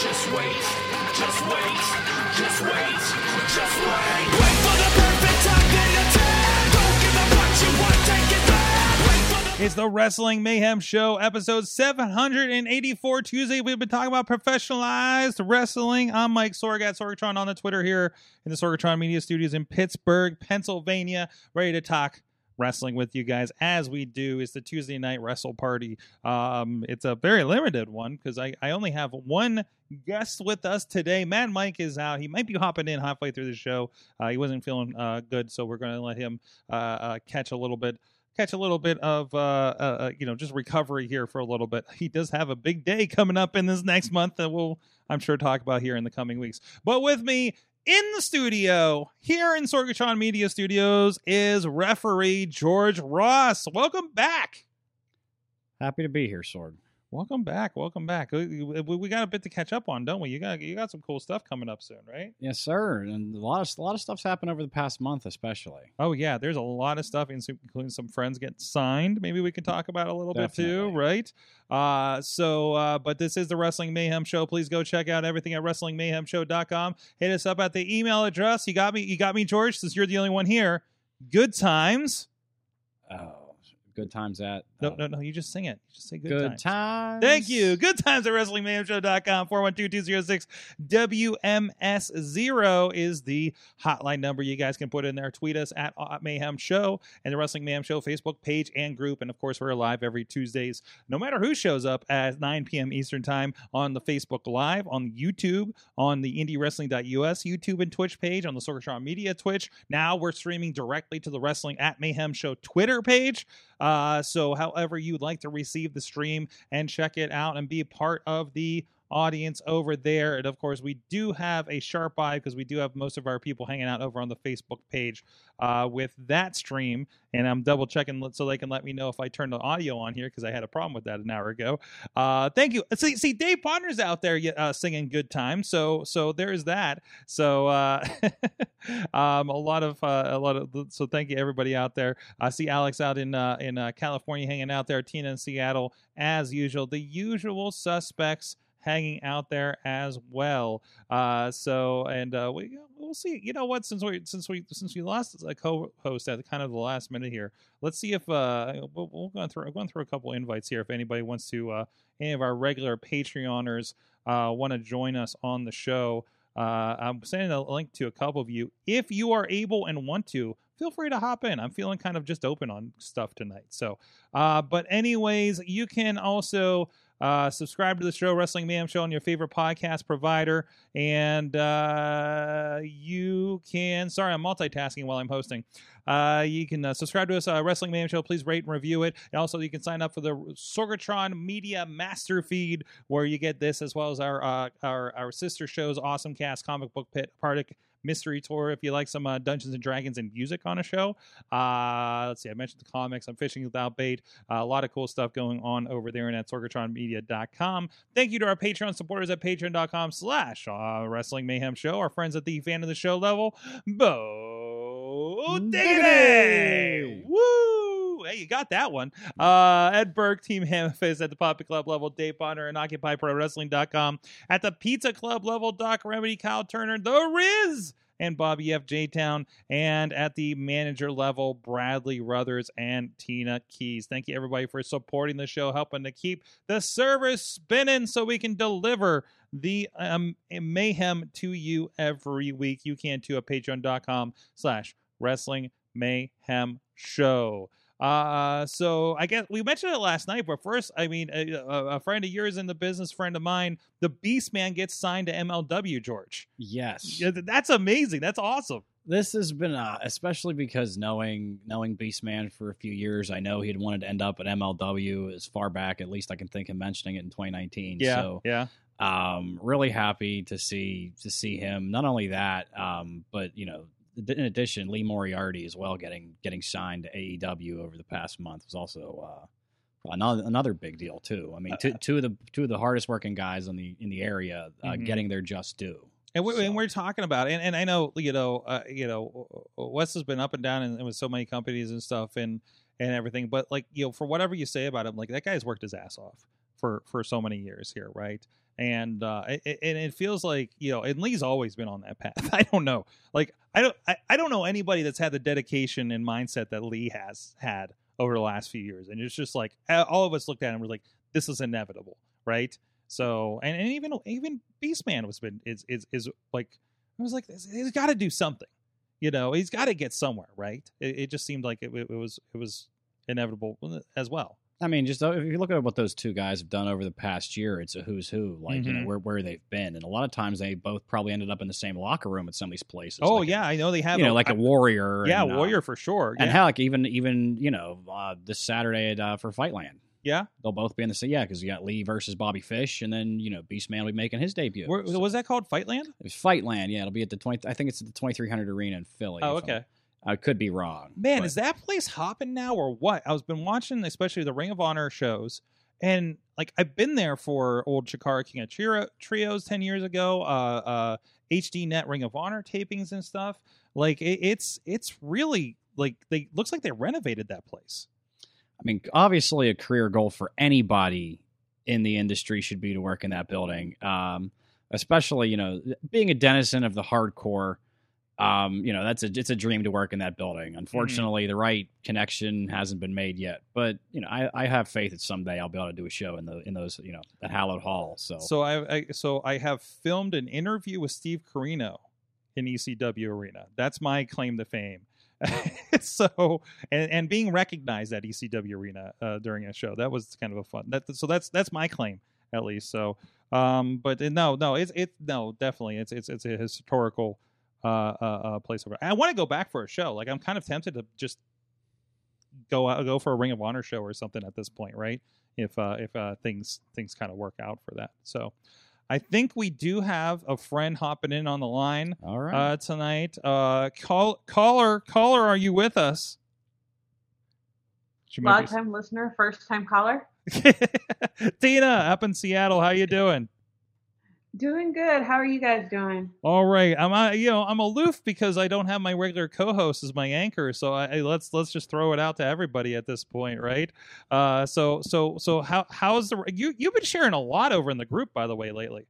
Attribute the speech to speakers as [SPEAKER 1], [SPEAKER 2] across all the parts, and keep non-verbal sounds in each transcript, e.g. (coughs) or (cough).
[SPEAKER 1] just wait, just wait, just wait, just wait. Wait for the perfect time then attack. Don't give up what you want, take it
[SPEAKER 2] (laughs)
[SPEAKER 1] back. Wait for the
[SPEAKER 2] It's the Wrestling Mayhem Show, episode 784. Tuesday, we've been talking about professionalized wrestling. I'm Mike Sorg at Sorgatron on the Twitter here in the Sorgatron Media Studios in Pittsburgh, Pennsylvania, ready to talk wrestling with you guys as we do. It's the Tuesday night wrestle party. Um, it's a very limited one because I, I only have one guest with us today. Mad Mike is out. He might be hopping in halfway through the show. Uh, he wasn't feeling uh, good, so we're going to let him uh, uh, catch a little bit catch a little bit of uh, uh, you know just recovery here for a little bit. He does have a big day coming up in this next month that we'll I'm sure talk about here in the coming weeks. But with me in the studio here in Sorgatron Media Studios is referee George Ross. Welcome back.
[SPEAKER 3] Happy to be here, Sword.
[SPEAKER 2] Welcome back. Welcome back. We, we- we got a bit to catch up on, don't we? You got you got some cool stuff coming up soon, right?
[SPEAKER 3] Yes, sir. And a lot of a lot of stuff's happened over the past month, especially.
[SPEAKER 2] Oh yeah, there's a lot of stuff, in- including some friends getting signed. Maybe we can talk about a little bit too,
[SPEAKER 3] Definitely.
[SPEAKER 2] right? Uh, so, uh, but this is the Wrestling Mayhem Show. Please go check out everything at WrestlingMayhemShow.com. Hit us up at the email address. You got me, you got me, George. Since you're the only one here, good times.
[SPEAKER 3] Oh, good times at
[SPEAKER 2] No,
[SPEAKER 3] uh,
[SPEAKER 2] no, no. You just sing it. You just say good,
[SPEAKER 3] good
[SPEAKER 2] times.
[SPEAKER 3] times.
[SPEAKER 2] Thank you. Good times at WrestlingMayhemShow.com. 412-206 WMS0 is the hotline number. You guys can put in there. Tweet us at uh, Mayhem Show and the Wrestling Mayhem Show Facebook page and group. And of course, we're live every Tuesdays, no matter who shows up at 9 p.m. Eastern Time on the Facebook Live, on YouTube, on the IndieWrestling.us YouTube and Twitch page, on the Sorgatron Media Twitch. Now we're streaming directly to the Wrestling at Mayhem Show Twitter page. Uh, so, however you'd like to receive the stream and check it out and be a part of the audience over there. And of course, we do have a sharp eye because we do have most of our people hanging out over on the Facebook page uh, with that stream. And I'm double checking so they can let me know if I turned the audio on here because I had a problem with that an hour ago. Uh, thank you. See, see, Dave Bonner's out there uh, singing "Good Time," so so there is that. So uh, (laughs) um, a lot of uh, a lot of so thank you everybody out there. I see Alex out in uh, in uh, California hanging out there. Tina in Seattle as usual. The usual suspects hanging out there as well. Uh, so and uh, we we'll see. You know what? Since we since we since we lost a co-host at kind of the last minute here, let's see if uh we'll, we'll go through. I'm going through a couple invites here. If anybody wants to, uh, any of our regular Patreoners uh, want to join us on the show. Uh, I'm sending a link to a couple of you. If you are able and want to, feel free to hop in. I'm feeling kind of just open on stuff tonight. So, uh, but anyways, you can also uh, subscribe to the show, Wrestling Mayhem Show, on your favorite podcast provider, and uh, you can. Sorry, I'm multitasking while I'm hosting. Uh, you can uh, subscribe to us, uh, Wrestling Mayhem Show. Please rate and review it. And also, you can sign up for the Sorgatron Media Master Feed, where you get this as well as our uh, our, our sister shows, Awesome Cast, Comic Book Pit, Partic Mystery Tour. If you like some uh, Dungeons and Dragons and music on a show, uh, let's see. I mentioned the comics. I'm fishing without bait. Uh, a lot of cool stuff going on over there and at sorgatronmedia.com. Thank you to our Patreon supporters at patreon.com slash uh, wrestling mayhem show, our friends at the fan of the show level, Bo Diggity!
[SPEAKER 3] Diggity!
[SPEAKER 2] Woo! Hey, you got that one. Uh, Ed Burke, Team Hammerfist at the Poppy Club level, Dave Bonner and OccupyProWrestling.com. At the Pizza Club level, Doc Remedy, Kyle Turner, The Riz, and Bobby F. J. Town and at the manager level, Bradley Ruthers and Tina Keys. Thank you, everybody, for supporting the show, helping to keep the service spinning so we can deliver the um, mayhem to you every week. You can too at patreon.com slash wrestling mayhem show. Uh, so I guess we mentioned it last night, but first, I mean, a, a a friend of yours in the business, friend of mine, the Beast Man gets signed to MLW, George.
[SPEAKER 3] Yes.
[SPEAKER 2] Yeah, th- That's amazing. That's awesome.
[SPEAKER 3] This has been uh, especially because knowing knowing Beastman for a few years, I know he had wanted to end up at MLW as far back at least I can think of mentioning it in 2019.
[SPEAKER 2] Yeah,
[SPEAKER 3] So
[SPEAKER 2] yeah.
[SPEAKER 3] um really happy to see to see him. Not only that, um but you know in addition, Lee Moriarty as well getting getting signed to AEW over the past month was also uh, another another big deal too.
[SPEAKER 2] Uh,
[SPEAKER 3] I mean, two, two of the two of the hardest working guys in the in the area uh,
[SPEAKER 2] Mhm.
[SPEAKER 3] getting their just due.
[SPEAKER 2] And, we,
[SPEAKER 3] So-
[SPEAKER 2] and we're talking about, and, and I know you know, uh, you know, Wes has been up and down and, with so many companies and stuff and and everything, but like you know, for whatever you say about him, like that guy's worked his ass off for for so many years here, right? And uh, it, it- and it feels like you know, and Lee's always been on that path. (laughs) I don't know, like I don't I, I don't know anybody that's had the dedication and mindset that Lee has had over the last few years, and it's just like a- all of us looked at him, we're like, this is inevitable, right? So and, and even even Beastman was been is is is like I was like he's got to do something, you know he's got to get somewhere right. It, it just seemed like it, it was it was inevitable uh, as well.
[SPEAKER 3] I mean, just uh, if you look at what those two guys have done over the past year, it's a who's who, like you
[SPEAKER 2] Mhm.
[SPEAKER 3] know where where they've been, and a lot of times they both probably ended up in the same locker room at some of these places.
[SPEAKER 2] oh
[SPEAKER 3] like a-
[SPEAKER 2] yeah, I know they have
[SPEAKER 3] you know,
[SPEAKER 2] a-
[SPEAKER 3] like a
[SPEAKER 2] I-
[SPEAKER 3] warrior,
[SPEAKER 2] yeah
[SPEAKER 3] and, uh,
[SPEAKER 2] warrior for sure.
[SPEAKER 3] and
[SPEAKER 2] yeah.
[SPEAKER 3] heck, even even you know uh, this Saturday at, uh, for Fightland,
[SPEAKER 2] yeah.
[SPEAKER 3] they'll both be in the same. Yeah, because you got Lee versus Bobby Fish, and then you know Beastman will be making his debut.
[SPEAKER 2] Where-
[SPEAKER 3] So-
[SPEAKER 2] was that called Fightland?
[SPEAKER 3] It's Fightland. Yeah, it'll be at the twenty. I think it's at the twenty three hundred arena in Philly.
[SPEAKER 2] Oh
[SPEAKER 3] if I'm-
[SPEAKER 2] okay.
[SPEAKER 3] I could be wrong.
[SPEAKER 2] Man,
[SPEAKER 3] but-
[SPEAKER 2] is that place hopping now or what? I've been watching, especially the Ring of Honor shows, and like I've been there for old Chikara King of Chiro- trios ten years ago, uh, uh, HD Net Ring of Honor tapings and stuff. Like it, it's it's really like they looks like they renovated that place.
[SPEAKER 3] I mean, obviously, a career goal for anybody in the industry should be to work in that building. Um, especially, you know, being a denizen of the hardcore. Um, you know, that's a it's a dream to work in that building.
[SPEAKER 2] Mm-hmm.
[SPEAKER 3] Unfortunately, the right connection hasn't been made yet. But you know, I, I have faith that someday I'll be able to do a show in the in those you know that hallowed hall. So,
[SPEAKER 2] So I, I so I have filmed an interview with Steve Carino in ECW Arena. That's my claim to fame. (laughs) so and, and being recognized at ECW Arena uh, during a show that was kind of a fun. That so that's that's my claim at least. So um, but uh, no no it's it's no definitely it's it's it's a historical uh, uh, uh place over. I want to go back for a show. Like I'm kind of tempted to just go out, go for a Ring of Honor show or something at this point, right? if uh, if uh, things things kind of work out for that. So I think we do have a friend hopping in on the line
[SPEAKER 3] all right.
[SPEAKER 2] uh, tonight. Uh, call caller caller, are you with us? She might
[SPEAKER 4] Long
[SPEAKER 2] be-
[SPEAKER 4] time listener, first time caller.
[SPEAKER 2] Tina up in Seattle, how you doing?
[SPEAKER 4] Doing good. How are you guys doing?
[SPEAKER 2] All right, I'm uh, you know I'm aloof because I don't have my regular co-host as my anchor, so I, I- let's let's just throw it out to everybody at this point, right? Uh, so so so how how's the you you've been sharing a lot over in the group by the way lately.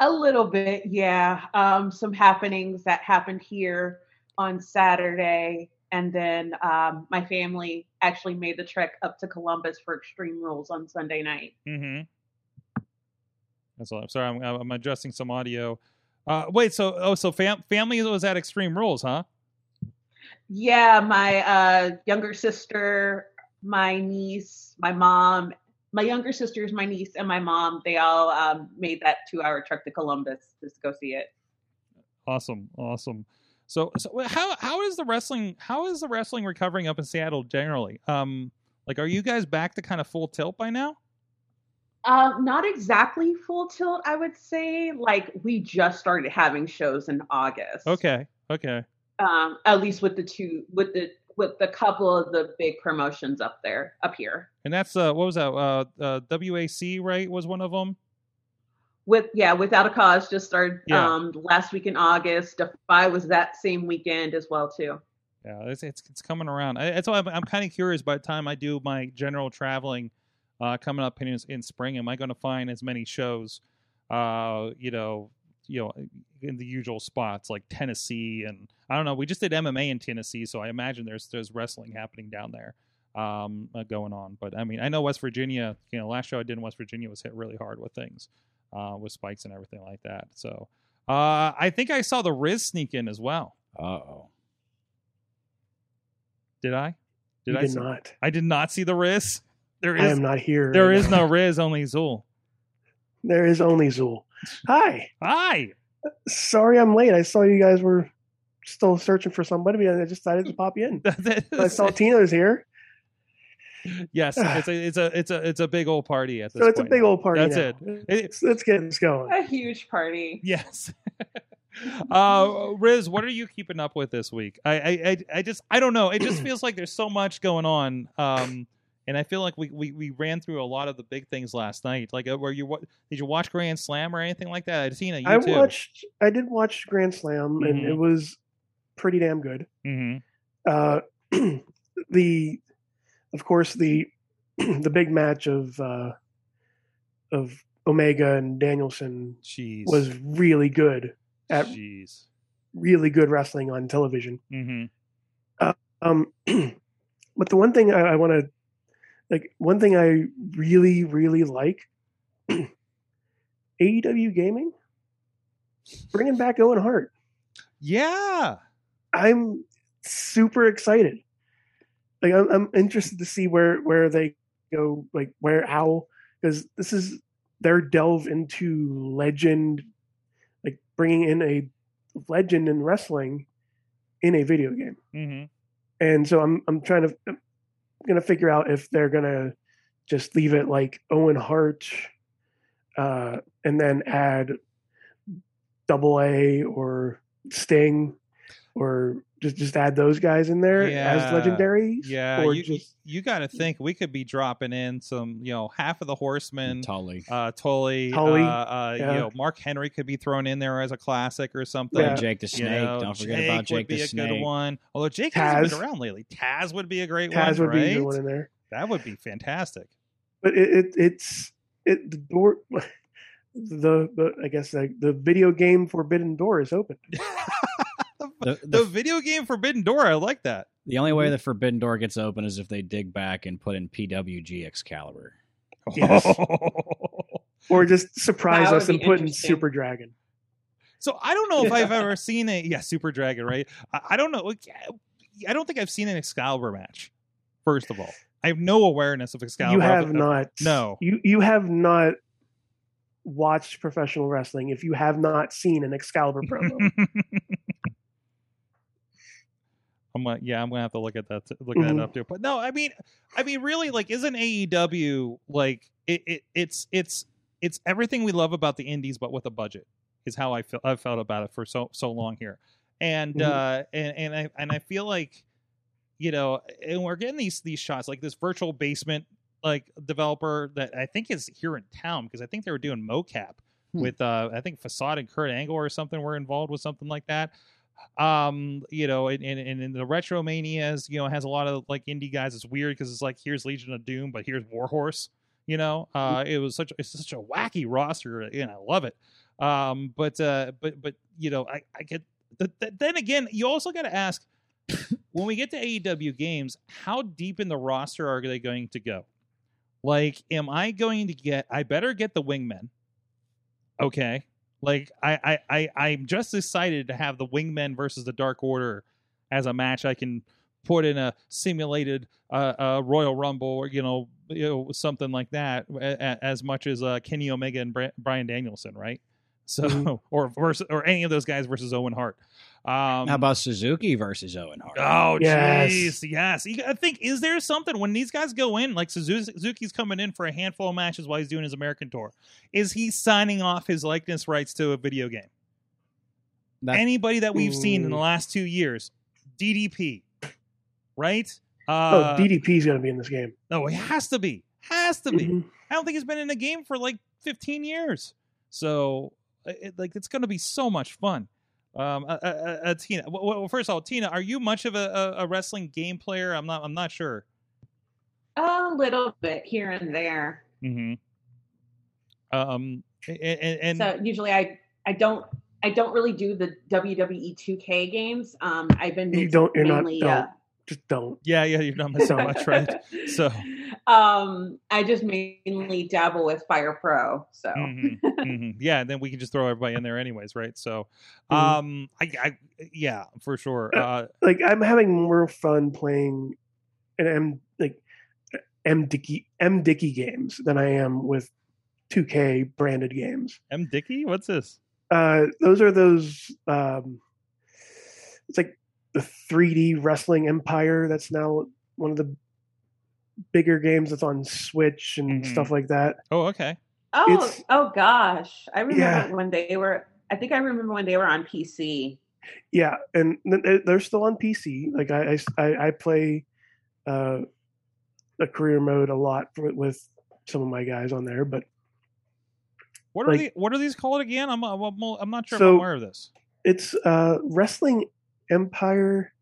[SPEAKER 4] A little bit, yeah. Um, some happenings that happened here on Saturday, and then um, my family actually made the trek up to Columbus for Extreme Rules on Sunday night.
[SPEAKER 2] Mm-hmm. That's all. I'm sorry. I'm, I'm adjusting some audio. Uh, wait. So oh, so fam- family was at Extreme Rules, huh?
[SPEAKER 4] Yeah, my uh, younger sister, my niece, my mom. My younger sisters, my niece, and my mom, they all um, made that two hour trek to Columbus just to go see it.
[SPEAKER 2] Awesome, awesome. So so wh- how how is the wrestling how is the wrestling recovering up in Seattle generally? Um, like are you guys back to kind of full tilt by now?
[SPEAKER 4] Uh, not exactly full tilt, I would say. Like we just started having shows in August.
[SPEAKER 2] Okay, okay.
[SPEAKER 4] Um, at least with the two, with the with the couple of the big promotions up there, up here.
[SPEAKER 2] And that's uh, what was that? Uh, uh, WAC right was one of them.
[SPEAKER 4] With yeah, without a cause, just started
[SPEAKER 2] Yeah.
[SPEAKER 4] um last week in August. Defy was that same weekend as well too.
[SPEAKER 2] Yeah, it's it's, it's coming around. I, that's why I'm, I'm kind of curious. By the time I do my general traveling, uh, coming up in in spring, am I going to find as many shows? Uh, you know, you know, in the usual spots like Tennessee and I don't know. We just did MMA in Tennessee, so I imagine there's there's wrestling happening down there, um, uh, going on. But I mean, I know West Virginia. You know, last show I did in West Virginia was hit really hard with things, uh, with spikes and everything like that. So. Uh, I think I saw the Riz sneak in as well.
[SPEAKER 3] uh oh.
[SPEAKER 2] Did I? Did
[SPEAKER 5] you
[SPEAKER 2] I
[SPEAKER 5] did
[SPEAKER 2] see-
[SPEAKER 5] not.
[SPEAKER 2] I did not see the Riz. There
[SPEAKER 5] I
[SPEAKER 2] is
[SPEAKER 5] am not here.
[SPEAKER 2] there
[SPEAKER 5] right
[SPEAKER 2] is
[SPEAKER 5] now.
[SPEAKER 2] no Riz, only Zool.
[SPEAKER 5] There is only Zool. Hi.
[SPEAKER 2] Hi.
[SPEAKER 5] Sorry I'm late. I saw you guys were still searching for somebody, and I just decided to
[SPEAKER 2] (laughs)
[SPEAKER 5] pop in. I saw Tino's here, (sighs)
[SPEAKER 2] yes, it's a it's a it's a it's a big old party at this
[SPEAKER 5] so it's a
[SPEAKER 2] point.
[SPEAKER 5] big old party.
[SPEAKER 2] That's
[SPEAKER 5] now.
[SPEAKER 2] It-
[SPEAKER 5] Let's, let's get this going.
[SPEAKER 4] A huge party.
[SPEAKER 2] Yes. Uh, Riz, what are you keeping up with this week? I, I, I, I just, I don't know. It just feels like there's so much going on. Um, and I feel like we, we, we ran through a lot of the big things last night. Like, uh, were you wa- did you watch Grand Slam or anything like that? I'd seen it. You
[SPEAKER 5] I
[SPEAKER 2] too.
[SPEAKER 5] watched. I did watch Grand Slam, and
[SPEAKER 2] Mhm.
[SPEAKER 5] it was pretty damn good.
[SPEAKER 2] hmm
[SPEAKER 5] Uh, (clears throat) the, of course, the (clears throat) the big match of uh, of Omega and Danielson
[SPEAKER 2] Jeez.
[SPEAKER 5] was really good at
[SPEAKER 2] Jeez.
[SPEAKER 5] really good wrestling on television.
[SPEAKER 2] hmm
[SPEAKER 5] Um, (clears throat) but the one thing I, I want to like, one thing I really, really like, (clears throat) AEW gaming, bringing back Owen Hart.
[SPEAKER 2] Yeah.
[SPEAKER 5] I'm super excited. Like, I'm, I'm interested to see where where they go, like where how because this is their delve into legend, like bringing in a legend in wrestling in a video game.
[SPEAKER 2] hmm
[SPEAKER 5] and so I'm I'm trying to I'm gonna figure out if they're gonna just leave it like Owen Hart, uh, and then add Double A or Sting, or just just add those guys in there
[SPEAKER 2] Yeah.
[SPEAKER 5] as legendaries.
[SPEAKER 2] Yeah.
[SPEAKER 5] or
[SPEAKER 2] you
[SPEAKER 5] just
[SPEAKER 2] you got to think we could be dropping in some, you know, half of the horsemen.
[SPEAKER 3] Tully.
[SPEAKER 2] Uh, Tully,
[SPEAKER 5] Tully,
[SPEAKER 2] uh, uh,
[SPEAKER 5] yeah.
[SPEAKER 2] you know, Mark Henry could be thrown in there as a classic or something.
[SPEAKER 5] Yeah.
[SPEAKER 3] Jake the
[SPEAKER 2] You
[SPEAKER 3] Snake.
[SPEAKER 2] know,
[SPEAKER 3] Don't forget about
[SPEAKER 2] would
[SPEAKER 3] Jake
[SPEAKER 2] be
[SPEAKER 3] the
[SPEAKER 2] a
[SPEAKER 3] Snake.
[SPEAKER 2] good one. Although Jake hasn't been
[SPEAKER 5] Taz.
[SPEAKER 2] around lately, Taz would be a great
[SPEAKER 5] Taz
[SPEAKER 2] one.
[SPEAKER 5] would
[SPEAKER 2] right?
[SPEAKER 5] be a good one in there.
[SPEAKER 2] That would be fantastic.
[SPEAKER 5] But it, it it's it the door. The, the I guess like the video game forbidden door
[SPEAKER 2] (laughs)
[SPEAKER 5] is open.
[SPEAKER 2] the,
[SPEAKER 3] The, the,
[SPEAKER 2] video game Forbidden Door, I like that.
[SPEAKER 3] the only
[SPEAKER 2] Mm-hmm.
[SPEAKER 3] way the Forbidden Door gets open is if they dig back and put in PWG Excalibur.
[SPEAKER 2] Oh. (laughs)
[SPEAKER 5] Yes. Or just surprise
[SPEAKER 4] That would
[SPEAKER 5] us and
[SPEAKER 4] be
[SPEAKER 5] put in
[SPEAKER 4] interesting.
[SPEAKER 5] Super Dragon.
[SPEAKER 2] so I don't know if I've ever seen a yeah Super Dragon, right? I, I don't know. I don't think I've seen an Excalibur match. First of all, I have no awareness of Excalibur.
[SPEAKER 5] you have
[SPEAKER 2] Uh,
[SPEAKER 5] not
[SPEAKER 2] No.
[SPEAKER 5] you you have not watched professional wrestling if you have not seen an
[SPEAKER 2] (laughs)
[SPEAKER 5] excalibur promo Oh,
[SPEAKER 2] I'm like, yeah, I'm gonna have to look at that, look that
[SPEAKER 5] Mhm.
[SPEAKER 2] up too. But no, I mean, I mean, really, like, isn't AEW like it, it? It's it's it's everything we love about the indies, but with a budget is how I feel. I felt about it for so so long here, and
[SPEAKER 5] Mhm.
[SPEAKER 2] uh, and and I and I feel like, you know, and we're getting these these shots like this virtual basement like developer that I think is here in town because I think they were doing mocap
[SPEAKER 3] Hmm.
[SPEAKER 2] with uh I think Facade and Kurt Angle or something were involved with something like that um you know and and, and in the retro manias you know has a lot of like indie guys it's weird because it's like here's legion of doom but here's warhorse you know uh it was such it's such a wacky roster and i love it um but uh but but you know i i get th- th- then again you also got to ask when we get to aew games how deep in the roster are they going to go like am i going to get i better get the wingmen okay like I, I, I, I'm just excited to have the Wingmen versus the Dark Order as a match. I can put in a simulated uh, uh, Royal Rumble, or you know, you know, something like that, a- a- as much as uh, Kenny Omega and Bra- Brian Danielson, right? So,
[SPEAKER 3] Mm-hmm.
[SPEAKER 5] Mhm.
[SPEAKER 2] (laughs) or versus, or any of those guys versus Owen Hart. Um,
[SPEAKER 3] How about Suzuki versus Owen Hart?
[SPEAKER 2] Oh
[SPEAKER 5] Yes.
[SPEAKER 2] jeez, yes. You gotta think, is there something when these guys go in? Like Suzu- Suzuki's coming in for a handful of matches while he's doing his American tour. Is he signing off his likeness rights to a video game?
[SPEAKER 3] That-
[SPEAKER 2] Anybody that we've seen in the
[SPEAKER 5] Ooh.
[SPEAKER 2] last two years, DDP, right?
[SPEAKER 5] oh
[SPEAKER 2] Uh,
[SPEAKER 5] ddp is going to be in this game
[SPEAKER 2] no, he Oh, has to be, has to be.
[SPEAKER 5] Mhm.
[SPEAKER 2] I don't think he's been in a game for like 15 years. So, uh, it, like, it's going to be so much fun. Um, uh, uh, uh, uh, Tina, well, well, first of all, Tina, are you much of a, a, a wrestling game player? I'm not. I'm not sure.
[SPEAKER 4] A little bit here and there.
[SPEAKER 2] Mm-hmm. Um, and, and,
[SPEAKER 4] so usually I I don't I don't really do the WWE 2K games. Um, I've been
[SPEAKER 5] You don't- you're not-
[SPEAKER 4] mainly,
[SPEAKER 5] don't.
[SPEAKER 4] uh,
[SPEAKER 5] just don't
[SPEAKER 2] yeah, yeah, you're not missing much,
[SPEAKER 5] (laughs)
[SPEAKER 2] right? So-
[SPEAKER 4] um, I just mainly dabble with Fire Pro. So
[SPEAKER 2] Mhm, mhm. Yeah, and then we can just throw everybody in there, anyways, right? So,
[SPEAKER 5] Mhm.
[SPEAKER 2] um, I, I, yeah, for sure. Uh,
[SPEAKER 5] like i'm having more fun playing an m like m dicky m dicky games than i am with 2k branded games
[SPEAKER 2] M. Dickey, what's this?
[SPEAKER 5] uh those are those um it's like the 3d wrestling empire that's now one of the bigger games that's on switch and
[SPEAKER 2] Mhm.
[SPEAKER 5] stuff like that
[SPEAKER 2] Oh, okay.
[SPEAKER 4] oh
[SPEAKER 5] It's-
[SPEAKER 4] oh gosh, I remember
[SPEAKER 5] Yeah.
[SPEAKER 4] when they were I think I remember when they were on PC.
[SPEAKER 5] Yeah, and th- th- they're still on PC. Like I, I, I play uh, a career mode a lot for, with some of my guys on there, but
[SPEAKER 2] What are
[SPEAKER 5] Like-
[SPEAKER 2] the What are these called again? I'm I'm, I'm- I'm not sure if
[SPEAKER 5] So-
[SPEAKER 2] I'm aware of this.
[SPEAKER 5] it's uh, Wrestling Empire,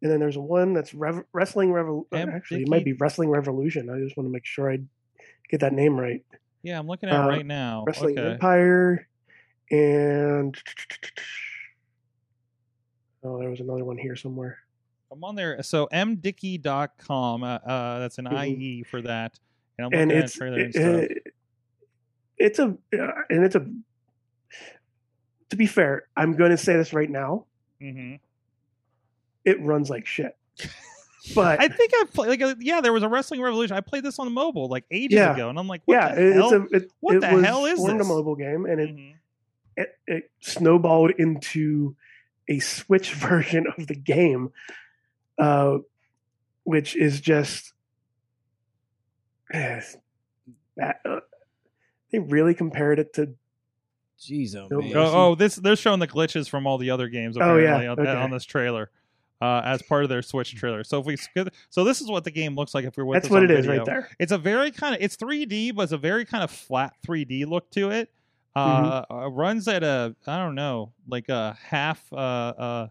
[SPEAKER 5] and then there's one that's Rev- Wrestling Revolution.
[SPEAKER 2] Em-
[SPEAKER 5] Actually, it
[SPEAKER 2] Dickey-
[SPEAKER 5] might be Wrestling Revolution. I just want to make sure I get that name right.
[SPEAKER 2] Yeah, I'm looking at it
[SPEAKER 5] Uh,
[SPEAKER 2] right now.
[SPEAKER 5] Wrestling
[SPEAKER 2] okay.
[SPEAKER 5] Empire, and oh, there was another one here somewhere.
[SPEAKER 2] I'm on there. So mdickey.com. Uh, uh, that's an
[SPEAKER 5] Mhm.
[SPEAKER 2] IE for that. And I'm
[SPEAKER 5] and
[SPEAKER 2] looking at
[SPEAKER 5] it's
[SPEAKER 2] the trailer and
[SPEAKER 5] it-
[SPEAKER 2] stuff.
[SPEAKER 5] it- it's a uh, and it's a to be fair i'm going to say this right now
[SPEAKER 2] hmm
[SPEAKER 5] it runs
[SPEAKER 2] (laughs)
[SPEAKER 5] like shit but
[SPEAKER 2] I think I played. Like, uh, yeah, there was a Wrestling Revolution. I played this on mobile like ages
[SPEAKER 5] Yeah.
[SPEAKER 2] ago, and I'm like, what
[SPEAKER 5] yeah
[SPEAKER 2] the
[SPEAKER 5] it-
[SPEAKER 2] hell?
[SPEAKER 5] it's a it,
[SPEAKER 2] What
[SPEAKER 5] it
[SPEAKER 2] the
[SPEAKER 5] was
[SPEAKER 2] hell is
[SPEAKER 5] formed
[SPEAKER 2] this?
[SPEAKER 5] a mobile game and it,
[SPEAKER 2] Mhm.
[SPEAKER 5] it it snowballed into a switch (laughs) version of the game uh which is just eh, that, uh, they really compared it to
[SPEAKER 3] Jeez, oh,
[SPEAKER 5] Nope.
[SPEAKER 3] man.
[SPEAKER 2] Oh, oh, this they're showing the glitches from all the other games
[SPEAKER 5] Oh,
[SPEAKER 2] apparently
[SPEAKER 5] yeah.
[SPEAKER 2] on,
[SPEAKER 5] Okay.
[SPEAKER 2] on this trailer. Uh, as part of their Switch trailer, so if we skip- so this is what the game looks like if we were with
[SPEAKER 5] that's
[SPEAKER 2] us
[SPEAKER 5] what
[SPEAKER 2] on
[SPEAKER 5] it is
[SPEAKER 2] video.
[SPEAKER 5] right there
[SPEAKER 2] It's a very kind of it's 3D, but it's a very kind of flat 3D look to it.
[SPEAKER 5] Mm-hmm.
[SPEAKER 2] Uh, uh, runs at a I don't know like a half uh, uh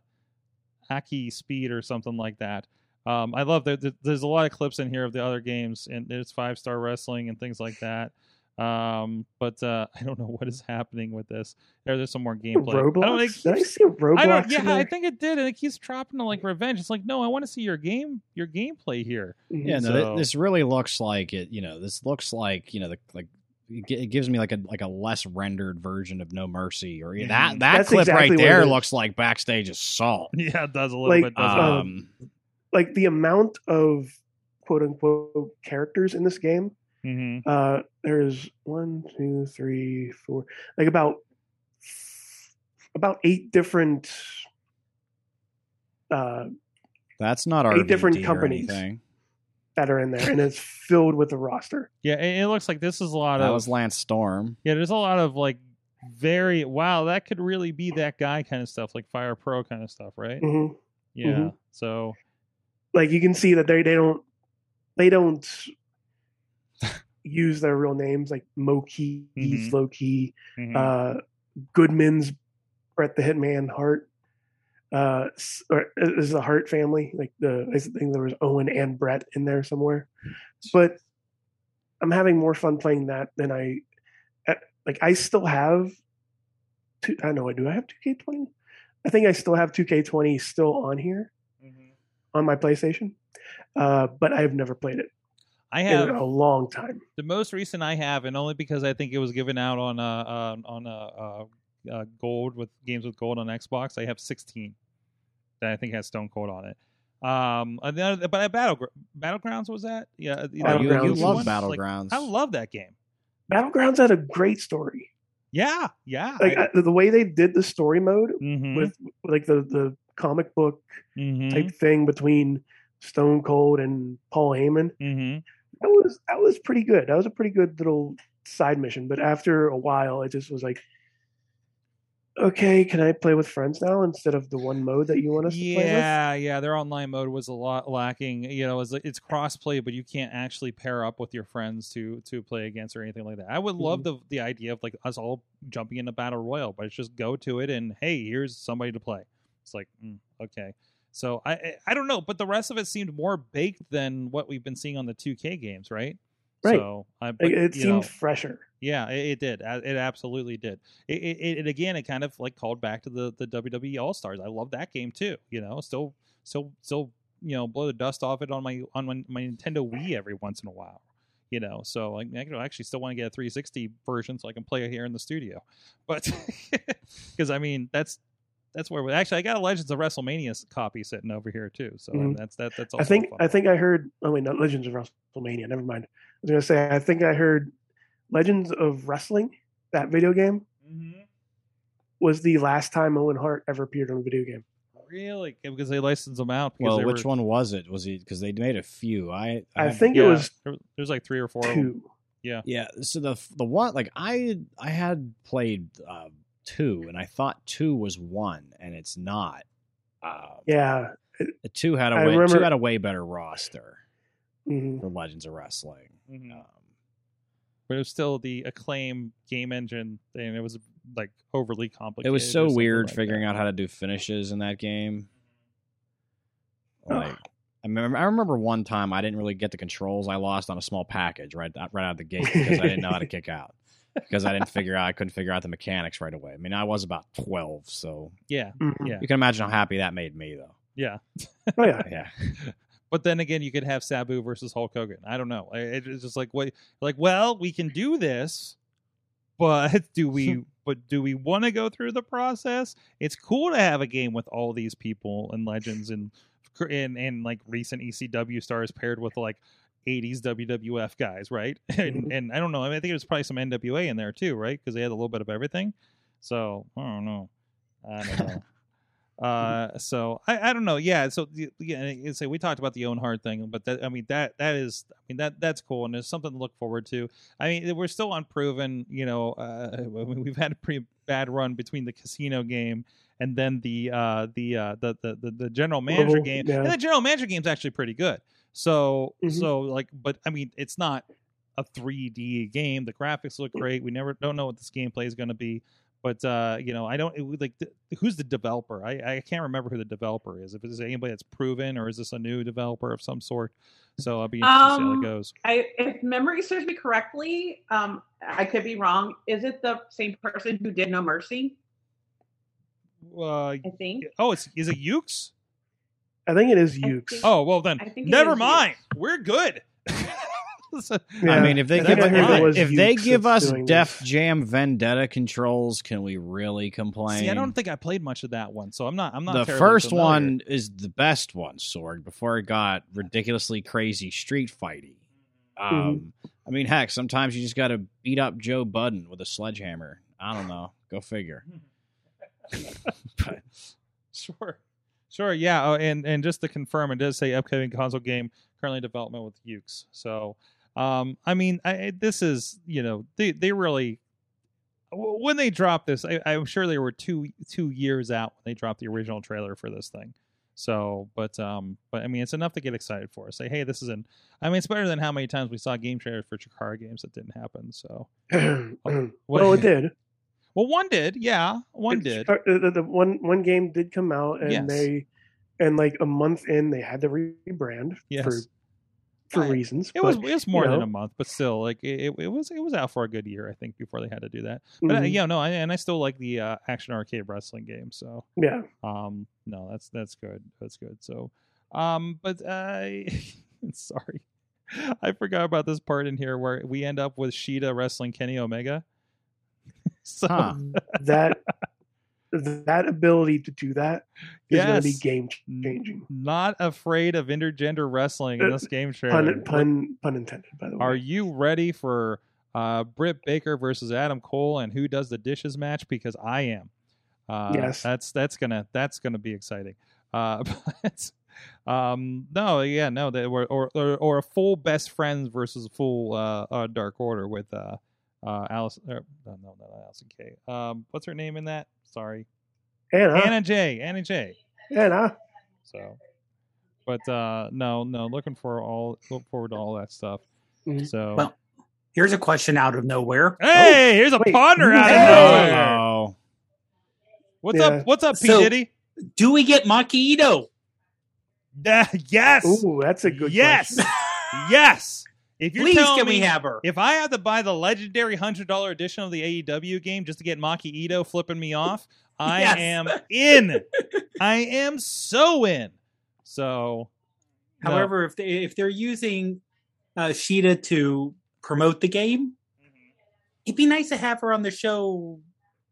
[SPEAKER 2] hacky speed or something like that. Um, I love that. that- There's a lot of clips in here of the other games, and there's five star wrestling and things like that. Um, but uh, I don't know what is happening with this. There, there's some more gameplay. I don't,
[SPEAKER 5] Roblox?
[SPEAKER 2] think-
[SPEAKER 5] Did I see a Roblox?
[SPEAKER 2] I don't.
[SPEAKER 5] in
[SPEAKER 2] Yeah,
[SPEAKER 5] there?
[SPEAKER 2] I think it did, and it keeps dropping to like revenge. It's like, no, I want to see your game, your gameplay here.
[SPEAKER 5] Mhm.
[SPEAKER 3] Yeah, no, thi-
[SPEAKER 2] So-
[SPEAKER 3] this really looks like it. You know, this looks like you know, the, like it gi- it gives me like a like a less rendered version of No Mercy, or
[SPEAKER 2] Mhm.
[SPEAKER 3] that that
[SPEAKER 5] That's
[SPEAKER 3] clip
[SPEAKER 5] exactly
[SPEAKER 3] right
[SPEAKER 5] what it
[SPEAKER 3] there
[SPEAKER 5] is.
[SPEAKER 3] looks like backstage assault.
[SPEAKER 2] (laughs) Yeah, it does a little
[SPEAKER 5] Like,
[SPEAKER 2] bit. Does
[SPEAKER 5] That's
[SPEAKER 2] it?
[SPEAKER 5] uh,
[SPEAKER 3] Um,
[SPEAKER 5] Like the amount of quote unquote characters in this game,
[SPEAKER 2] Mm-hmm.
[SPEAKER 5] uh, there's one, two, three, four, like about about eight different uh,
[SPEAKER 3] that's not
[SPEAKER 5] eight
[SPEAKER 3] our
[SPEAKER 5] different
[SPEAKER 3] different company
[SPEAKER 5] companies.
[SPEAKER 3] thing.
[SPEAKER 5] that are in there, and it's filled with the roster.
[SPEAKER 2] Yeah, it, it looks like this is a lot
[SPEAKER 3] That
[SPEAKER 2] of
[SPEAKER 3] was Lance Storm.
[SPEAKER 2] yeah. There's a lot of like very wow, that could really be that guy kind of stuff, like Fire Pro kind of stuff, right?
[SPEAKER 5] hmm
[SPEAKER 2] Yeah.
[SPEAKER 5] mhm.
[SPEAKER 2] So
[SPEAKER 5] Like you can see that they they don't they don't use their real names like Moki,
[SPEAKER 2] Mhm.
[SPEAKER 5] Loki,
[SPEAKER 2] mhm.
[SPEAKER 5] uh, Goodman's Brett the Hitman Hart. Uh, s- or it was the Hart family. Like the I think there was Owen and Brett in there somewhere. But I'm having more fun playing that than I uh, like. I still have. Two, I know I do. I have 2K20. I think I still have 2K20 still on here
[SPEAKER 2] Mm-hmm.
[SPEAKER 5] on my PlayStation, uh, but I've never played it
[SPEAKER 2] I
[SPEAKER 5] in a
[SPEAKER 2] have
[SPEAKER 5] long time.
[SPEAKER 2] the most recent I have, and only because I think it was given out on uh, uh on uh, uh, uh gold with games with gold on Xbox. I have 16 that I think has Stone Cold on it. Um, and the other- but at Battle Battlegrounds was that? Yeah, uh, you
[SPEAKER 3] Oh, you,
[SPEAKER 5] Battlegrounds
[SPEAKER 3] you
[SPEAKER 5] is
[SPEAKER 3] love
[SPEAKER 5] one,
[SPEAKER 2] Like,
[SPEAKER 3] battlegrounds.
[SPEAKER 2] I love that game.
[SPEAKER 5] Battlegrounds had a great story.
[SPEAKER 2] Yeah, yeah.
[SPEAKER 5] Like uh, the way they did the story mode
[SPEAKER 2] Mhm,
[SPEAKER 5] with like the the comic book
[SPEAKER 2] mhm.
[SPEAKER 5] type thing between Stone Cold and Paul Heyman.
[SPEAKER 2] Mm-hmm.
[SPEAKER 5] That was that was pretty good. That was a pretty good little side mission. But after a while, it just was like, okay, can I play with friends now instead of the one mode that you want us to play with?
[SPEAKER 2] Yeah, yeah. Their online mode was a lot lacking. You know, it's, it's crossplay, but you can't actually pair up with your friends to to play against or anything like that. I would love
[SPEAKER 5] Mm-hmm.
[SPEAKER 2] the the idea of like us all jumping into battle royal, but it's just go to it and hey, here's somebody to play. It's like mm, okay. So I I- I don't know, but the rest of it seemed more baked than what we've been seeing on the 2K games, right?
[SPEAKER 5] Right.
[SPEAKER 2] So I, but,
[SPEAKER 5] Like, it
[SPEAKER 2] you
[SPEAKER 5] seemed
[SPEAKER 2] know,
[SPEAKER 5] fresher.
[SPEAKER 2] Yeah, it, it did. A- It absolutely did. It, it, it- it again, it kind of like called back to the the WWE All Stars. I love that game too. You know, still, still, still, you know, blow the dust off it on my on my, my Nintendo Wii every once in a while. You know, so like I could actually still want to get a 360 version so I can play it here in the studio. But (laughs) because I mean, that's that's where we actually I got a Legends of WrestleMania s- copy sitting over here too. So
[SPEAKER 5] Mhm.
[SPEAKER 2] that's that that's also
[SPEAKER 5] I think
[SPEAKER 2] fun.
[SPEAKER 5] I think I heard. Oh wait, not Legends of WrestleMania. Never mind. I was gonna say I think I heard Legends of Wrestling. That video game
[SPEAKER 2] Mhm.
[SPEAKER 5] was the last time Owen Hart ever appeared on a video game.
[SPEAKER 2] really because they licensed them out. Because
[SPEAKER 3] well,
[SPEAKER 2] they
[SPEAKER 3] which
[SPEAKER 2] were,
[SPEAKER 3] one Um, was it? Was it because they made a few? I
[SPEAKER 5] I,
[SPEAKER 3] have-
[SPEAKER 5] think it
[SPEAKER 2] Yeah,
[SPEAKER 5] was
[SPEAKER 2] there- there's like three or four of them.
[SPEAKER 5] two.
[SPEAKER 3] yeah. So the the one like I I had played uh, two, and I thought two was one, and it's not. Um,
[SPEAKER 5] Yeah.
[SPEAKER 3] the two had a
[SPEAKER 5] I
[SPEAKER 3] way, two
[SPEAKER 5] remember-
[SPEAKER 3] had a way better roster
[SPEAKER 5] Mhm.
[SPEAKER 3] for Legends of Wrestling.
[SPEAKER 2] Mhm.
[SPEAKER 3] Um,
[SPEAKER 2] but it was still the acclaim game engine thing. It was like overly complicated.
[SPEAKER 3] it was
[SPEAKER 2] or
[SPEAKER 3] so
[SPEAKER 2] something
[SPEAKER 3] weird
[SPEAKER 2] like
[SPEAKER 3] figuring
[SPEAKER 2] that.
[SPEAKER 3] out how to do finishes in that
[SPEAKER 5] (sighs)
[SPEAKER 3] game.
[SPEAKER 5] Ugh.
[SPEAKER 3] Like, I remember, I remember one time I didn't really get the controls. I lost on a small package right right out of the gate because I didn't
[SPEAKER 5] (laughs)
[SPEAKER 3] know how to kick out because I didn't figure out I couldn't figure out the mechanics right away. I mean, I was about twelve, so
[SPEAKER 2] Yeah,
[SPEAKER 5] Mhm.
[SPEAKER 2] Yeah.
[SPEAKER 3] you can imagine how happy that made me, though.
[SPEAKER 2] yeah.
[SPEAKER 5] Oh yeah.
[SPEAKER 3] Yeah,
[SPEAKER 2] But then again, you could have Sabu versus Hulk Hogan. I don't know. I- it- It's just like what, like well, we can do this, but (laughs) do we? but do we want to go through the process? It's cool to have a game with all these people and legends and and and like recent ECW stars paired with like. 80s WWF guys, right? (laughs) And,
[SPEAKER 5] Mhm.
[SPEAKER 2] and I don't know. I mean, I think there's probably some NWA in there too, right? Because they had a little bit of everything. So I don't know. I don't know. Uh, so I, I don't know. Yeah. So the- yeah, and you say we talked about the own heart thing, but that I mean that that is I mean that that's cool and there's something to look forward to. I mean we're still unproven. You know, uh, (laughs) I mean, we've had a pretty bad run between the casino game and then the uh the uh the the the, the general manager
[SPEAKER 5] Level,
[SPEAKER 2] game.
[SPEAKER 5] yeah.
[SPEAKER 2] And the general manager game's actually pretty good. So
[SPEAKER 5] Mhm.
[SPEAKER 2] so like, but I mean it's not a 3D game. The graphics look great. We never don't know what this gameplay is going to be but uh, you know, I don't it, would, like th- who's the developer. I, I can't remember who the developer is. If it's anybody that's proven, or is this a new developer of some sort? So I'll be interested to see how
[SPEAKER 4] Um,
[SPEAKER 2] it goes.
[SPEAKER 4] I, if memory serves me correctly, um, I could be wrong. Is it the same person who did No Mercy?
[SPEAKER 2] Uh,
[SPEAKER 4] I think.
[SPEAKER 2] oh, it's is it Ukes?
[SPEAKER 5] I think it is
[SPEAKER 4] I
[SPEAKER 5] Ukes.
[SPEAKER 4] think-
[SPEAKER 2] Oh well, then
[SPEAKER 4] I think it
[SPEAKER 2] never
[SPEAKER 4] is
[SPEAKER 2] mind. We're good. (laughs) So-
[SPEAKER 5] Yeah.
[SPEAKER 3] I mean, if they
[SPEAKER 5] I
[SPEAKER 3] give
[SPEAKER 5] think I heard it
[SPEAKER 3] if,
[SPEAKER 5] was
[SPEAKER 3] they
[SPEAKER 5] Ukes
[SPEAKER 3] give
[SPEAKER 5] that's
[SPEAKER 3] us
[SPEAKER 5] doing
[SPEAKER 3] Def
[SPEAKER 5] this.
[SPEAKER 3] Jam Vendetta controls, can we really complain?
[SPEAKER 2] see, I don't think I played much of that one, so I'm not. I'm not.
[SPEAKER 3] the
[SPEAKER 2] terribly
[SPEAKER 3] first
[SPEAKER 2] familiar.
[SPEAKER 3] one is the best one, Sorg, before it got ridiculously crazy street fighty.
[SPEAKER 5] Mm-hmm.
[SPEAKER 3] Um, I mean, heck, sometimes you just got to beat up Joe Budden with a sledgehammer. I don't know. Go figure. But-
[SPEAKER 2] Sure. Sure, yeah, oh, and and just to confirm, it does say upcoming console game currently in development with Ukes. So, um, I mean, I, I- this is you know they they really w- when they dropped this, I, I'm sure they were two two years out when they dropped the original trailer for this thing. So, but um, but I mean, it's enough to get excited for. Say, hey, this is an. I mean, it's better than how many times we saw game trailers for Chikara games that didn't happen.
[SPEAKER 5] (clears throat)
[SPEAKER 2] So, Mm-hmm.
[SPEAKER 5] well, it did.
[SPEAKER 2] Well, one did, yeah, one
[SPEAKER 5] It's-
[SPEAKER 2] did.
[SPEAKER 5] uh, The, the- the one one game did come out, and
[SPEAKER 2] Yes.
[SPEAKER 5] they and like a month in, they had to rebrand
[SPEAKER 2] Yes.
[SPEAKER 5] for for
[SPEAKER 2] I-
[SPEAKER 5] reasons.
[SPEAKER 2] It
[SPEAKER 5] but-
[SPEAKER 2] was it was more
[SPEAKER 5] you
[SPEAKER 2] than
[SPEAKER 5] know.
[SPEAKER 2] a month, but still, like it, it- it was it was out for a good year, I think, before they had to do that. But uh,
[SPEAKER 5] Mhm.
[SPEAKER 2] yeah, no, I, and I still like the uh, action arcade wrestling game. So
[SPEAKER 5] yeah.
[SPEAKER 2] um, no, that's that's good, that's good. So, um, but I (laughs) sorry, I forgot about this part in here where we end up with Sheeta wrestling Kenny Omega. (laughs) so
[SPEAKER 3] Huh.
[SPEAKER 5] (laughs)
[SPEAKER 2] (laughs)
[SPEAKER 5] that that ability to do that is going to be
[SPEAKER 2] Yes.
[SPEAKER 5] game changing.
[SPEAKER 2] not afraid of intergender wrestling in this game trailer.
[SPEAKER 5] Uh, Pun, pun pun intended. By the way,
[SPEAKER 2] Are you ready for uh, Britt Baker versus Adam Cole and who does the dishes match? Because I am. Uh,
[SPEAKER 5] Yes.
[SPEAKER 2] that's that's gonna that's gonna be exciting. Uh, (laughs) but um, no, yeah, no, they were, or, or or a full best friends versus full uh, uh, Dark Order (laughs) with uh, uh, Alice. Or, no, no, not Allison K. Um, what's her name in that? Sorry,
[SPEAKER 5] Anna?
[SPEAKER 2] Anna J. Anna J.
[SPEAKER 5] Anna.
[SPEAKER 2] So, but uh, no, no, looking for all look forward to all that stuff.
[SPEAKER 5] Mhm.
[SPEAKER 2] So.
[SPEAKER 6] Well, Here's a question out of nowhere.
[SPEAKER 2] Hey, here's a
[SPEAKER 5] Oh. wait.
[SPEAKER 2] partner out of
[SPEAKER 5] Hey!
[SPEAKER 2] nowhere.
[SPEAKER 3] Hello.
[SPEAKER 2] What's
[SPEAKER 5] Yeah.
[SPEAKER 2] up? What's up, P
[SPEAKER 6] So-
[SPEAKER 2] Diddy?
[SPEAKER 6] Do we get Makiito?
[SPEAKER 2] Uh, (laughs) yes,
[SPEAKER 5] Ooh, that's a good
[SPEAKER 2] yes,
[SPEAKER 5] question.
[SPEAKER 2] (laughs) yes. If you're
[SPEAKER 6] Please
[SPEAKER 2] telling
[SPEAKER 6] can we
[SPEAKER 2] me,
[SPEAKER 6] have her?
[SPEAKER 2] if I have to buy the legendary hundred dollar edition of the AEW game just to get Maki Ito flipping me off, I
[SPEAKER 6] Yes. (laughs)
[SPEAKER 2] am in. I am so in. So, no.
[SPEAKER 6] However, if they, if they're using uh, Sheeta to promote the game, it'd be nice to have her on the show.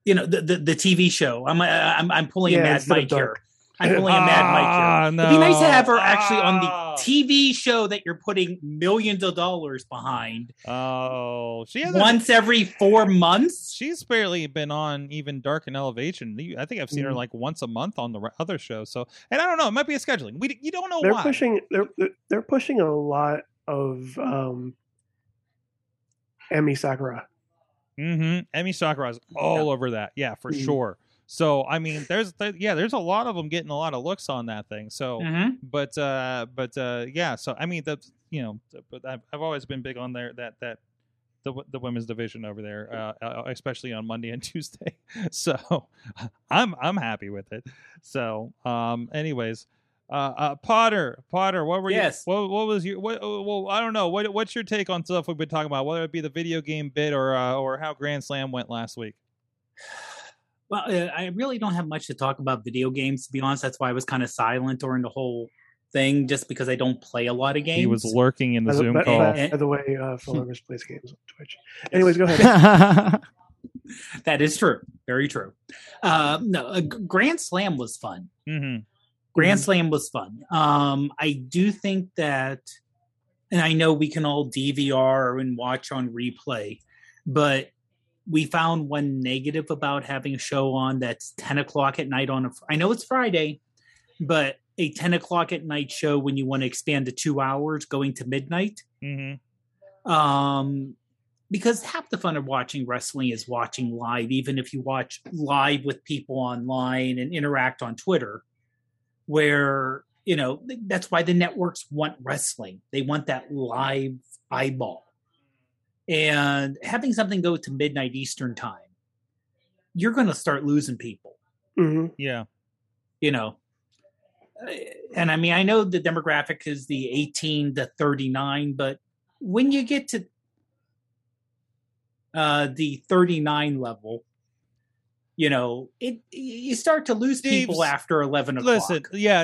[SPEAKER 6] You know, the the, the TV show. I'm uh, I'm I'm pulling
[SPEAKER 5] Yeah,
[SPEAKER 6] a Mad
[SPEAKER 5] instead of
[SPEAKER 6] Mike here.
[SPEAKER 5] dark.
[SPEAKER 6] I'm pulling a Mad Mike
[SPEAKER 2] Ah,
[SPEAKER 6] here. It'd be nice to
[SPEAKER 2] no.
[SPEAKER 6] have her actually on
[SPEAKER 2] Ah.
[SPEAKER 6] the TV show that you're putting millions of dollars behind
[SPEAKER 2] oh, she has a
[SPEAKER 6] once every four months.
[SPEAKER 2] she's barely been on even Dark and Elevation. You- I think I've seen her
[SPEAKER 5] Mm.
[SPEAKER 2] like once a month on the re- other show. So, and I don't know, it might be a scheduling. We d- you don't know
[SPEAKER 5] They're
[SPEAKER 2] why.
[SPEAKER 5] pushing. They're they're- they're pushing a lot of um, Emmy Sakura.
[SPEAKER 2] Mm-hmm. Emmy Sakura is all over that. Yeah, for
[SPEAKER 5] Mhm.
[SPEAKER 2] sure. So I mean, there's there, yeah, there's a lot of them getting a lot of looks on that thing. So,
[SPEAKER 6] Mhm.
[SPEAKER 2] but uh, but uh, yeah. So I mean, the you know, the- but I've, I've always been big on there that that the w- the women's division over there, uh, uh, especially on Monday and (laughs) Tuesday. So I'm I'm happy with it. So um, anyways. Uh, uh, Potter, Potter, what were
[SPEAKER 6] Yes.
[SPEAKER 2] you? What, what was your? What, uh, well, I don't know. What, what's your take on stuff we've been talking about? Whether it be the video game bit or uh, or how Grand Slam went last week.
[SPEAKER 6] Well, uh, I really don't have much to talk about video games, to be honest. That's why I was kind of silent during the whole thing, just because I don't play a lot of games.
[SPEAKER 2] He was lurking in the
[SPEAKER 5] By the,
[SPEAKER 2] Zoom
[SPEAKER 5] by,
[SPEAKER 2] call.
[SPEAKER 6] Eh.
[SPEAKER 5] by- by the way, uh, Phil Rivers plays games on Twitch. Anyways, go ahead.
[SPEAKER 6] That is true. Very true. Uh, no, a G- Grand Slam was fun.
[SPEAKER 2] Mhm.
[SPEAKER 6] Grand Slam was fun. Um, I do think that, and I know we can all DVR and watch on replay, but we found one negative about having a show on that's 10 o'clock at night on a, I know it's Friday, but a 10 o'clock at night show when you want to expand to two hours going to midnight.
[SPEAKER 2] Mhm.
[SPEAKER 6] Um, because half the fun of watching wrestling is watching live, even if you watch live with people online and interact on Twitter, where, you know, th- that's why the networks want wrestling. They want that live eyeball. And having something go to midnight Eastern time, you're going to start losing people
[SPEAKER 5] Mhm.
[SPEAKER 2] Yeah.
[SPEAKER 6] you know uh, and i mean i know the demographic is the 18 to 39 but when you get to uh the 39 level you know it you start to lose people
[SPEAKER 2] Dave's-
[SPEAKER 6] after 11 o'clock
[SPEAKER 2] Listen. Yeah.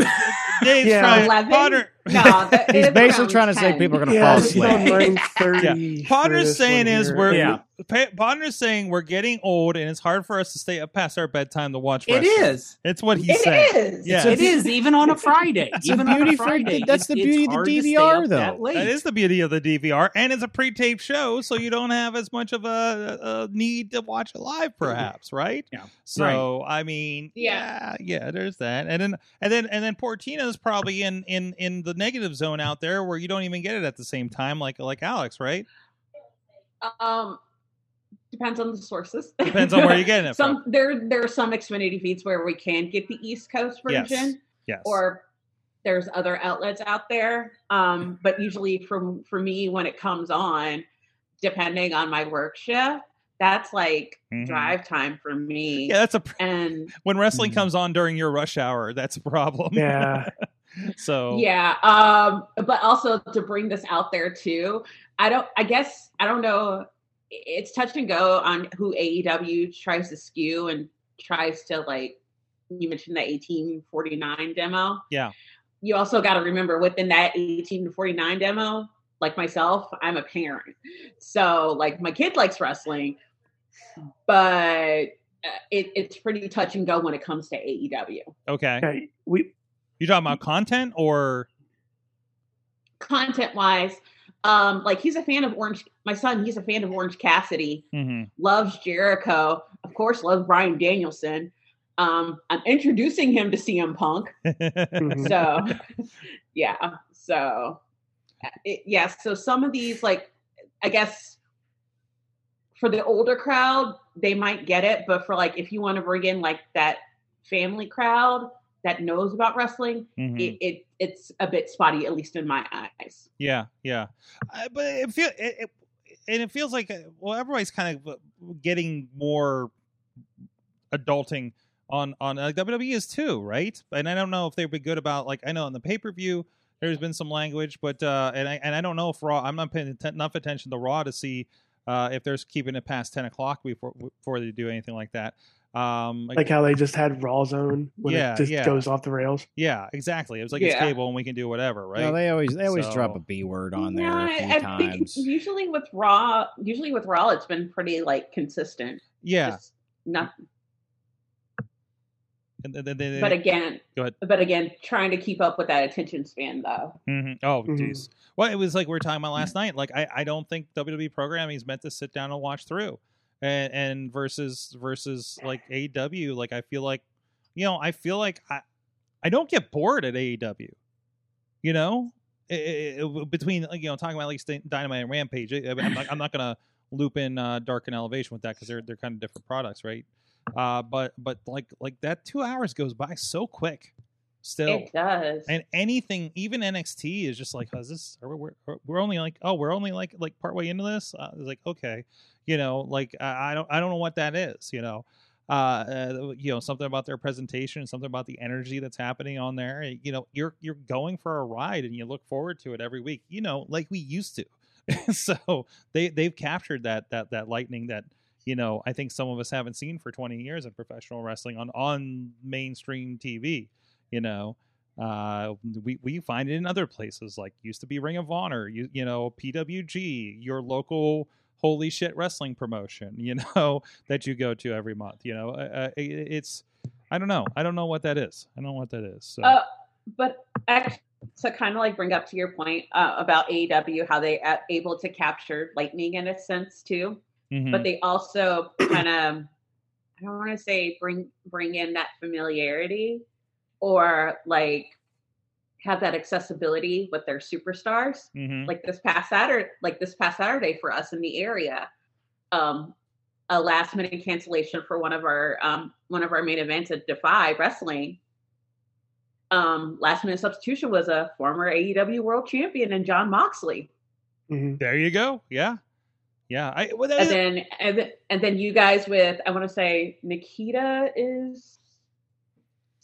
[SPEAKER 2] Dave's
[SPEAKER 5] Yeah.
[SPEAKER 2] trying.
[SPEAKER 4] Eleven?
[SPEAKER 2] Potter.
[SPEAKER 4] No, that-
[SPEAKER 3] He's
[SPEAKER 4] it's
[SPEAKER 3] basically
[SPEAKER 4] around
[SPEAKER 3] trying to say
[SPEAKER 4] 10.
[SPEAKER 3] people are going to
[SPEAKER 5] Yeah,
[SPEAKER 3] fall
[SPEAKER 5] this is on
[SPEAKER 3] asleep.
[SPEAKER 5] nine thirty. for
[SPEAKER 2] Potter's
[SPEAKER 5] this
[SPEAKER 2] saying
[SPEAKER 5] one
[SPEAKER 2] is
[SPEAKER 5] here.
[SPEAKER 2] we're
[SPEAKER 6] Yeah.
[SPEAKER 2] Pa- Potter's saying we're getting old and it's hard for us to stay up past our bedtime to watch
[SPEAKER 6] it
[SPEAKER 2] wrestling.
[SPEAKER 6] is
[SPEAKER 2] It's what he
[SPEAKER 4] It
[SPEAKER 2] said.
[SPEAKER 4] is.
[SPEAKER 2] Yeah.
[SPEAKER 6] it is even on a friday
[SPEAKER 3] That's the
[SPEAKER 6] even on
[SPEAKER 3] beauty
[SPEAKER 6] a
[SPEAKER 3] for-
[SPEAKER 6] friday
[SPEAKER 3] that's the
[SPEAKER 6] it's
[SPEAKER 3] beauty of the
[SPEAKER 6] hard to stay
[SPEAKER 3] DVR
[SPEAKER 6] up
[SPEAKER 3] though.
[SPEAKER 6] that late.
[SPEAKER 2] That is the beauty of the DVR, and it's a pre-taped show, so you don't have as much of a, a need to watch it live, perhaps, right?
[SPEAKER 6] Mm-hmm. Yeah.
[SPEAKER 2] So I mean, yeah.
[SPEAKER 4] Yeah.
[SPEAKER 2] yeah, There's that, and then and then and then Portina's probably in in in the negative zone out there where you don't even get it at the same time, like like Alex, right?
[SPEAKER 4] Um, depends on the sources.
[SPEAKER 2] Depends on where you're getting
[SPEAKER 4] (laughs)
[SPEAKER 2] it
[SPEAKER 4] some
[SPEAKER 2] from.
[SPEAKER 4] there there are some Xfinity feeds where we can get the East Coast
[SPEAKER 2] Yes.
[SPEAKER 4] version,
[SPEAKER 2] Yes.
[SPEAKER 4] or there's other outlets out there. Um, but usually, from for me, when it comes on, depending on my work shift, that's like
[SPEAKER 2] Mhm.
[SPEAKER 4] drive time for me.
[SPEAKER 2] yeah, that's a pr-
[SPEAKER 4] And
[SPEAKER 2] (laughs) when wrestling
[SPEAKER 3] Mhm.
[SPEAKER 2] comes on during your rush hour, that's a problem.
[SPEAKER 5] Hmm. Yeah.
[SPEAKER 2] (laughs) so
[SPEAKER 4] Yeah. Um, but also to bring this out there too, I don't I guess I don't know it's touch and go on who AEW tries to skew and tries to like you mentioned the 1849 demo.
[SPEAKER 2] Yeah.
[SPEAKER 4] You also gotta remember within that 18 to 49 demo, like myself, I'm a parent. So like my kid likes wrestling, but uh, it, it's pretty touch and go when it comes to E AEW.
[SPEAKER 2] okay,
[SPEAKER 5] Okay. We
[SPEAKER 2] you talking about content or
[SPEAKER 4] content wise um like he's a fan of orange my son he's a fan of orange cassidy
[SPEAKER 2] Mhm.
[SPEAKER 4] loves jericho of course loves brian danielson um i'm introducing him to cm punk
[SPEAKER 7] Mm-hmm.
[SPEAKER 5] Mhm.
[SPEAKER 4] so yeah so uh, it, yeah so some of these like i guess for the older crowd they might get it but for like if you want to bring in like that family crowd that knows about wrestling
[SPEAKER 2] Mhm.
[SPEAKER 4] it, it it's a bit spotty at least in my eyes
[SPEAKER 2] Yeah, yeah, I, but it feel it, it, and it feels like uh, well, everybody's kind of uh, getting more adulting on on like WWE is too, right? And I don't know if they've been good about like I know in the pay per view there's been some language, but uh, and I and I don't know if Raw I'm not paying atten- enough attention to Raw to see uh, if they're keeping it past ten o'clock before before they do anything like that. Um,
[SPEAKER 5] like how they just had Raw Zone when
[SPEAKER 2] Yeah,
[SPEAKER 5] it just
[SPEAKER 2] yeah.
[SPEAKER 5] goes off the rails.
[SPEAKER 2] yeah, exactly. It was like it's
[SPEAKER 4] Yeah.
[SPEAKER 2] cable and we can do whatever, right?
[SPEAKER 3] No, they always they always
[SPEAKER 2] So-
[SPEAKER 3] drop a b word on there
[SPEAKER 4] No,
[SPEAKER 3] a few
[SPEAKER 4] I- I think
[SPEAKER 3] times.
[SPEAKER 4] usually with raw, usually with raw, it's been pretty like consistent.
[SPEAKER 2] yeah,
[SPEAKER 4] Just not,
[SPEAKER 2] and then- then they-
[SPEAKER 4] but again,
[SPEAKER 2] Go ahead.
[SPEAKER 4] but again, trying to keep up with that attention span though.
[SPEAKER 2] Mhm. Oh,
[SPEAKER 5] Mhm.
[SPEAKER 2] jeez. Well, it was like we were talking about last night. Like, I, I don't think WWE programming is meant to sit down and watch through, and, and versus versus like AEW. Like, I feel like, you know, I feel like I, I don't get bored at AEW. You know, I- I- I- between you know talking about like Dy- Dynamite and Rampage, I- I'm not, I'm not gonna Lupin uh, Dark and Elevation with that because they're they're kind of different products, right? Uh, but but like like that two hours goes by so quick, still.
[SPEAKER 4] It does.
[SPEAKER 2] and anything, even NXT, is just like, oh, is this? Are we, we're we're only like, oh, we're only like like partway into this. Uh, it's like, okay, you know, like I, I don't I don't know what that is, you know. Uh, uh, you know something about their presentation, something about the energy that's happening on there. You know, you're you're going for a ride and you look forward to it every week. You know, like we used to. (laughs) so they they've captured that that that lightning that you know I think some of us haven't seen for 20 years of professional wrestling on on mainstream TV. You know, uh, we we find it in other places like used to be Ring of Honor, you you know PWG, your local holy shit wrestling promotion, (laughs) you know that you go to every month. You know, uh, uh, it- it's I don't know, I don't know what that is. I don't know what that is. So
[SPEAKER 4] Uh, but actually, to kind of like bring up to your point uh, about AEW, how they are able to capture lightning in a sense too,
[SPEAKER 5] Mm-hmm.
[SPEAKER 2] mhm.
[SPEAKER 4] but they also kind of, I don't want to say bring bring in that familiarity, or like have that accessibility with their superstars.
[SPEAKER 2] Mhm.
[SPEAKER 4] Like this past Saturday, like this past Saturday for us in the area, um, a last minute cancellation for one of our um, one of our main events at Defy Wrestling um, last minute substitution was a former AEW world champion and John Moxley.
[SPEAKER 5] Mhm.
[SPEAKER 2] there you go. Yeah, yeah. I well, that
[SPEAKER 4] And
[SPEAKER 2] is,
[SPEAKER 4] then and, then- and then you guys with I want to say Nikita is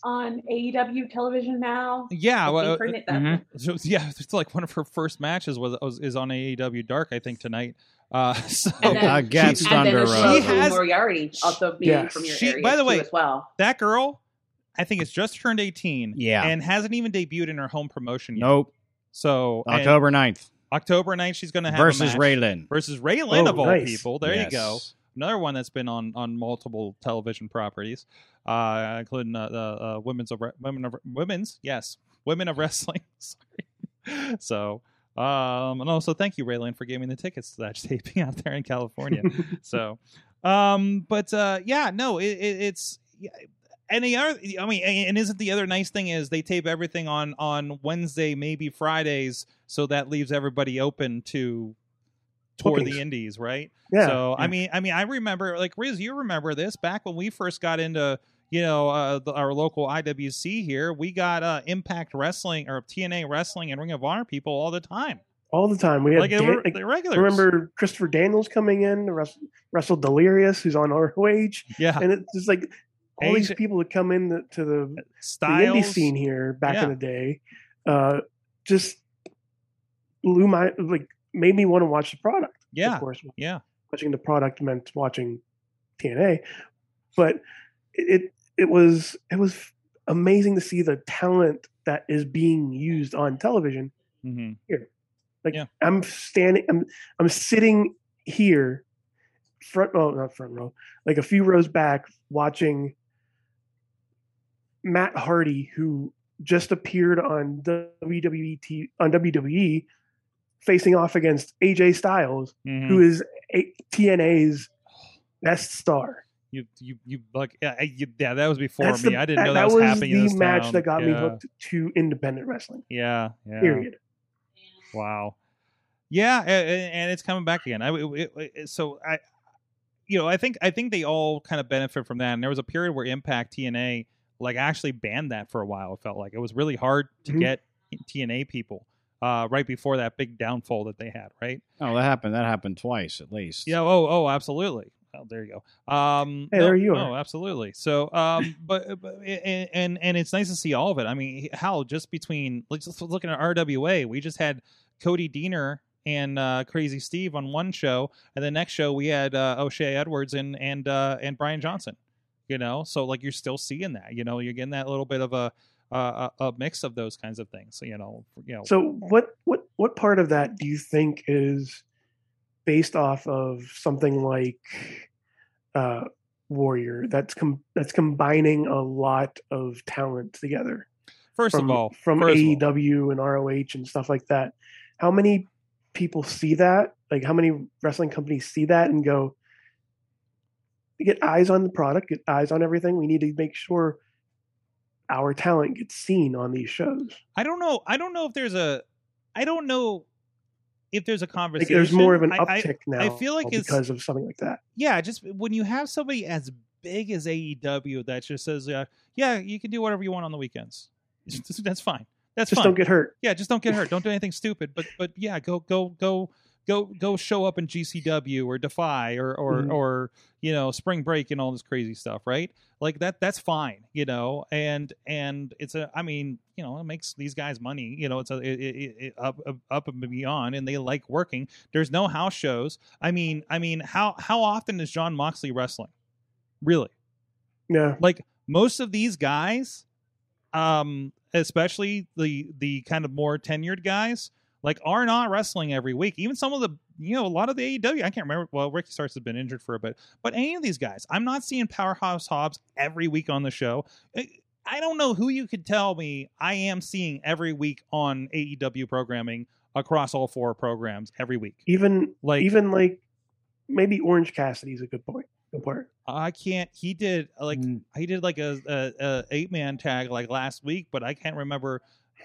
[SPEAKER 4] on AEW television now.
[SPEAKER 2] yeah.
[SPEAKER 4] I
[SPEAKER 2] Well, uh, mm-hmm.
[SPEAKER 4] think her na- that-
[SPEAKER 3] Mhm.
[SPEAKER 2] So yeah, (laughs) it's like one of her first matches was, was is on AEW Dark, I think tonight. Uh, (laughs) so
[SPEAKER 4] And then-
[SPEAKER 3] Against
[SPEAKER 4] And then
[SPEAKER 3] Thunder
[SPEAKER 4] there's
[SPEAKER 3] Rosa.
[SPEAKER 2] She
[SPEAKER 4] Rosie
[SPEAKER 2] has-
[SPEAKER 4] Moriarty, also being
[SPEAKER 5] Yes.
[SPEAKER 4] from your
[SPEAKER 2] She-
[SPEAKER 4] area
[SPEAKER 2] by the
[SPEAKER 4] too,
[SPEAKER 2] way-
[SPEAKER 4] as well.
[SPEAKER 2] that girl, I think, has just turned eighteen.
[SPEAKER 3] Yeah.
[SPEAKER 2] and hasn't even debuted in her home promotion yet.
[SPEAKER 3] nope.
[SPEAKER 2] So Oh, and
[SPEAKER 3] October 9th
[SPEAKER 2] October 9th, she's going to have
[SPEAKER 3] versus
[SPEAKER 2] a match
[SPEAKER 3] Raylan.
[SPEAKER 2] versus Ray Lynn
[SPEAKER 5] Oh,
[SPEAKER 2] of all
[SPEAKER 5] nice.
[SPEAKER 2] people. There you
[SPEAKER 3] Yes.
[SPEAKER 2] go. Another one that's been on on multiple television properties, uh, including uh, the uh, women's of Re- women of women's yes women of wrestling. (laughs) Sorry. (laughs) So. Um, and also, thank you, Raylan, for giving me the tickets to that (laughs) taping out there in California. so, um, but uh, yeah, no, it, it, it's yeah, any other. I mean, and isn't the other nice thing is they tape everything on on Wednesday, maybe Fridays, so that leaves everybody open to tour
[SPEAKER 5] Bookings.
[SPEAKER 2] the indies, right?
[SPEAKER 5] Yeah.
[SPEAKER 2] So I
[SPEAKER 5] Yeah.
[SPEAKER 2] mean, I mean, I remember like Riz, you remember this back when we first got into you know uh, the, our local IWC here. We got uh, Impact Wrestling or TNA Wrestling and Ring of Honor people all the time,
[SPEAKER 5] all the time we had.
[SPEAKER 2] like, they
[SPEAKER 5] Dan-
[SPEAKER 2] were
[SPEAKER 5] like,
[SPEAKER 2] the regulars.
[SPEAKER 5] remember Christopher Daniels coming in, Rus- Russell Delirious, who's on (laughs) ROH,
[SPEAKER 2] yeah,
[SPEAKER 5] and it's just like all these
[SPEAKER 2] Agent-
[SPEAKER 5] people that come in the, to the the
[SPEAKER 2] styles.
[SPEAKER 5] indie scene here back
[SPEAKER 2] Yeah.
[SPEAKER 5] in the day uh, just blew my like made me want to watch the product.
[SPEAKER 2] Yeah,
[SPEAKER 5] of course,
[SPEAKER 2] yeah.
[SPEAKER 5] watching the product meant watching TNA, but it it- it was it was amazing to see the talent that is being used on television.
[SPEAKER 2] hmm
[SPEAKER 5] Like
[SPEAKER 2] Yeah.
[SPEAKER 5] I'm standing, I'm I'm sitting here, front row, not front row, like a few rows back, watching Matt Hardy, who just appeared on WWE t- on WWE, facing off against AJ Styles,
[SPEAKER 2] Mm-hmm.
[SPEAKER 5] who is a- TNA's best star.
[SPEAKER 2] You you you like yeah, I- you, yeah that was before
[SPEAKER 5] That's
[SPEAKER 2] me.
[SPEAKER 5] the-
[SPEAKER 2] I didn't know that, was, happening. in
[SPEAKER 5] the
[SPEAKER 2] this
[SPEAKER 5] match
[SPEAKER 2] town.
[SPEAKER 5] that got
[SPEAKER 2] yeah.
[SPEAKER 5] me hooked to independent wrestling.
[SPEAKER 2] Yeah, yeah.
[SPEAKER 5] Period.
[SPEAKER 2] Wow. Yeah, a- a- and it's coming back again. I it- it- it- so I, you know, I think I think they all kind of benefit from that. And there was a period where Impact TNA like actually banned that for a while. It felt like it was really hard to
[SPEAKER 5] Mhm.
[SPEAKER 2] get TNA people uh, right before that big downfall that they had. Right?
[SPEAKER 3] Oh, that happened. That happened twice at least.
[SPEAKER 2] Yeah. Oh. Oh. Absolutely. Oh, there you go. Um,
[SPEAKER 5] Hey,
[SPEAKER 2] no,
[SPEAKER 5] there you
[SPEAKER 2] No,
[SPEAKER 5] are.
[SPEAKER 2] absolutely. So, um, (laughs) but, but and, and and it's nice to see all of it. I mean, hell, just between like just looking at RWA, we just had Cody Diener and uh, Crazy Steve on one show, and the next show we had uh, O'Shea Edwards and and uh, and Brian Johnson. You know, so like you're still seeing that. You know, you're getting that little bit of a uh, a, a a mix of those kinds of things. You know, you know.
[SPEAKER 5] So what what what part of that do you think is based off of something like uh, Warrior that's com- that's combining a lot of talent together
[SPEAKER 2] first
[SPEAKER 5] from
[SPEAKER 2] of all,
[SPEAKER 5] from
[SPEAKER 2] first of all-
[SPEAKER 5] AEW and ROH and stuff like that. How many people see that? Like how many wrestling companies see that and go get eyes on the product, get eyes on everything. We need to make sure our talent gets seen on these shows.
[SPEAKER 2] I don't know. I don't know if there's a. I don't know if there's a
[SPEAKER 5] Like,
[SPEAKER 2] conversation,
[SPEAKER 5] there's more of an
[SPEAKER 2] I- I-
[SPEAKER 5] uptick now.
[SPEAKER 2] feel like it's-
[SPEAKER 5] because of something like that.
[SPEAKER 2] yeah, just when you have somebody as big as AEW that just says, uh, "Yeah, you can do whatever you want on the weekends. (laughs) That's fine. That's
[SPEAKER 5] Just
[SPEAKER 2] fine.
[SPEAKER 5] don't get hurt.
[SPEAKER 2] yeah, just don't get hurt. Don't do anything stupid. But but yeah, go go go go go show up in GCW or Defy or or
[SPEAKER 5] Mhm.
[SPEAKER 2] or you know Spring Break and all this crazy stuff, right? Like that that's fine, you know. And and it's a I mean you know it makes these guys money. You know it's a it, it, it, up up- up and beyond, and they like working. There's no house shows. I mean I mean how how often is John Moxley wrestling? Really?
[SPEAKER 5] Yeah.
[SPEAKER 2] like most of these guys um especially the the kind of more tenured guys like are not wrestling every week even some of the you know a lot of the AEW I can't remember well Ricky Starks has been injured for a bit but any of these guys I'm not seeing powerhouse Hobbs every week on the show I- I don't know who you could tell me I am seeing every week on AEW programming across all four programs every week
[SPEAKER 5] Even
[SPEAKER 2] like
[SPEAKER 5] even like maybe Orange Cassidy's a good point. Good player.
[SPEAKER 2] I can't he did uh, like
[SPEAKER 6] Mm.
[SPEAKER 2] he did like a, a, a eight man tag like last week, but I can't remember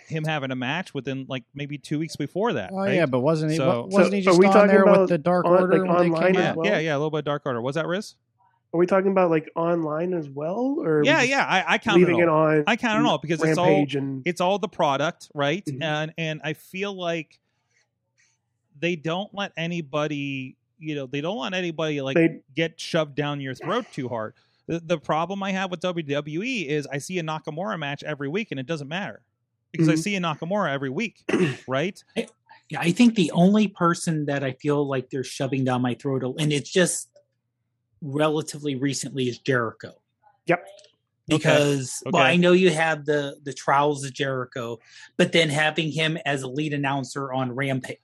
[SPEAKER 2] him having a match within like maybe two weeks before that.
[SPEAKER 3] Oh
[SPEAKER 2] right?
[SPEAKER 3] yeah, but wasn't he?
[SPEAKER 2] So-
[SPEAKER 3] wasn't he
[SPEAKER 5] So, are
[SPEAKER 3] just
[SPEAKER 5] we
[SPEAKER 3] on
[SPEAKER 5] talking
[SPEAKER 3] there with
[SPEAKER 5] about
[SPEAKER 3] the Dark
[SPEAKER 5] on-
[SPEAKER 3] Order when
[SPEAKER 5] like,
[SPEAKER 3] they
[SPEAKER 5] online
[SPEAKER 3] came
[SPEAKER 2] yeah,
[SPEAKER 5] as
[SPEAKER 3] out?
[SPEAKER 5] well?
[SPEAKER 2] yeah, yeah, a little bit of Dark Order. Was that Riz?
[SPEAKER 5] Are we talking about like online as well, or are we
[SPEAKER 2] Yeah,
[SPEAKER 5] just
[SPEAKER 2] yeah. I, I count it
[SPEAKER 5] leaving
[SPEAKER 2] all.
[SPEAKER 5] it on
[SPEAKER 2] I count it all because it's all
[SPEAKER 5] Rampage and
[SPEAKER 2] it's all the product, right?
[SPEAKER 5] Mhm.
[SPEAKER 2] And and I feel like they don't let anybody, you know, they don't let anybody like
[SPEAKER 5] they
[SPEAKER 2] get shoved down your throat too hard. The, the problem I have with WWE is I see a Nakamura match every week and it doesn't matter because I
[SPEAKER 5] Mhm.
[SPEAKER 2] see a Nakamura every
[SPEAKER 5] (clears throat)
[SPEAKER 2] week, right?
[SPEAKER 6] Yeah, I think the only person that I feel like they're shoving down my throat, and it's just relatively recently, is Jericho.
[SPEAKER 5] Yep.
[SPEAKER 6] Because well,
[SPEAKER 2] okay.
[SPEAKER 6] I know you have the the trials of Jericho, but then having him as a lead announcer on Rampage,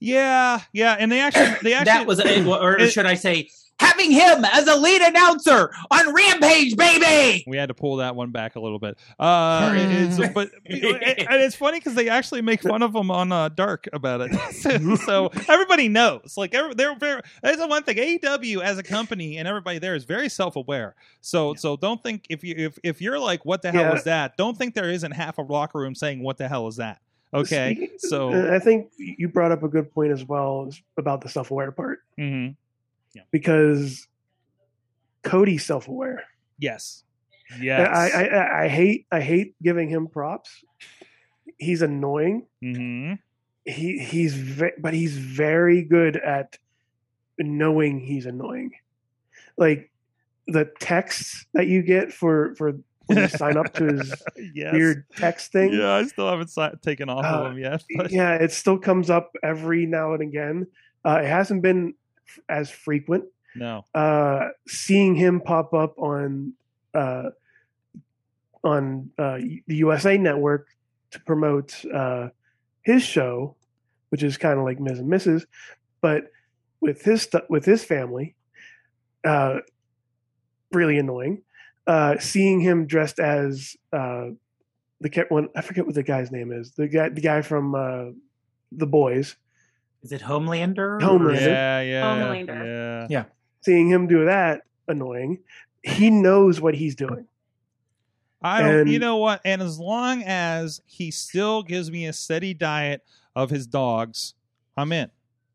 [SPEAKER 2] Yeah, yeah, and they actually they actually
[SPEAKER 6] that was, eh, or
[SPEAKER 2] it-
[SPEAKER 6] should I say, having him as a lead announcer on Rampage,
[SPEAKER 5] (laughs)
[SPEAKER 6] baby.
[SPEAKER 2] we had to pull that one back a little bit. Uh, it's, but and it's funny because they actually make fun of him on uh, Dark about it, (laughs) so, so everybody knows. Like every, they're very. That's the one thing. AEW as a company and everybody there is very self aware. So so don't think if you if if you're like what the hell
[SPEAKER 5] Yeah.
[SPEAKER 2] is that? Don't think there isn't half a locker room saying what the hell is that. Okay,
[SPEAKER 5] (laughs) Speaking-
[SPEAKER 2] so
[SPEAKER 5] And uh, I think you brought up a good point as well is about the self-aware part
[SPEAKER 2] mhm.
[SPEAKER 5] because Cody's self-aware.
[SPEAKER 2] yes,
[SPEAKER 5] I
[SPEAKER 2] yes,
[SPEAKER 5] I, I I hate I hate giving him props. He's annoying.
[SPEAKER 2] hmm
[SPEAKER 5] He he's ve- but he's very good at knowing he's annoying. Like the texts that you get for for when you sign up to his
[SPEAKER 2] (laughs) yes.
[SPEAKER 5] weird text thing.
[SPEAKER 2] Yeah, I still haven't si- taken off
[SPEAKER 5] Uh,
[SPEAKER 2] of him yet. (laughs) but-
[SPEAKER 5] yeah, it still comes up every now and again. Uh, it hasn't been f- as frequent.
[SPEAKER 2] No.
[SPEAKER 5] Uh, seeing him pop up on uh, on uh, the USA Network to promote uh, his show, which is kind of like Ms. and Mrs. But with his stu with his family, uh, really annoying. Uh, seeing him dressed as uh, the ca- one, I forget what the guy's name is. The guy, the guy from uh, the Boys.
[SPEAKER 6] Is it Homelander?
[SPEAKER 5] Homelander.
[SPEAKER 6] Or-
[SPEAKER 2] Yeah, yeah, yeah,
[SPEAKER 4] Homelander.
[SPEAKER 2] yeah.
[SPEAKER 5] Seeing him do that, annoying. He knows what he's doing.
[SPEAKER 2] I don't. you
[SPEAKER 5] And-
[SPEAKER 2] know what? And as long as he still gives me a steady diet of his dogs, I'm in.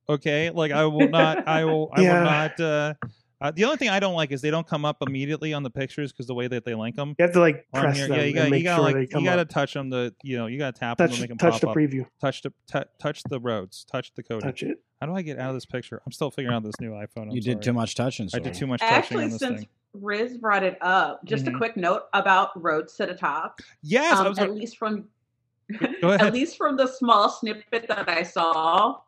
[SPEAKER 2] Okay, like I will not. I
[SPEAKER 5] (laughs)
[SPEAKER 2] will. I
[SPEAKER 5] Yeah.
[SPEAKER 2] will not. Uh, uh, the only thing I don't like is they don't come up immediately on the pictures because the way that they link them.
[SPEAKER 5] You have to like press
[SPEAKER 2] here,
[SPEAKER 5] them
[SPEAKER 2] yeah, you
[SPEAKER 5] and
[SPEAKER 2] got.
[SPEAKER 5] make
[SPEAKER 2] You got
[SPEAKER 5] sure
[SPEAKER 2] to
[SPEAKER 5] they
[SPEAKER 2] like.
[SPEAKER 5] come
[SPEAKER 2] You got to
[SPEAKER 5] up.
[SPEAKER 2] touch them. To you know. You got to tap them
[SPEAKER 5] Touch,
[SPEAKER 2] to make them
[SPEAKER 5] touch
[SPEAKER 2] pop
[SPEAKER 5] the
[SPEAKER 2] up.
[SPEAKER 5] preview.
[SPEAKER 2] touch the t- touch the roads. Touch the coding.
[SPEAKER 5] Touch it.
[SPEAKER 2] How do I get out of this picture? I'm still figuring out this new iPhone. I'm
[SPEAKER 3] You did
[SPEAKER 2] sorry.
[SPEAKER 3] too much touching.
[SPEAKER 2] I did too much touching
[SPEAKER 4] Actually,
[SPEAKER 2] on this
[SPEAKER 4] since
[SPEAKER 2] thing.
[SPEAKER 4] Riz brought it up, just
[SPEAKER 2] Mhm.
[SPEAKER 4] a quick note about roads to the top.
[SPEAKER 2] Yes, I
[SPEAKER 4] um,
[SPEAKER 2] was.
[SPEAKER 4] at least from (laughs)
[SPEAKER 2] Go ahead.
[SPEAKER 4] at least from the small snippet that I saw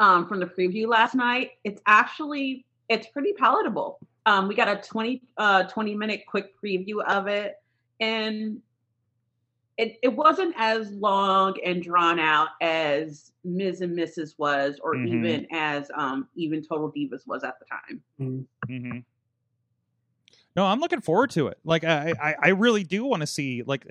[SPEAKER 4] um, from the preview last night, it's actually it's pretty palatable. Um, we got a 20, uh, 20 minute quick preview of it, and it it wasn't as long and drawn out as Ms. and Mrs. was, or
[SPEAKER 2] Mhm.
[SPEAKER 4] even as um, even Total Divas was at the time.
[SPEAKER 2] Mm-hmm. No, I'm looking forward to it. Like I, I, I really do want to see. Like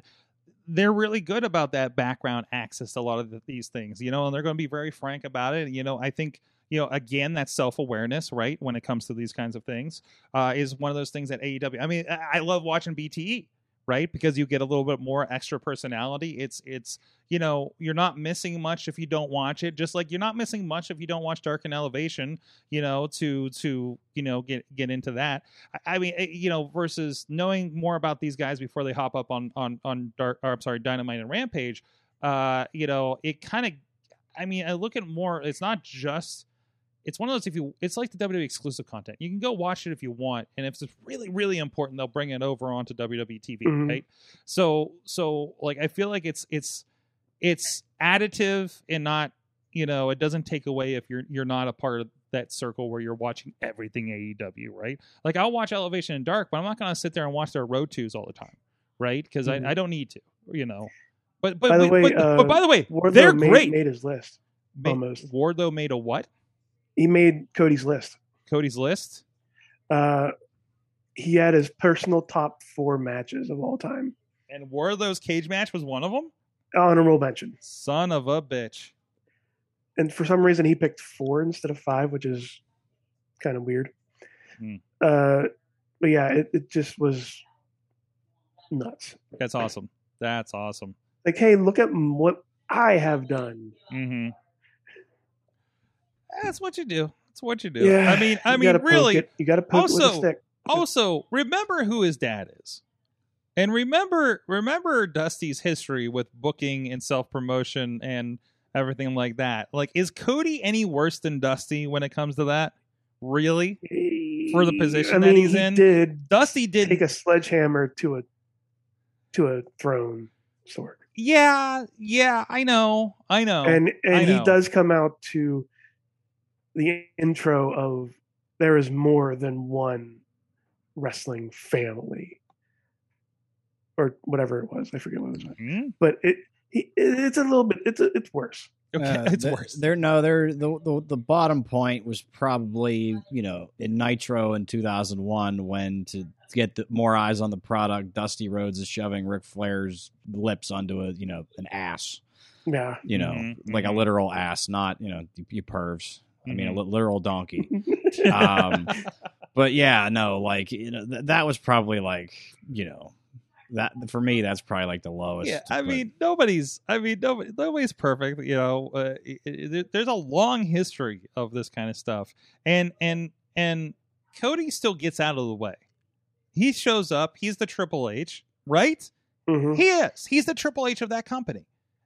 [SPEAKER 2] they're really good about that background access to a lot of the, these things, you know, and they're going to be very frank about it. You know, I think you know again that self awareness, right, E when it comes to these kinds of things, uh, is one of those things that AEW. I mean, I, I love watching BTE. right? Because you get a little bit more extra personality. It's it's you know you're not missing much if you don't watch it. Just like you're not missing much if you don't watch Dark and Elevation. You know to to you know get get into that. I, I mean it- you know versus knowing more about these guys before they hop up on on on Dark. Or, I'm sorry, Dynamite and Rampage. Uh, you know it kind of. I mean I look at more. It's not just it's one of those if you it's like the WWE exclusive content. You can go watch it if you want, and if it's really really important, they'll bring it over onto WWE TV,
[SPEAKER 5] Mhm.
[SPEAKER 2] right? So so like I feel like it's it's it's additive and not you know it doesn't take away if you're you're not a part of that circle where you're watching everything AEW, right? Like I'll watch Elevation and Dark, but I'm not going to sit there and watch their road twos all the time, right? Because
[SPEAKER 5] Mhm.
[SPEAKER 2] I, I don't need to, you know. But but
[SPEAKER 5] By the
[SPEAKER 2] but,
[SPEAKER 5] way,
[SPEAKER 2] but,
[SPEAKER 5] uh,
[SPEAKER 2] but by the way,
[SPEAKER 5] Wardlow
[SPEAKER 2] they're
[SPEAKER 5] made,
[SPEAKER 2] great.
[SPEAKER 5] made his list.
[SPEAKER 2] Ma-
[SPEAKER 5] almost.
[SPEAKER 2] Wardlow made a what?
[SPEAKER 5] He made Cody's list.
[SPEAKER 2] Cody's list.
[SPEAKER 5] Uh, he had his personal top four matches of all time.
[SPEAKER 2] And Warlow's cage match was one of them.
[SPEAKER 5] Honorable mention.
[SPEAKER 2] Son of a bitch.
[SPEAKER 5] And for some reason, he picked four instead of five, which is kind of weird.
[SPEAKER 2] Hmm.
[SPEAKER 5] Uh, but yeah, it, it just was nuts.
[SPEAKER 2] That's awesome. That's awesome.
[SPEAKER 5] Like, hey, look at m- what I have done.
[SPEAKER 2] Mm-hmm. That's what you do. That's what you do. I mean, I
[SPEAKER 5] You
[SPEAKER 2] mean,
[SPEAKER 5] gotta poke
[SPEAKER 2] really.
[SPEAKER 5] it. you got to poke it with
[SPEAKER 2] Also-
[SPEAKER 5] a stick.
[SPEAKER 2] Also, remember who his dad is, and remember remember Dusty's history with booking and self promotion and everything like that. Like, is Cody any worse than Dusty when it comes to that? Really? for the position
[SPEAKER 5] I
[SPEAKER 2] that
[SPEAKER 5] mean,
[SPEAKER 2] he's
[SPEAKER 5] he
[SPEAKER 2] in,
[SPEAKER 5] did
[SPEAKER 2] Dusty did
[SPEAKER 5] take a sledgehammer to a to a throne sword.
[SPEAKER 2] Yeah, yeah. I know. Oh, I know.
[SPEAKER 5] and and he
[SPEAKER 2] know.
[SPEAKER 5] does come out to the intro of there is more than one wrestling family or whatever it was i forget what it was
[SPEAKER 2] Hmm?
[SPEAKER 5] but it he, it- it's a little bit it's a, it's worse
[SPEAKER 2] Okay,
[SPEAKER 3] Uh,
[SPEAKER 2] it's
[SPEAKER 3] the-
[SPEAKER 2] worse.
[SPEAKER 3] They're no, they're the, the the bottom point was probably you know in Nitro in 2001 when to get the, more eyes on the product, Dusty Rhodes is shoving Ric Flair's lips onto a you know an ass,
[SPEAKER 5] yeah
[SPEAKER 3] you know,
[SPEAKER 2] Mhm,
[SPEAKER 3] like
[SPEAKER 2] mhm.
[SPEAKER 3] a literal ass, not you know you, you pervs. I mean a
[SPEAKER 2] Mhm.
[SPEAKER 3] li- literal donkey. um, but yeah, no, like you know th- that was probably like you know that for me that's probably like the lowest.
[SPEAKER 2] Yeah, I
[SPEAKER 3] but-
[SPEAKER 2] mean nobody's. I mean nobody, nobody's perfect. You know, uh, i- i- there's a long history of this kind of stuff, and and and Cody still gets out of the way. He shows up. He's the Triple H, right?
[SPEAKER 5] Mhm.
[SPEAKER 2] He is. He's the Triple H of that company,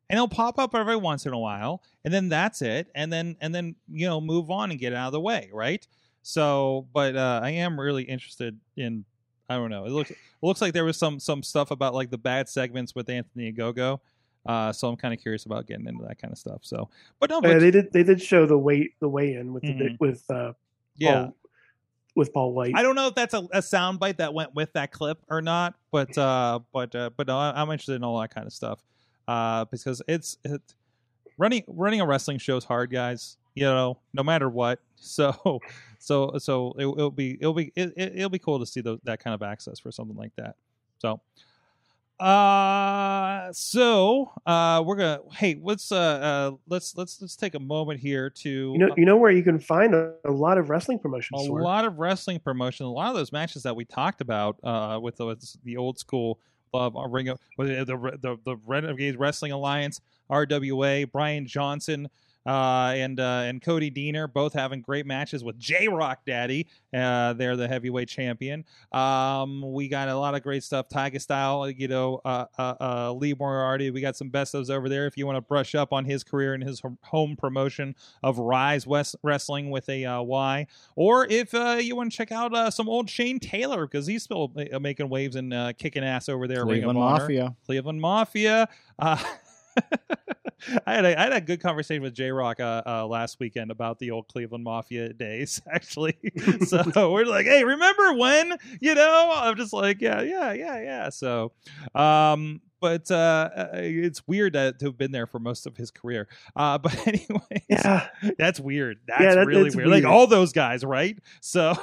[SPEAKER 2] and he'll pop up every once in a while, and then that's it, and then and then you know move on and get out of the way, right? So, but uh, I am really interested in. I don't know. It looks it looks like there was some some stuff about like the bad segments with Anthony Gogo. Uh, so I'm kind of curious about getting into that kind of stuff. So, but no,
[SPEAKER 5] Oh, yeah,
[SPEAKER 2] but,
[SPEAKER 5] they did they did show the weight the weigh in with the big
[SPEAKER 2] Mhm.
[SPEAKER 5] with uh
[SPEAKER 2] yeah.
[SPEAKER 5] Paul, with Paul White.
[SPEAKER 2] I don't know if that's a, a sound bite that went with that clip or not, but uh, but uh, but no, I- I'm interested in all that kind of stuff uh, because it's it, running running a wrestling show is hard, guys. You know, no matter what. (laughs) So so so it, it'll be it'll be it, it- it'll be cool to see those, that kind of access for something like that. So. Uh so uh we're gonna hey let's uh uh let's let's let's take a moment here to
[SPEAKER 5] you know you know where you can find a, a lot of wrestling promotions.
[SPEAKER 2] a
[SPEAKER 5] Sor?
[SPEAKER 2] lot of wrestling promotion. A lot of those matches that we talked about uh, with the, with the old school uh, ring of with the, the the the Renegade Wrestling Alliance, RWA, Brian Johnson. Uh, and uh, and Cody Deaner both having great matches with J Rock Daddy. Uh, they're the heavyweight champion. Um, we got a lot of great stuff. Tiger Style, you know, uh, uh, uh, Lee Moriarty. We got some bestos over there. If you want to brush up on his career and his hom- home promotion of Rise West Wrestling with a uh, Y, or if uh, you want to check out uh, some old Shane Taylor because he's still ma- making waves and uh, kicking ass over there. at Ring of
[SPEAKER 3] Cleveland
[SPEAKER 2] Honor.
[SPEAKER 3] Mafia.
[SPEAKER 2] Cleveland Mafia. Uh, (laughs) I had a, I had a good conversation with J Rock uh, uh, last weekend about the old Cleveland Mafia days. (laughs) Actually, so we're like, hey, remember when? You know, I'm just like, yeah, yeah, yeah, yeah. So, um, but uh, uh, it's weird that to have been there for most of his career. Uh, (laughs) but anyway,
[SPEAKER 5] yeah.
[SPEAKER 2] that's weird. That's
[SPEAKER 5] that-
[SPEAKER 2] really
[SPEAKER 5] that's
[SPEAKER 2] weird.
[SPEAKER 5] weird.
[SPEAKER 2] Like all those guys, right? (laughs) So,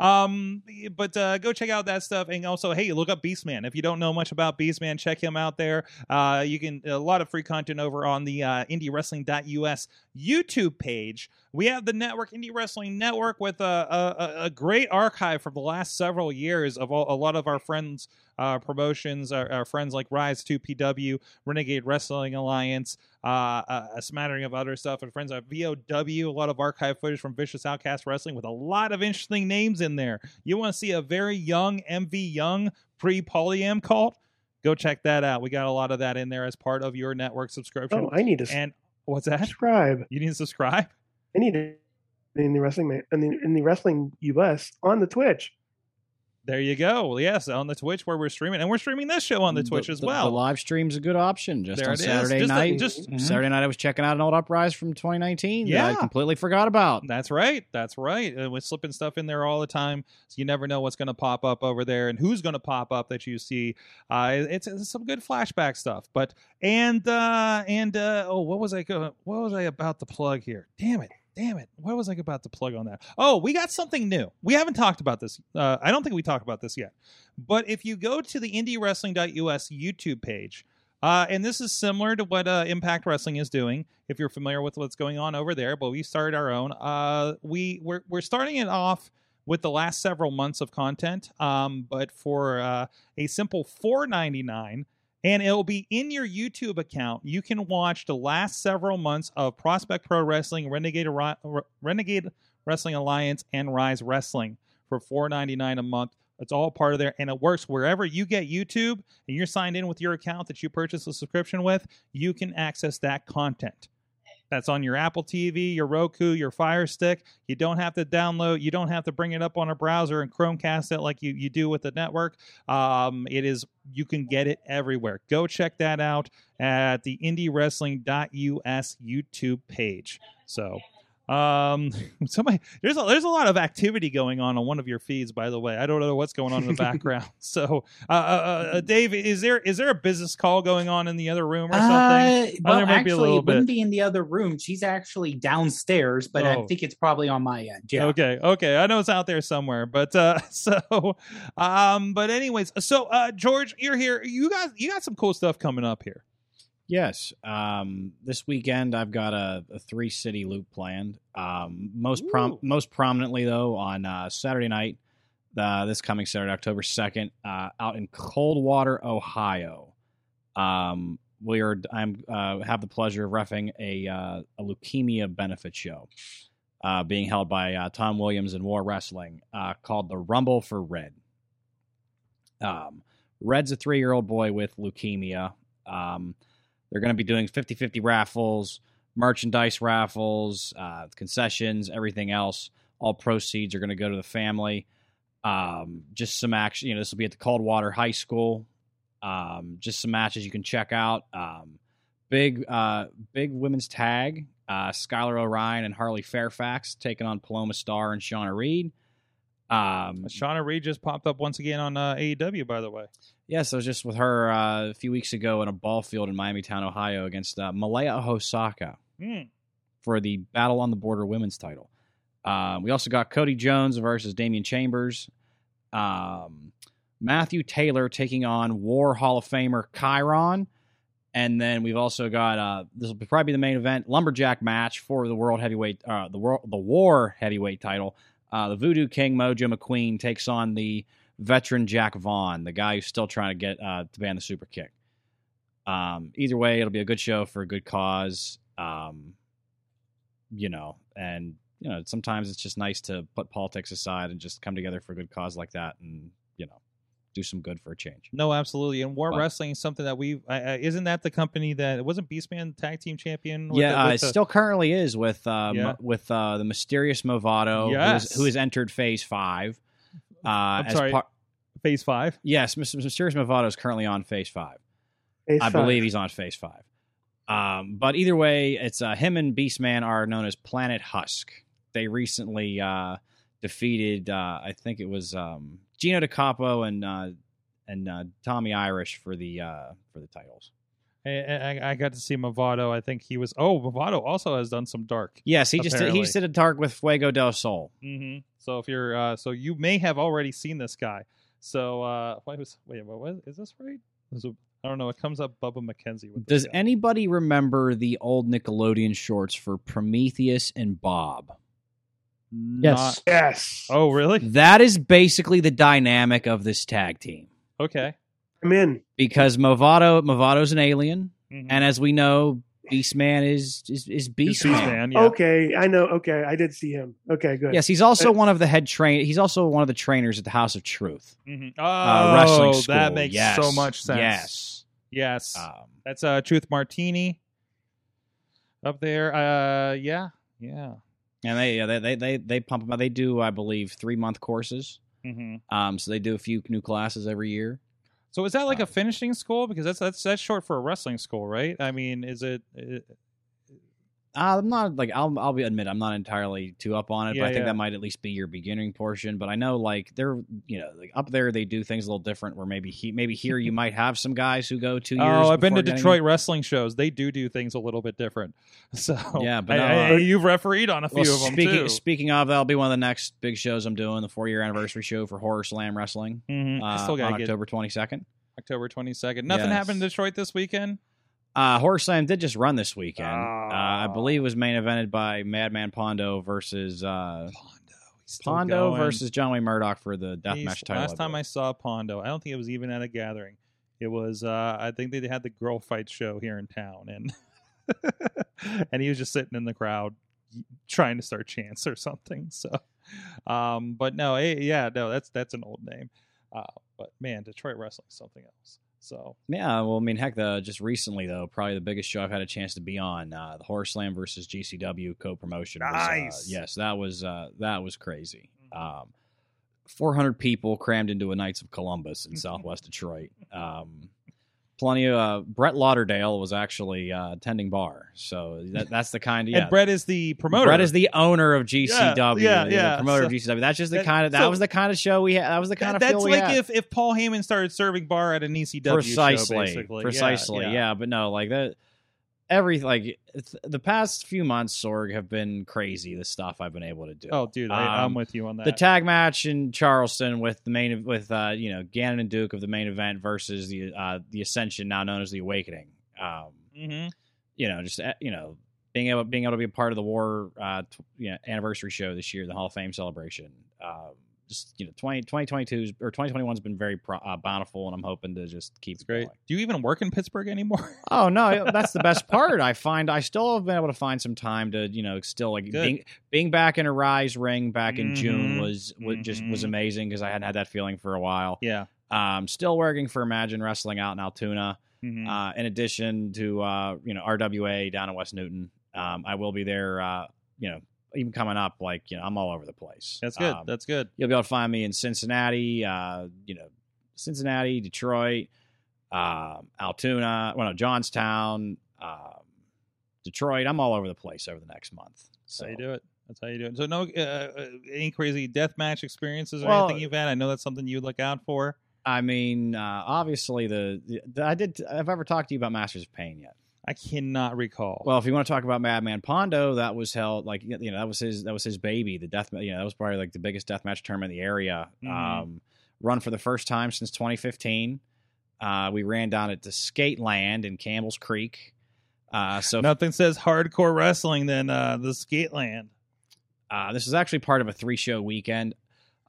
[SPEAKER 2] um, but uh, go check out that stuff, and also, hey, look up Beastman. If you don't know much about Beastman, check him out there. Uh, you can a lot of free content over on the uh, IndieWrestling.us YouTube page. We have the network, Indie Wrestling Network, with a, a, a great archive from the last several years of all, a lot of our friends uh, promotions, our, our friends like Rise 2 PW, Renegade Wrestling Alliance, uh, a, a smattering of other stuff, and friends at VOW, a lot of archive footage from Vicious Outcast Wrestling with a lot of interesting names in there. You want to see a very young MV Young pre polyam cult? Go check that out. We got a lot of that in there as part of your network subscription.
[SPEAKER 5] Oh, I need to
[SPEAKER 2] and what's that?
[SPEAKER 5] subscribe.
[SPEAKER 2] You need to subscribe?
[SPEAKER 5] I need to in the wrestling ma- in the, in the wrestling US on the Twitch.
[SPEAKER 2] There you go. Well, Yes, on the Twitch where we're streaming, and we're streaming this show on the
[SPEAKER 5] Mm,
[SPEAKER 2] Twitch as well.
[SPEAKER 3] The live stream's a good option. Just
[SPEAKER 2] There
[SPEAKER 3] on
[SPEAKER 2] it is.
[SPEAKER 3] Saturday
[SPEAKER 2] Just a-
[SPEAKER 3] night.
[SPEAKER 2] just-
[SPEAKER 6] Mhm.
[SPEAKER 3] Saturday night, I was checking out an old uprise from 2019 that
[SPEAKER 2] Yeah.
[SPEAKER 3] I completely forgot about.
[SPEAKER 2] That's right. That's right. And we're slipping stuff in there all the time. So you never know what's going to pop up over there and who's going to pop up that you see. Uh, it's, it's some good flashback stuff. But and uh, and uh, oh, what was I go- what was I about to plug here? Damn it. Damn it! What was I about to plug on that? Oh, we got something new. We haven't talked about this. Uh, I don't think we talked about this yet. But if you go to the IndieWrestling.us YouTube page, uh, and this is similar to what uh, Impact Wrestling is doing, if you're familiar with what's going on over there. But we started our own. Uh, we we're we're starting it off with the last several months of content, um, but for uh, a simple four ninety nine. And it'll be in your YouTube account. You can watch the last several months of Prospect Pro Wrestling, Renegade, Ri- Re- Renegade Wrestling Alliance, and Rise Wrestling for four ninety nine a month. It's all part of there, and it works wherever you get YouTube and you're signed in with your account that you purchased a subscription with. You can access that content. That's on your Apple TV, your Roku, your Fire Stick. You don't have to download. You don't have to bring it up on a browser and Chromecast it like you, you do with the network. Um, it is you can get it everywhere. Go check that out at the IndieWrestling.us YouTube page. So, um, (laughs) somebody there's a, there's a lot of activity going on on one of your feeds. By the way, I don't know what's going
[SPEAKER 6] (laughs)
[SPEAKER 2] on in the background. So, uh, uh, uh, Dave, is there is there a business call going on in the other room or something?
[SPEAKER 3] Oh,
[SPEAKER 2] Oh,
[SPEAKER 6] Uh, well,
[SPEAKER 2] there might be a
[SPEAKER 6] actually,
[SPEAKER 2] little
[SPEAKER 6] it wouldn't be in the other room. She's actually downstairs, but
[SPEAKER 2] Oh.
[SPEAKER 6] I think it's probably on my end. Yeah.
[SPEAKER 2] Okay. Okay. I know it's out there somewhere, but uh, (laughs) so, um, but anyways, so uh, George, you're here. You guys, you got some cool stuff coming up here.
[SPEAKER 3] Yes. Um, this weekend, I've got a, a three city loop planned. Um, most prom-
[SPEAKER 2] Ooh.
[SPEAKER 3] most prominently though on uh, Saturday night, uh, this coming Saturday, October second, uh, out in Coldwater, Ohio. Um, we are. I'm uh, have the pleasure of refing a uh, a leukemia benefit show. Uh, being held by uh, Tom Williams and War Wrestling, uh, called the Rumble for Red. Um, Red's a three-year-old boy with leukemia. Um, they're going to be doing 50 50 raffles, merchandise raffles, uh, concessions, everything else. All proceeds are going to go to the family. Um, just some action. You know, this will be at the Coldwater High School. Um, just some matches you can check out. Um, big, uh, big women's tag. Uh, Skylar O'Ryan and Harley Fairfax taking on Paloma Star and Shauna Reed. Um,
[SPEAKER 2] Shauna Reed just popped up once again on uh, AEW, by the way.
[SPEAKER 3] Yes, I was just with her uh, a few weeks ago in a ball field in Miami Town, Ohio, against uh, Malaya Hosaka
[SPEAKER 2] Hmm.
[SPEAKER 3] for the Battle on the Border women's title. Um, we also got Cody Jones versus Damian Chambers. Um, Matthew Taylor taking on War Hall of Famer Chiron. And then we've also got uh, this will probably be the main event lumberjack match for the world heavyweight uh, the world the war heavyweight title. Uh, the Voodoo King Mojo McQueen takes on the veteran Jack Vaughn, the guy who's still trying to get uh, to ban the super kick. Um, either way, it'll be a good show for a good cause. Um, you know, and you know, sometimes it's just nice to put politics aside and just come together for a good cause like that, and you know, do some good for a change.
[SPEAKER 2] No, absolutely. And War
[SPEAKER 3] Wow.
[SPEAKER 2] Wrestling is something that we uh, uh, isn't that the company that wasn't Beastman tag team champion? with
[SPEAKER 3] yeah,
[SPEAKER 2] the-
[SPEAKER 3] uh,
[SPEAKER 2] with
[SPEAKER 3] it
[SPEAKER 2] the-
[SPEAKER 3] still currently is with uh,
[SPEAKER 2] Yeah.
[SPEAKER 3] Mo- with uh, the mysterious Movado, who,
[SPEAKER 2] Yes.
[SPEAKER 3] is, who has entered Phase Five. Uh,
[SPEAKER 2] I'm
[SPEAKER 3] as
[SPEAKER 2] sorry.
[SPEAKER 3] par-
[SPEAKER 2] Phase Five.
[SPEAKER 3] yes, Mr. Mysterious Movado is currently on Phase Five.
[SPEAKER 5] Phase
[SPEAKER 3] I
[SPEAKER 5] five.
[SPEAKER 3] believe he's on Phase Five. Um, but either way, it's uh, him and Beastman are known as Planet Husk. They recently uh, defeated, uh, I think it was um, Gino DiCapo and uh, and uh, Tommy Irish for the uh, for the titles.
[SPEAKER 2] I, I, I got to see Movado. I think he was. Oh, Movado also has done some dark.
[SPEAKER 3] Yes, he just did,
[SPEAKER 2] Apparently.
[SPEAKER 3] he just did a dark with Fuego del Sol.
[SPEAKER 2] Mm-hmm. So if you're, uh, so you may have already seen this guy. So uh, why was wait, what was is this right? Is it- I don't know. It comes up Bubba McKenzie. With this
[SPEAKER 3] Does
[SPEAKER 2] guy.
[SPEAKER 3] anybody remember the old Nickelodeon shorts for Prometheus and Bob?
[SPEAKER 2] Not-
[SPEAKER 5] Yes.
[SPEAKER 2] oh, really?
[SPEAKER 3] That is basically the dynamic of this tag team.
[SPEAKER 2] Okay.
[SPEAKER 5] I'm in.
[SPEAKER 3] because Movado Movado's an alien,
[SPEAKER 2] Mhm.
[SPEAKER 3] and as we know, Beastman is is, is
[SPEAKER 2] He's
[SPEAKER 3] Beastman.
[SPEAKER 2] Beastman, yeah.
[SPEAKER 5] Okay, I know. Okay, I did see him. Okay, good.
[SPEAKER 3] Yes, he's also
[SPEAKER 5] Uh,
[SPEAKER 3] one of the head train. He's also one of the trainers at the House of Truth
[SPEAKER 2] Mhm.
[SPEAKER 3] uh,
[SPEAKER 2] Oh,
[SPEAKER 3] wrestling school.
[SPEAKER 2] that makes
[SPEAKER 3] Yes,
[SPEAKER 2] so much sense.
[SPEAKER 3] Yes,
[SPEAKER 2] Yes.
[SPEAKER 3] um,
[SPEAKER 2] That's uh Truth Martini up there. Uh yeah. Yeah.
[SPEAKER 3] and they, yeah, they they they they pump them out. They do, I believe, three month courses.
[SPEAKER 2] hmm
[SPEAKER 3] Um, so they do a few new classes every year.
[SPEAKER 2] So is that like
[SPEAKER 3] Uh,
[SPEAKER 2] a finishing school? Because that's that's that's short for a wrestling school, right? I mean, is it? it
[SPEAKER 3] Uh, I'm not like I'll I'll be admit I'm not entirely too up on it,
[SPEAKER 2] Yeah,
[SPEAKER 3] but I think
[SPEAKER 2] yeah.
[SPEAKER 3] that might at least be your beginning portion. But I know like they're you know like up there they do things a little different. Where maybe he maybe here
[SPEAKER 2] (laughs)
[SPEAKER 3] you might have some guys who go two years.
[SPEAKER 2] oh, I've been
[SPEAKER 3] before
[SPEAKER 2] to
[SPEAKER 3] getting-
[SPEAKER 2] Detroit wrestling shows. They do do things a little bit different. (laughs) So
[SPEAKER 3] Yeah, but
[SPEAKER 2] I-
[SPEAKER 3] no,
[SPEAKER 2] Oh, I-
[SPEAKER 3] uh,
[SPEAKER 2] you've refereed on a few
[SPEAKER 3] Well,
[SPEAKER 2] of them
[SPEAKER 3] speaking
[SPEAKER 2] too.
[SPEAKER 3] speaking of, that'll be one of the next big shows I'm doing the four year anniversary show for Horror Slam Wrestling
[SPEAKER 2] Mhm.
[SPEAKER 3] uh,
[SPEAKER 2] I still
[SPEAKER 3] on
[SPEAKER 2] gotta get
[SPEAKER 3] October 22nd.
[SPEAKER 2] October twenty second. Nothing
[SPEAKER 3] Yes.
[SPEAKER 2] happened in Detroit this weekend.
[SPEAKER 3] Uh, Horror Slam did just run this weekend. Uh, I
[SPEAKER 2] Ah.
[SPEAKER 3] believe it was main evented by Madman Pondo versus uh,
[SPEAKER 2] Pondo, he's still
[SPEAKER 3] Pondo
[SPEAKER 2] going.
[SPEAKER 3] versus John Wayne Murdoch for the deathmatch
[SPEAKER 2] He's-
[SPEAKER 3] title.
[SPEAKER 2] Last time I saw Pondo, I don't think it was even at a gathering. It was, uh, I think they had the girl fight show here in town, and (laughs) and he was just sitting in the crowd trying to start chants or something. So, um, but no, eh, yeah, no, that's that's an old name. Uh, but man, Detroit wrestling's something else. So
[SPEAKER 3] Yeah, well, I mean, heck, the, just recently though, probably the biggest show I've had a chance to be on, uh, the Horror Slam versus GCW co-promotion. was, uh,
[SPEAKER 2] Nice. Mm-hmm.
[SPEAKER 3] yes, that was uh, that was crazy. Um, 400 people crammed into a Knights of Columbus
[SPEAKER 2] (laughs)
[SPEAKER 3] in Southwest Detroit. Um, plenty of uh, Brett Lauderdale was actually uh, attending bar, so that, that's the kind of yeah.
[SPEAKER 2] and Brett is the promoter.
[SPEAKER 3] Brett is the owner of GCW,
[SPEAKER 2] yeah,
[SPEAKER 3] the
[SPEAKER 2] yeah.
[SPEAKER 3] promoter
[SPEAKER 2] So-
[SPEAKER 3] of GCW. That's just the
[SPEAKER 2] that-
[SPEAKER 3] kind of that
[SPEAKER 2] so-
[SPEAKER 3] was the kind of show we had. That was the kind
[SPEAKER 2] That-
[SPEAKER 3] of
[SPEAKER 2] that's
[SPEAKER 3] feel we
[SPEAKER 2] like
[SPEAKER 3] had
[SPEAKER 2] if if Paul Heyman started serving bar at an ECW
[SPEAKER 3] precisely,
[SPEAKER 2] show, basically. Yeah,
[SPEAKER 3] precisely, yeah, But no, like that. Every like th- the past few months, Sorg have been crazy. The stuff I've been able to do.
[SPEAKER 2] Oh, dude, I, I'm
[SPEAKER 3] Um,
[SPEAKER 2] with you on that.
[SPEAKER 3] the tag match in Charleston with the main with uh, you know Gannon and Duke of the main event versus the uh, the Ascension, now known as the Awakening. Um,
[SPEAKER 2] hmm
[SPEAKER 3] you know, just uh, you know being able being able to be a part of the war uh, t- you know, anniversary show this year, the Hall of Fame celebration. Um, just you know, 20, 2022 or twenty twenty one's been very pro- uh, bountiful, and I'm hoping to just keep
[SPEAKER 2] It's
[SPEAKER 3] it
[SPEAKER 2] great.
[SPEAKER 3] going.
[SPEAKER 2] Do you even work in Pittsburgh anymore? (laughs)
[SPEAKER 3] Oh no, that's the best part. I find I still have been able to find some time to you know still like
[SPEAKER 2] Good.
[SPEAKER 3] being being back in a rise ring back in June
[SPEAKER 2] Mhm.
[SPEAKER 3] was, was just was
[SPEAKER 2] Mhm.
[SPEAKER 3] amazing because I hadn't had that feeling for a while.
[SPEAKER 2] yeah.
[SPEAKER 3] Um, still working for Imagine Wrestling out in Altoona.
[SPEAKER 2] Mhm.
[SPEAKER 3] Uh, in addition to uh, you know RWA down in West Newton, um, I will be there. Uh, you know, even coming up, like you know, I'm all over the place.
[SPEAKER 2] That's good.
[SPEAKER 3] Um,
[SPEAKER 2] That's good.
[SPEAKER 3] you'll be able to find me in Cincinnati, uh, you know, Cincinnati, Detroit, um, Altoona, well, no, Johnstown, um, Detroit. I'm all over the place over the next month.
[SPEAKER 2] That's
[SPEAKER 3] So
[SPEAKER 2] how you do it. That's how you do it. So no, uh, uh, any crazy death match experiences or
[SPEAKER 3] Well-
[SPEAKER 2] anything you've had? I know that's something you look out for.
[SPEAKER 3] I mean, uh, obviously the, the, I did. I've ever talked to you about Masters of Pain yet.
[SPEAKER 2] I cannot recall.
[SPEAKER 3] Well, if you want to talk about Madman Pondo, that was held like you know that was his that was his baby. The death you know that was probably like the biggest death match tournament in the area.
[SPEAKER 2] Mhm.
[SPEAKER 3] Um, run for the first time since 2015. Uh, we ran down at the Skate Land in Campbell's Creek. Uh, so
[SPEAKER 2] nothing says hardcore wrestling than uh, the Skateland.
[SPEAKER 3] uh, this is actually part of a three show weekend.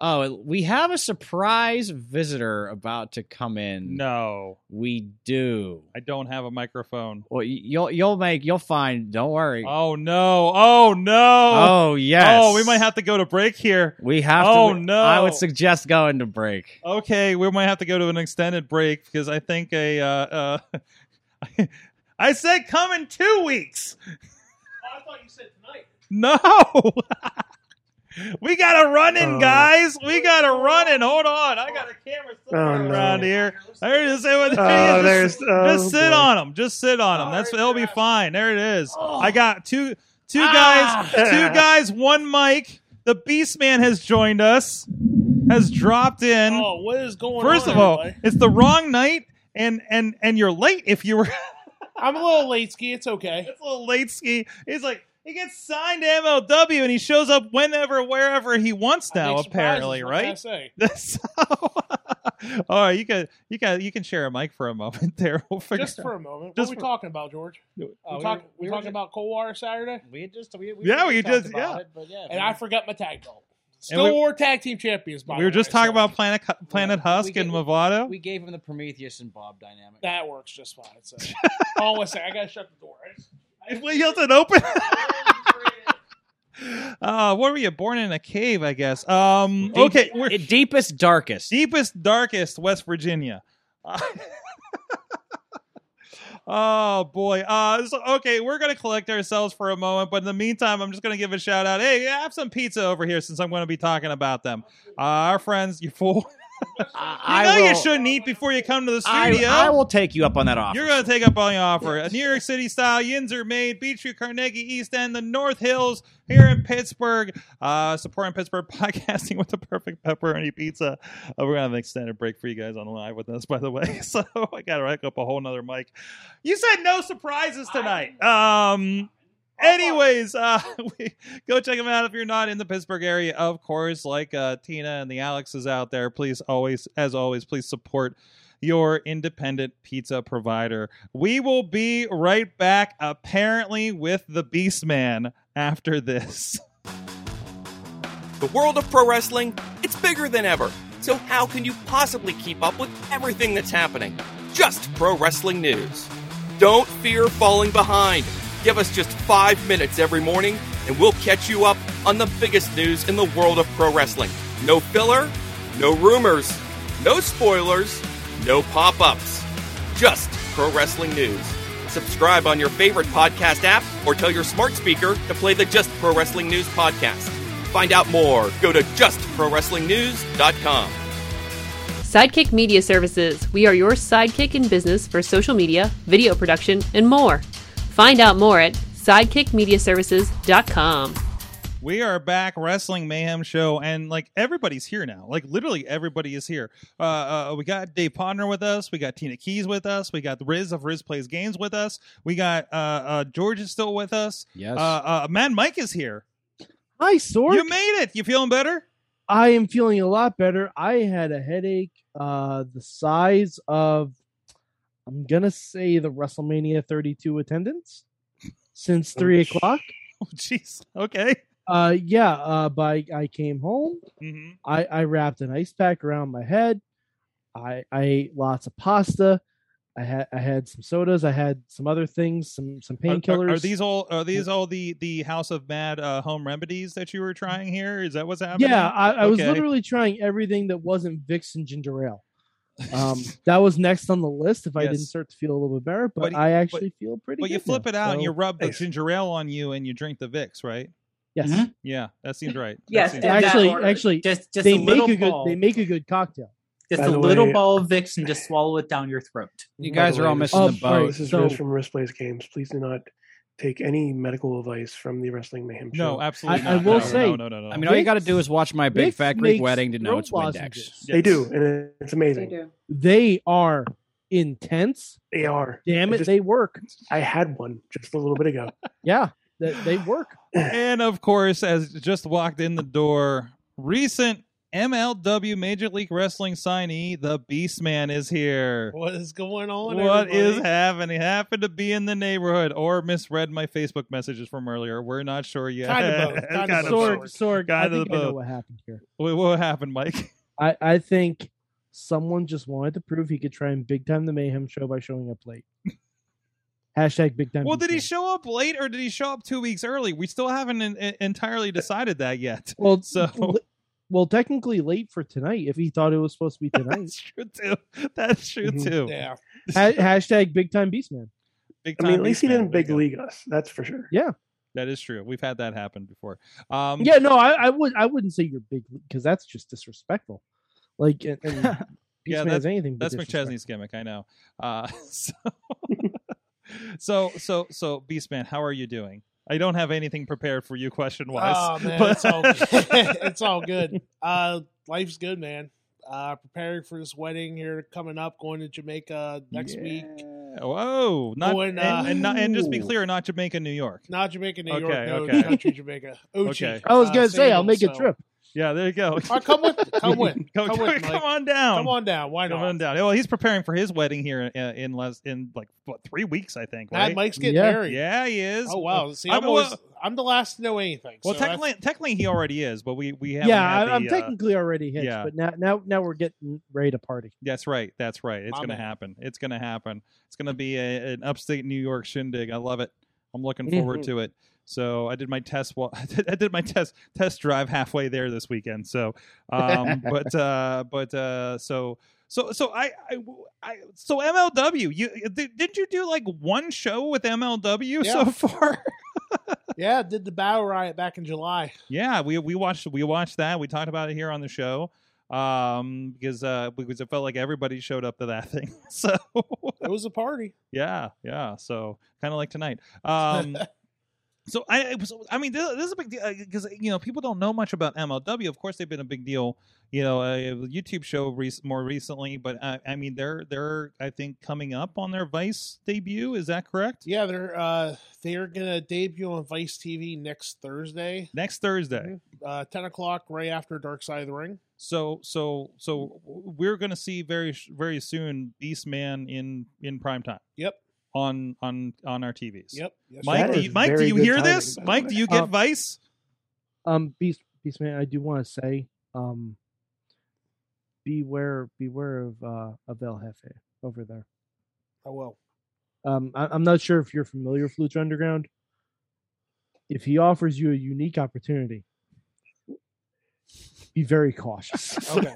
[SPEAKER 3] Oh, we have a surprise visitor about to come in.
[SPEAKER 2] No,
[SPEAKER 3] we do.
[SPEAKER 2] I don't have a microphone.
[SPEAKER 3] Well, y- you'll you'll make you'll find. Don't worry.
[SPEAKER 2] Oh no! Oh no!
[SPEAKER 3] oh yes.
[SPEAKER 2] Oh, we might have to go to break here.
[SPEAKER 3] We have
[SPEAKER 2] Oh,
[SPEAKER 3] to. we-
[SPEAKER 2] no.
[SPEAKER 3] I would suggest going to break.
[SPEAKER 2] Okay, we might have to go to an extended break because I think a. Uh, uh, (laughs) I said come in two weeks.
[SPEAKER 6] Oh, I thought you said tonight.
[SPEAKER 2] No. (laughs) we got to run in,
[SPEAKER 7] Uh,
[SPEAKER 5] Oh.
[SPEAKER 2] guys. We got to run in. Hold on. I got a camera still
[SPEAKER 5] Oh,
[SPEAKER 2] running
[SPEAKER 5] no.
[SPEAKER 2] around here. There it is. There (laughs) it is.
[SPEAKER 5] Oh, there's
[SPEAKER 2] just,
[SPEAKER 5] oh,
[SPEAKER 2] just sit
[SPEAKER 5] boy.
[SPEAKER 2] on them. Just sit on them. That's it'll be fine. There it is. I got two two
[SPEAKER 8] Ah.
[SPEAKER 2] guys,
[SPEAKER 5] (laughs)
[SPEAKER 2] two guys, one mic. The Beast Man has joined us. Has dropped in.
[SPEAKER 8] Oh, what is going
[SPEAKER 2] First
[SPEAKER 8] on?
[SPEAKER 2] of all,
[SPEAKER 8] everybody?
[SPEAKER 2] it's the wrong night and and and you're late if you were (laughs)
[SPEAKER 8] I'm a little late ski. It's okay.
[SPEAKER 2] That's a little late ski. He's like, he gets signed to MLW and he shows up whenever, wherever he wants
[SPEAKER 8] I
[SPEAKER 2] now,
[SPEAKER 8] make surprises,
[SPEAKER 2] apparently,
[SPEAKER 8] what can I
[SPEAKER 2] right?
[SPEAKER 8] say?
[SPEAKER 2] (laughs) so, (laughs) all right, you can you can you can share a mic for a moment (laughs) there. We'll figure
[SPEAKER 8] Just for a moment.
[SPEAKER 2] Just
[SPEAKER 8] what are we
[SPEAKER 2] for- oh,
[SPEAKER 8] talking about, George?
[SPEAKER 2] No,
[SPEAKER 8] we talk, we talking about cold water Saturday,
[SPEAKER 3] We had just. We,
[SPEAKER 2] Yeah, we just- yeah.
[SPEAKER 3] but yeah.
[SPEAKER 8] and I forgot my tag belt. Still
[SPEAKER 2] we-
[SPEAKER 8] war tag team champions. By
[SPEAKER 2] we
[SPEAKER 8] the
[SPEAKER 2] were just
[SPEAKER 8] way,
[SPEAKER 2] talking
[SPEAKER 8] so
[SPEAKER 2] about Planet Planet
[SPEAKER 9] Yeah, we
[SPEAKER 2] Husk and
[SPEAKER 9] get-
[SPEAKER 2] Movado.
[SPEAKER 9] We gave him the Prometheus and Bob dynamic.
[SPEAKER 8] that works just fine.
[SPEAKER 2] (laughs)
[SPEAKER 8] So. Always say I gotta shut the door. I just-
[SPEAKER 2] We yelled it open. uh, what were you born in a cave? I guess. Um,
[SPEAKER 3] Deep-
[SPEAKER 2] okay, we're
[SPEAKER 3] It- deepest, darkest.
[SPEAKER 2] deepest, darkest West Virginia. (laughs) Uh, oh boy. Uh, so, okay, we're gonna collect ourselves for a moment, but in the meantime, I'm just gonna give a shout out. Hey, have some pizza over here since I'm gonna be talking about them. Uh, our friends, you fool. (laughs)
[SPEAKER 3] I,
[SPEAKER 2] I
[SPEAKER 3] I
[SPEAKER 2] know you
[SPEAKER 3] will-
[SPEAKER 2] shouldn't eat before you come to the
[SPEAKER 3] I,
[SPEAKER 2] studio.
[SPEAKER 3] I will take you up on that offer.
[SPEAKER 2] You're going to take up on the offer. A New York City style, yins are made. Beach Street, Carnegie, East End, the North Hills here in Pittsburgh. Uh, supporting Pittsburgh (laughs) podcasting with the perfect pepperoni pizza. Uh, we're going to have an extended break for you guys on the live with us, by the way. (laughs) So I got to rack up a whole nother mic. You said no surprises tonight. Um, anyways, uh, (laughs) we, go check them out if you're not in the Pittsburgh area. Of course, like uh, Tina and the Alexes out there, please always, as always, please support your independent pizza provider. We will be right back, apparently, with the Beast Man after this. (laughs)
[SPEAKER 10] The world of pro wrestling, it's bigger than ever. So how can you possibly keep up with everything that's happening? Just pro wrestling news. Don't fear falling behind. Give us just 5 minutes every morning and we'll catch you up on the biggest news in the world of pro wrestling. No filler, no rumors, no spoilers, no pop-ups. Just pro wrestling news. Subscribe on your favorite podcast app or tell your smart speaker to play the Just Pro Wrestling News podcast. Find out more. Go to justprowrestlingnews.com.
[SPEAKER 11] Sidekick Media Services. We are your sidekick in business for social media, video production, and more. Find out more at sidekickmediaservices.com.
[SPEAKER 2] We are back, Wrestling Mayhem Show, and like everybody's here now. Like literally everybody is here. Uh, uh, we got Dave Ponder with us. We got Tina Keys with us. We got Riz of Riz Plays Games with us. We got uh, uh, George is still with us.
[SPEAKER 3] yes.
[SPEAKER 2] Uh, uh, Mad Mike is here.
[SPEAKER 7] Hi, Sork.
[SPEAKER 2] You made it. You feeling better?
[SPEAKER 7] I am feeling a lot better. I had a headache uh the size of I'm gonna say the WrestleMania 32 attendance since three o'clock.
[SPEAKER 2] (laughs) Oh, jeez. Okay.
[SPEAKER 7] Uh yeah, uh by I came home.
[SPEAKER 2] hmm
[SPEAKER 7] I, I wrapped an ice pack around my head. I I ate lots of pasta. I had I had some sodas, I had some other things, some some
[SPEAKER 2] Are-
[SPEAKER 7] painkillers.
[SPEAKER 2] Are, are these all? Are these all the the House of Mad uh, home remedies that you were trying here? Is that what's happening?
[SPEAKER 7] yeah, I, I was
[SPEAKER 2] Okay.
[SPEAKER 7] literally trying everything that wasn't Vixen ginger ale.
[SPEAKER 2] (laughs)
[SPEAKER 7] Um, that was next on the list if I didn't
[SPEAKER 2] Yes.
[SPEAKER 7] start to feel a little bit better, but,
[SPEAKER 2] But-
[SPEAKER 7] I actually feel pretty.
[SPEAKER 2] But you
[SPEAKER 7] good now,
[SPEAKER 2] flip it out and you
[SPEAKER 7] so-
[SPEAKER 2] rub the
[SPEAKER 5] Thanks.
[SPEAKER 2] ginger ale on you and you drink the Vicks, right?
[SPEAKER 7] yes,
[SPEAKER 6] Mhm.
[SPEAKER 2] Yeah, that seems right. That
[SPEAKER 4] Mm-hmm. Yes,
[SPEAKER 2] seems
[SPEAKER 4] in that
[SPEAKER 7] actually,
[SPEAKER 4] order.
[SPEAKER 7] actually,
[SPEAKER 6] Just just
[SPEAKER 7] they
[SPEAKER 6] a
[SPEAKER 7] make
[SPEAKER 6] little
[SPEAKER 7] a good
[SPEAKER 6] ball.
[SPEAKER 7] they make a good cocktail.
[SPEAKER 6] just
[SPEAKER 5] By
[SPEAKER 6] a
[SPEAKER 5] the
[SPEAKER 6] little
[SPEAKER 5] way-
[SPEAKER 6] ball of Vicks and
[SPEAKER 3] (laughs)
[SPEAKER 6] just swallow it down your throat.
[SPEAKER 3] you guys are all missing
[SPEAKER 7] Oh,
[SPEAKER 3] the
[SPEAKER 7] all right,
[SPEAKER 3] boat.
[SPEAKER 5] This is
[SPEAKER 7] so-
[SPEAKER 5] Riz from Risk Plays Games. Please do not take any medical advice from the Wrestling Mayhem Show.
[SPEAKER 2] No, absolutely.
[SPEAKER 7] I- I
[SPEAKER 2] not.
[SPEAKER 7] will
[SPEAKER 2] No,
[SPEAKER 7] say-
[SPEAKER 2] no, no, no, no.
[SPEAKER 3] I mean, all you
[SPEAKER 7] Vicks-
[SPEAKER 3] got to do is watch my Big
[SPEAKER 7] Vicks
[SPEAKER 3] Fat Greek
[SPEAKER 7] makes
[SPEAKER 3] Wedding to know
[SPEAKER 7] throat
[SPEAKER 3] it's Windex.
[SPEAKER 7] lozenges.
[SPEAKER 5] they do, and it's
[SPEAKER 4] They
[SPEAKER 5] amazing.
[SPEAKER 4] do.
[SPEAKER 7] They are intense.
[SPEAKER 5] They are.
[SPEAKER 7] Damn
[SPEAKER 5] I
[SPEAKER 7] it,
[SPEAKER 5] just-
[SPEAKER 7] they work.
[SPEAKER 5] I had one just a little bit ago.
[SPEAKER 7] (laughs) Yeah, they, they work.
[SPEAKER 2] and of course, as just walked in the door, recent MLW Major League Wrestling signee, the Beastman, is here.
[SPEAKER 8] (laughs) What is going on?
[SPEAKER 2] What is
[SPEAKER 8] everybody?
[SPEAKER 2] happening? Happened to be in the neighborhood or misread my Facebook messages from earlier. We're not sure yet.
[SPEAKER 8] Kind
[SPEAKER 2] (laughs)
[SPEAKER 8] of both. Kind of
[SPEAKER 2] Kind of
[SPEAKER 8] both.
[SPEAKER 7] Sorg,
[SPEAKER 2] both.
[SPEAKER 7] Sorg,
[SPEAKER 2] Guy
[SPEAKER 7] I
[SPEAKER 2] to the
[SPEAKER 7] think I know
[SPEAKER 2] boat.
[SPEAKER 7] what happened here.
[SPEAKER 2] Wait, what happened, Mike? (laughs)
[SPEAKER 7] I I think someone just wanted to prove he could try and big time the mayhem show by showing up
[SPEAKER 2] (laughs)
[SPEAKER 7] late. Hashtag big time.
[SPEAKER 2] Well, did he
[SPEAKER 7] BTS.
[SPEAKER 2] show up late or did he show up two weeks early? We still haven't en- en- entirely decided that yet.
[SPEAKER 7] (laughs)
[SPEAKER 2] (laughs)
[SPEAKER 7] Well,
[SPEAKER 2] So-
[SPEAKER 7] li- well, technically late for tonight. If he thought it was supposed to be tonight,
[SPEAKER 2] (laughs) That's true too. That's true
[SPEAKER 7] mm-hmm.
[SPEAKER 2] too.
[SPEAKER 5] Mhm.
[SPEAKER 8] Yeah.
[SPEAKER 7] Ha- hashtag big time beastman.
[SPEAKER 2] Big
[SPEAKER 5] I mean,
[SPEAKER 2] time
[SPEAKER 5] at least he
[SPEAKER 2] Beastman.
[SPEAKER 5] didn't
[SPEAKER 2] There you
[SPEAKER 5] big
[SPEAKER 2] go.
[SPEAKER 5] league us. That's for sure.
[SPEAKER 2] That is true. We've had that happen before. Um,
[SPEAKER 7] Yeah, no, I, I would I wouldn't say you're big because that's just disrespectful. Like, and, and Beastman
[SPEAKER 2] (laughs) Yeah,
[SPEAKER 7] is anything. But
[SPEAKER 2] That's McChesney's gimmick. I know. Uh, (laughs)
[SPEAKER 7] (laughs)
[SPEAKER 2] so, so, so, so, Beastman, how are you doing? I don't have anything prepared for you, question wise.
[SPEAKER 8] Oh man,
[SPEAKER 2] but- (laughs)
[SPEAKER 8] it's all good. (laughs) it's all good. Uh, life's good, man. Uh, preparing for this wedding here coming up, going to Jamaica next week.
[SPEAKER 2] Whoa! Not
[SPEAKER 8] Going,
[SPEAKER 2] and,
[SPEAKER 8] uh,
[SPEAKER 2] and not and just be
[SPEAKER 7] Ooh.
[SPEAKER 2] clear, not Jamaica, New York.
[SPEAKER 8] Not Jamaica, New York,
[SPEAKER 2] Okay,
[SPEAKER 8] no
[SPEAKER 2] okay.
[SPEAKER 8] it's country Jamaica.
[SPEAKER 2] (laughs)
[SPEAKER 8] Ochi.
[SPEAKER 2] Okay.
[SPEAKER 7] I was
[SPEAKER 8] uh,
[SPEAKER 7] gonna say I'll
[SPEAKER 8] Sable,
[SPEAKER 7] make a
[SPEAKER 8] so-
[SPEAKER 7] trip.
[SPEAKER 2] Yeah, there you go. (laughs)
[SPEAKER 8] All right, come with, come with,
[SPEAKER 2] Go-
[SPEAKER 8] come,
[SPEAKER 2] go-
[SPEAKER 8] with,
[SPEAKER 2] come
[SPEAKER 8] Mike.
[SPEAKER 2] on down.
[SPEAKER 8] come on down. Why
[SPEAKER 2] Come
[SPEAKER 8] not?
[SPEAKER 2] on down. Well, he's preparing for his wedding here in, in less in like what three weeks, I think.
[SPEAKER 8] Mad
[SPEAKER 2] Right?
[SPEAKER 8] Mike's getting
[SPEAKER 7] Yeah.
[SPEAKER 8] married.
[SPEAKER 2] Yeah, he is.
[SPEAKER 8] Oh wow. See,
[SPEAKER 2] I'm
[SPEAKER 8] I'm,
[SPEAKER 2] a-
[SPEAKER 8] always, I'm the last to know anything.
[SPEAKER 2] Well,
[SPEAKER 8] so that's-
[SPEAKER 2] technically, technically he already is, but we we haven't
[SPEAKER 7] yeah,
[SPEAKER 2] had
[SPEAKER 7] I,
[SPEAKER 2] the,
[SPEAKER 7] I'm
[SPEAKER 2] uh,
[SPEAKER 7] technically already hitched,
[SPEAKER 2] yeah.
[SPEAKER 7] but now now now we're getting ready to party.
[SPEAKER 2] That's right. That's right. It's
[SPEAKER 7] My
[SPEAKER 2] going to
[SPEAKER 7] bad.
[SPEAKER 2] happen. It's going to happen. It's going to be a, an upstate New York shindig. I love it. I'm looking forward
[SPEAKER 7] Mhm.
[SPEAKER 2] to it. So I did my test. Well, (laughs) I did, I did my test test drive halfway there this weekend. So, um, but uh, but uh, so so so I, I I so MLW. You did, didn't you do like one show with MLW so
[SPEAKER 8] Yeah.
[SPEAKER 2] far?
[SPEAKER 8] (laughs) yeah, did the battle riot back in July.
[SPEAKER 2] Yeah,
[SPEAKER 8] (laughs)
[SPEAKER 2] we we watched we watched that. We talked about it here on the show um, because uh, because it felt like everybody showed up to that (laughs) thing. So
[SPEAKER 8] It was a party.
[SPEAKER 2] yeah, yeah. So kind of like tonight.
[SPEAKER 8] (laughs)
[SPEAKER 2] Um, so I, it was- I mean, this, this is a big deal because you know people don't know much about MLW. Of course, they've been a big deal. You know, a YouTube show rec more recently, but I, I mean, they're they're I think coming up on their Vice debut. Is that correct?
[SPEAKER 8] Yeah, they're uh they're gonna debut on Vice TV next Thursday,
[SPEAKER 2] Next Thursday.
[SPEAKER 8] uh, ten o'clock, right after Dark Side of the Ring.
[SPEAKER 2] So so so we're going to see very sh- very soon Beastman in in prime time.
[SPEAKER 8] Yep.
[SPEAKER 2] On on on our TVs.
[SPEAKER 8] Yep. Yes,
[SPEAKER 2] Mike,
[SPEAKER 8] sir.
[SPEAKER 2] do
[SPEAKER 8] That
[SPEAKER 2] you,
[SPEAKER 8] is
[SPEAKER 2] Mike, do
[SPEAKER 8] very
[SPEAKER 2] you
[SPEAKER 8] good
[SPEAKER 2] hear
[SPEAKER 8] timing,
[SPEAKER 2] this?
[SPEAKER 8] by the
[SPEAKER 2] Mike,
[SPEAKER 8] way.
[SPEAKER 2] do you get
[SPEAKER 7] Um,
[SPEAKER 2] Vice?
[SPEAKER 7] Um, Beast Beast Man, I do want to say, um, beware beware of uh of El Jefe over there.
[SPEAKER 8] I will.
[SPEAKER 7] Um, I, I'm not sure if you're familiar with Lucha Underground. If he offers you a unique opportunity, be very cautious.
[SPEAKER 8] Okay.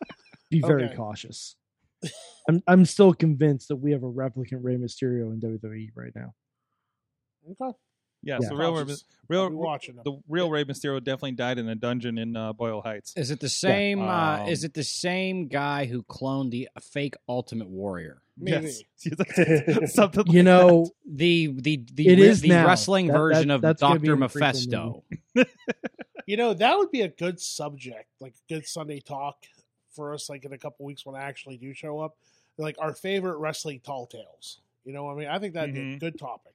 [SPEAKER 7] (laughs) be very
[SPEAKER 8] Okay.
[SPEAKER 7] cautious. I'm I'm still convinced that we have a replicant Rey Mysterio in WWE right now.
[SPEAKER 8] Okay.
[SPEAKER 2] Yeah,
[SPEAKER 7] Yeah.
[SPEAKER 2] so real Rey-
[SPEAKER 8] Cautious.
[SPEAKER 2] real
[SPEAKER 8] I'll be watching them.
[SPEAKER 2] the real Rey Mysterio definitely died in a dungeon in uh, Boyle Heights.
[SPEAKER 3] Is it the same? uh,
[SPEAKER 2] Um,
[SPEAKER 3] is it the same guy who cloned the fake Ultimate Warrior?
[SPEAKER 8] Maybe.
[SPEAKER 6] (laughs)
[SPEAKER 3] (laughs)
[SPEAKER 7] (laughs)
[SPEAKER 2] Yes. Something
[SPEAKER 7] You know,
[SPEAKER 3] The the the,
[SPEAKER 7] It
[SPEAKER 3] re-
[SPEAKER 7] is
[SPEAKER 3] the
[SPEAKER 7] now.
[SPEAKER 3] wrestling
[SPEAKER 7] That- that-
[SPEAKER 3] version of
[SPEAKER 7] that's gonna be
[SPEAKER 3] Doctor
[SPEAKER 7] in the prequel
[SPEAKER 3] Mephisto.
[SPEAKER 8] You know, that would be a good subject, like a good Sunday talk for us, like in a couple weeks when I actually do show up. Like our favorite wrestling tall tales. You know, what I mean, I think that'd be a
[SPEAKER 2] Mhm.
[SPEAKER 8] good topic.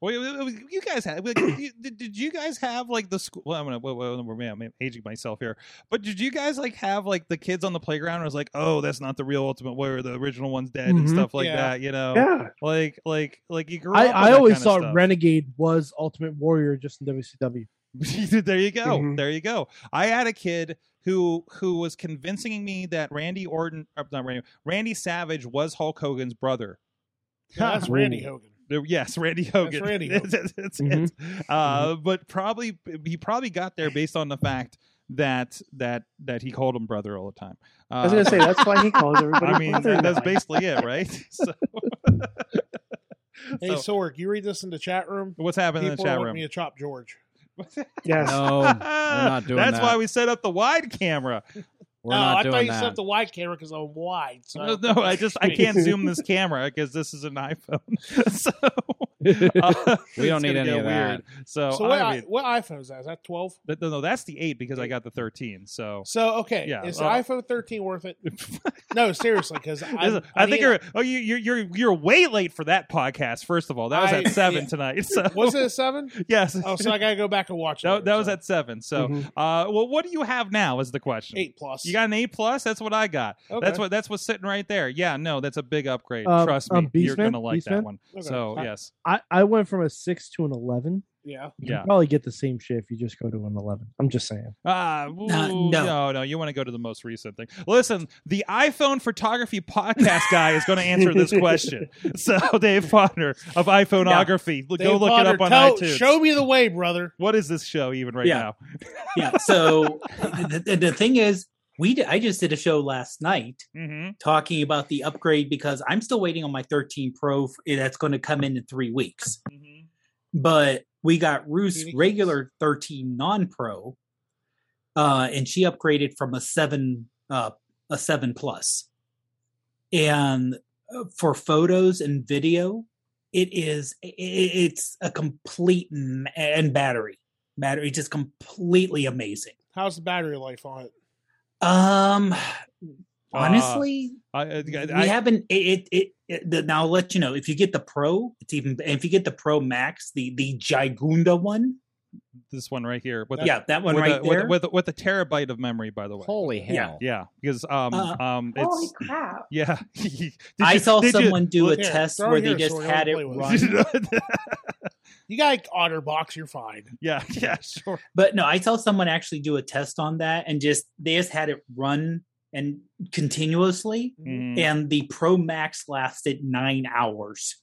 [SPEAKER 2] Well, it- it was- you guys had. Like, you, (coughs) did, did you guys have like the school? Well, I'm gonna. Well, well, well, man, I'm aging myself here. But did you guys like have like the kids on the playground? Was like, oh, that's not the real Ultimate Warrior. The original one's dead and
[SPEAKER 3] Mm-hmm.
[SPEAKER 7] Mhm.
[SPEAKER 2] stuff like
[SPEAKER 8] Yeah.
[SPEAKER 2] that. You know,
[SPEAKER 7] Yeah.
[SPEAKER 2] Like, like, like you grew
[SPEAKER 7] I,
[SPEAKER 2] up.
[SPEAKER 7] I always thought
[SPEAKER 2] Ren.
[SPEAKER 7] Renegade was Ultimate Warrior just in WCW.
[SPEAKER 2] (laughs) there you go.
[SPEAKER 5] Mm-hmm.
[SPEAKER 7] Mhm.
[SPEAKER 2] There you go. I had a kid who who was convincing me that Randy Orton, or not Randy, Randy Savage was Hulk Hogan's brother.
[SPEAKER 8] No, (laughs) that's Randy Hogan.
[SPEAKER 2] There- yes, Randy Hogan. (laughs)
[SPEAKER 8] Randy
[SPEAKER 2] It's-
[SPEAKER 8] Hogan.
[SPEAKER 2] it's- it's-
[SPEAKER 5] Mm-hmm.
[SPEAKER 2] Uh, But probably he probably got there based on the fact that that that he called him brother all the time. Uh,
[SPEAKER 5] I was gonna say that's why
[SPEAKER 2] (laughs)
[SPEAKER 5] he calls everybody.
[SPEAKER 2] I mean,
[SPEAKER 5] brother
[SPEAKER 2] that- that's
[SPEAKER 5] now.
[SPEAKER 2] basically it, right? (laughs)
[SPEAKER 5] (laughs)
[SPEAKER 2] So,
[SPEAKER 8] Hey,
[SPEAKER 2] So-
[SPEAKER 8] Sork, you read this in the chat room?
[SPEAKER 2] what's happening in the
[SPEAKER 8] People
[SPEAKER 2] chat
[SPEAKER 8] want
[SPEAKER 2] room?
[SPEAKER 8] me to chop
[SPEAKER 2] (laughs)
[SPEAKER 8] George.
[SPEAKER 5] Yes.
[SPEAKER 3] No, we're not doing
[SPEAKER 2] That's
[SPEAKER 3] that.
[SPEAKER 2] why we set up the wide camera.
[SPEAKER 3] We're
[SPEAKER 8] no,
[SPEAKER 3] not
[SPEAKER 8] I
[SPEAKER 3] doing
[SPEAKER 8] thought you
[SPEAKER 3] that.
[SPEAKER 8] said the wide camera because I'm wide. So
[SPEAKER 2] No, no, I just
[SPEAKER 8] (laughs)
[SPEAKER 2] I can't zoom this camera because this is an iPhone. (laughs)
[SPEAKER 8] (laughs)
[SPEAKER 2] so uh,
[SPEAKER 3] We don't
[SPEAKER 2] it's
[SPEAKER 3] need
[SPEAKER 2] gonna
[SPEAKER 3] any
[SPEAKER 2] get
[SPEAKER 3] of that.
[SPEAKER 2] So,
[SPEAKER 8] So what,
[SPEAKER 2] I
[SPEAKER 8] I,
[SPEAKER 2] mean,
[SPEAKER 8] what iPhone is that? Is that 12?
[SPEAKER 2] th- no, that's the eight because I got the thirteen. So.
[SPEAKER 8] So okay,
[SPEAKER 2] Yeah,
[SPEAKER 8] is
[SPEAKER 2] well-
[SPEAKER 8] the iPhone 13
[SPEAKER 2] (laughs)
[SPEAKER 8] worth it? no, seriously, because I,
[SPEAKER 2] I, think you're oh you you're, you're you're way late for that podcast. First of all, that was
[SPEAKER 8] I-
[SPEAKER 2] at seven
[SPEAKER 8] (laughs) yeah.
[SPEAKER 2] tonight. So
[SPEAKER 8] was it a seven?
[SPEAKER 2] (laughs) yes,
[SPEAKER 8] Oh, so I gotta go back and watch it.
[SPEAKER 2] that, that
[SPEAKER 8] later,
[SPEAKER 2] was
[SPEAKER 8] so. Mm-hmm.
[SPEAKER 2] at seven. So
[SPEAKER 5] Mhm.
[SPEAKER 2] uh, well, what do you have now? Is the question.
[SPEAKER 8] eight plus.
[SPEAKER 2] You got an A plus. That's what I got.
[SPEAKER 8] Okay.
[SPEAKER 2] That's what that's what's sitting right there. Yeah, no, that's a big upgrade.
[SPEAKER 7] Um,
[SPEAKER 2] Trust me,
[SPEAKER 7] um,
[SPEAKER 2] you're
[SPEAKER 7] Beastman?
[SPEAKER 2] gonna like that
[SPEAKER 7] Beastman?
[SPEAKER 2] one.
[SPEAKER 8] Okay.
[SPEAKER 2] So
[SPEAKER 7] Uh,
[SPEAKER 2] yes,
[SPEAKER 7] I, I went from a six to an eleven.
[SPEAKER 8] yeah.
[SPEAKER 7] You
[SPEAKER 2] yeah.
[SPEAKER 7] can probably get the same shit if you just go to an eleven. I'm just saying.
[SPEAKER 2] Ah, no.
[SPEAKER 6] no.
[SPEAKER 2] no, no, you want to go to the most recent thing. Listen, the iPhone photography podcast guy is going to answer this question. So, Dave Potter of iPhoneography, look- go
[SPEAKER 8] Dave
[SPEAKER 2] look
[SPEAKER 8] Potter,
[SPEAKER 2] it up on
[SPEAKER 8] tell-
[SPEAKER 2] iTunes.
[SPEAKER 8] Show me the way, brother.
[SPEAKER 2] what is this show even right
[SPEAKER 6] Yeah.
[SPEAKER 2] now?
[SPEAKER 6] yeah. So (laughs) the, the- the thing is, we did, I just did a show last night
[SPEAKER 2] Mm-hmm.
[SPEAKER 6] talking about the upgrade because I'm still waiting on my 13 Pro f- eh, that's going to come in in three weeks. But we got Ruth's
[SPEAKER 8] Phoenix.
[SPEAKER 6] regular 13 non Pro, uh, and she upgraded from a seven uh, a seven plus. And uh, for photos and video, it is i- i- it's a complete m- and battery battery just completely amazing.
[SPEAKER 8] How's the battery life on it?
[SPEAKER 6] Um,
[SPEAKER 8] Ah.
[SPEAKER 6] honestly,
[SPEAKER 2] I, I, I-
[SPEAKER 6] we haven't. It it, it, it the, now I'll let you know if you get the Pro, it's even. If you get the Pro Max, the the Gigunda one,
[SPEAKER 2] this one right here. With
[SPEAKER 6] yeah, that
[SPEAKER 2] the,
[SPEAKER 6] one
[SPEAKER 2] with
[SPEAKER 6] right
[SPEAKER 2] the,
[SPEAKER 6] there.
[SPEAKER 2] With, the- with, the terabyte of memory, by the way.
[SPEAKER 3] Holy
[SPEAKER 6] Yeah.
[SPEAKER 3] hell!
[SPEAKER 2] Yeah, because um
[SPEAKER 6] Uh,
[SPEAKER 2] um
[SPEAKER 4] Holy
[SPEAKER 2] it's
[SPEAKER 8] (laughs)
[SPEAKER 4] crap.
[SPEAKER 2] (laughs) yeah. Did
[SPEAKER 6] I
[SPEAKER 2] you-
[SPEAKER 6] saw
[SPEAKER 2] did you-
[SPEAKER 6] someone do a
[SPEAKER 8] Look here,
[SPEAKER 6] test
[SPEAKER 8] throw it
[SPEAKER 6] where they
[SPEAKER 8] here so
[SPEAKER 6] just
[SPEAKER 8] we don't
[SPEAKER 2] (laughs)
[SPEAKER 6] had it
[SPEAKER 8] play with it.
[SPEAKER 6] run.
[SPEAKER 8] You got OtterBox, you're fine.
[SPEAKER 2] Yeah, (laughs) yeah, sure.
[SPEAKER 6] But no, I saw someone actually do a test on that and just they just had it run and continuously,
[SPEAKER 2] Mhm.
[SPEAKER 6] and the Pro Max lasted nine hours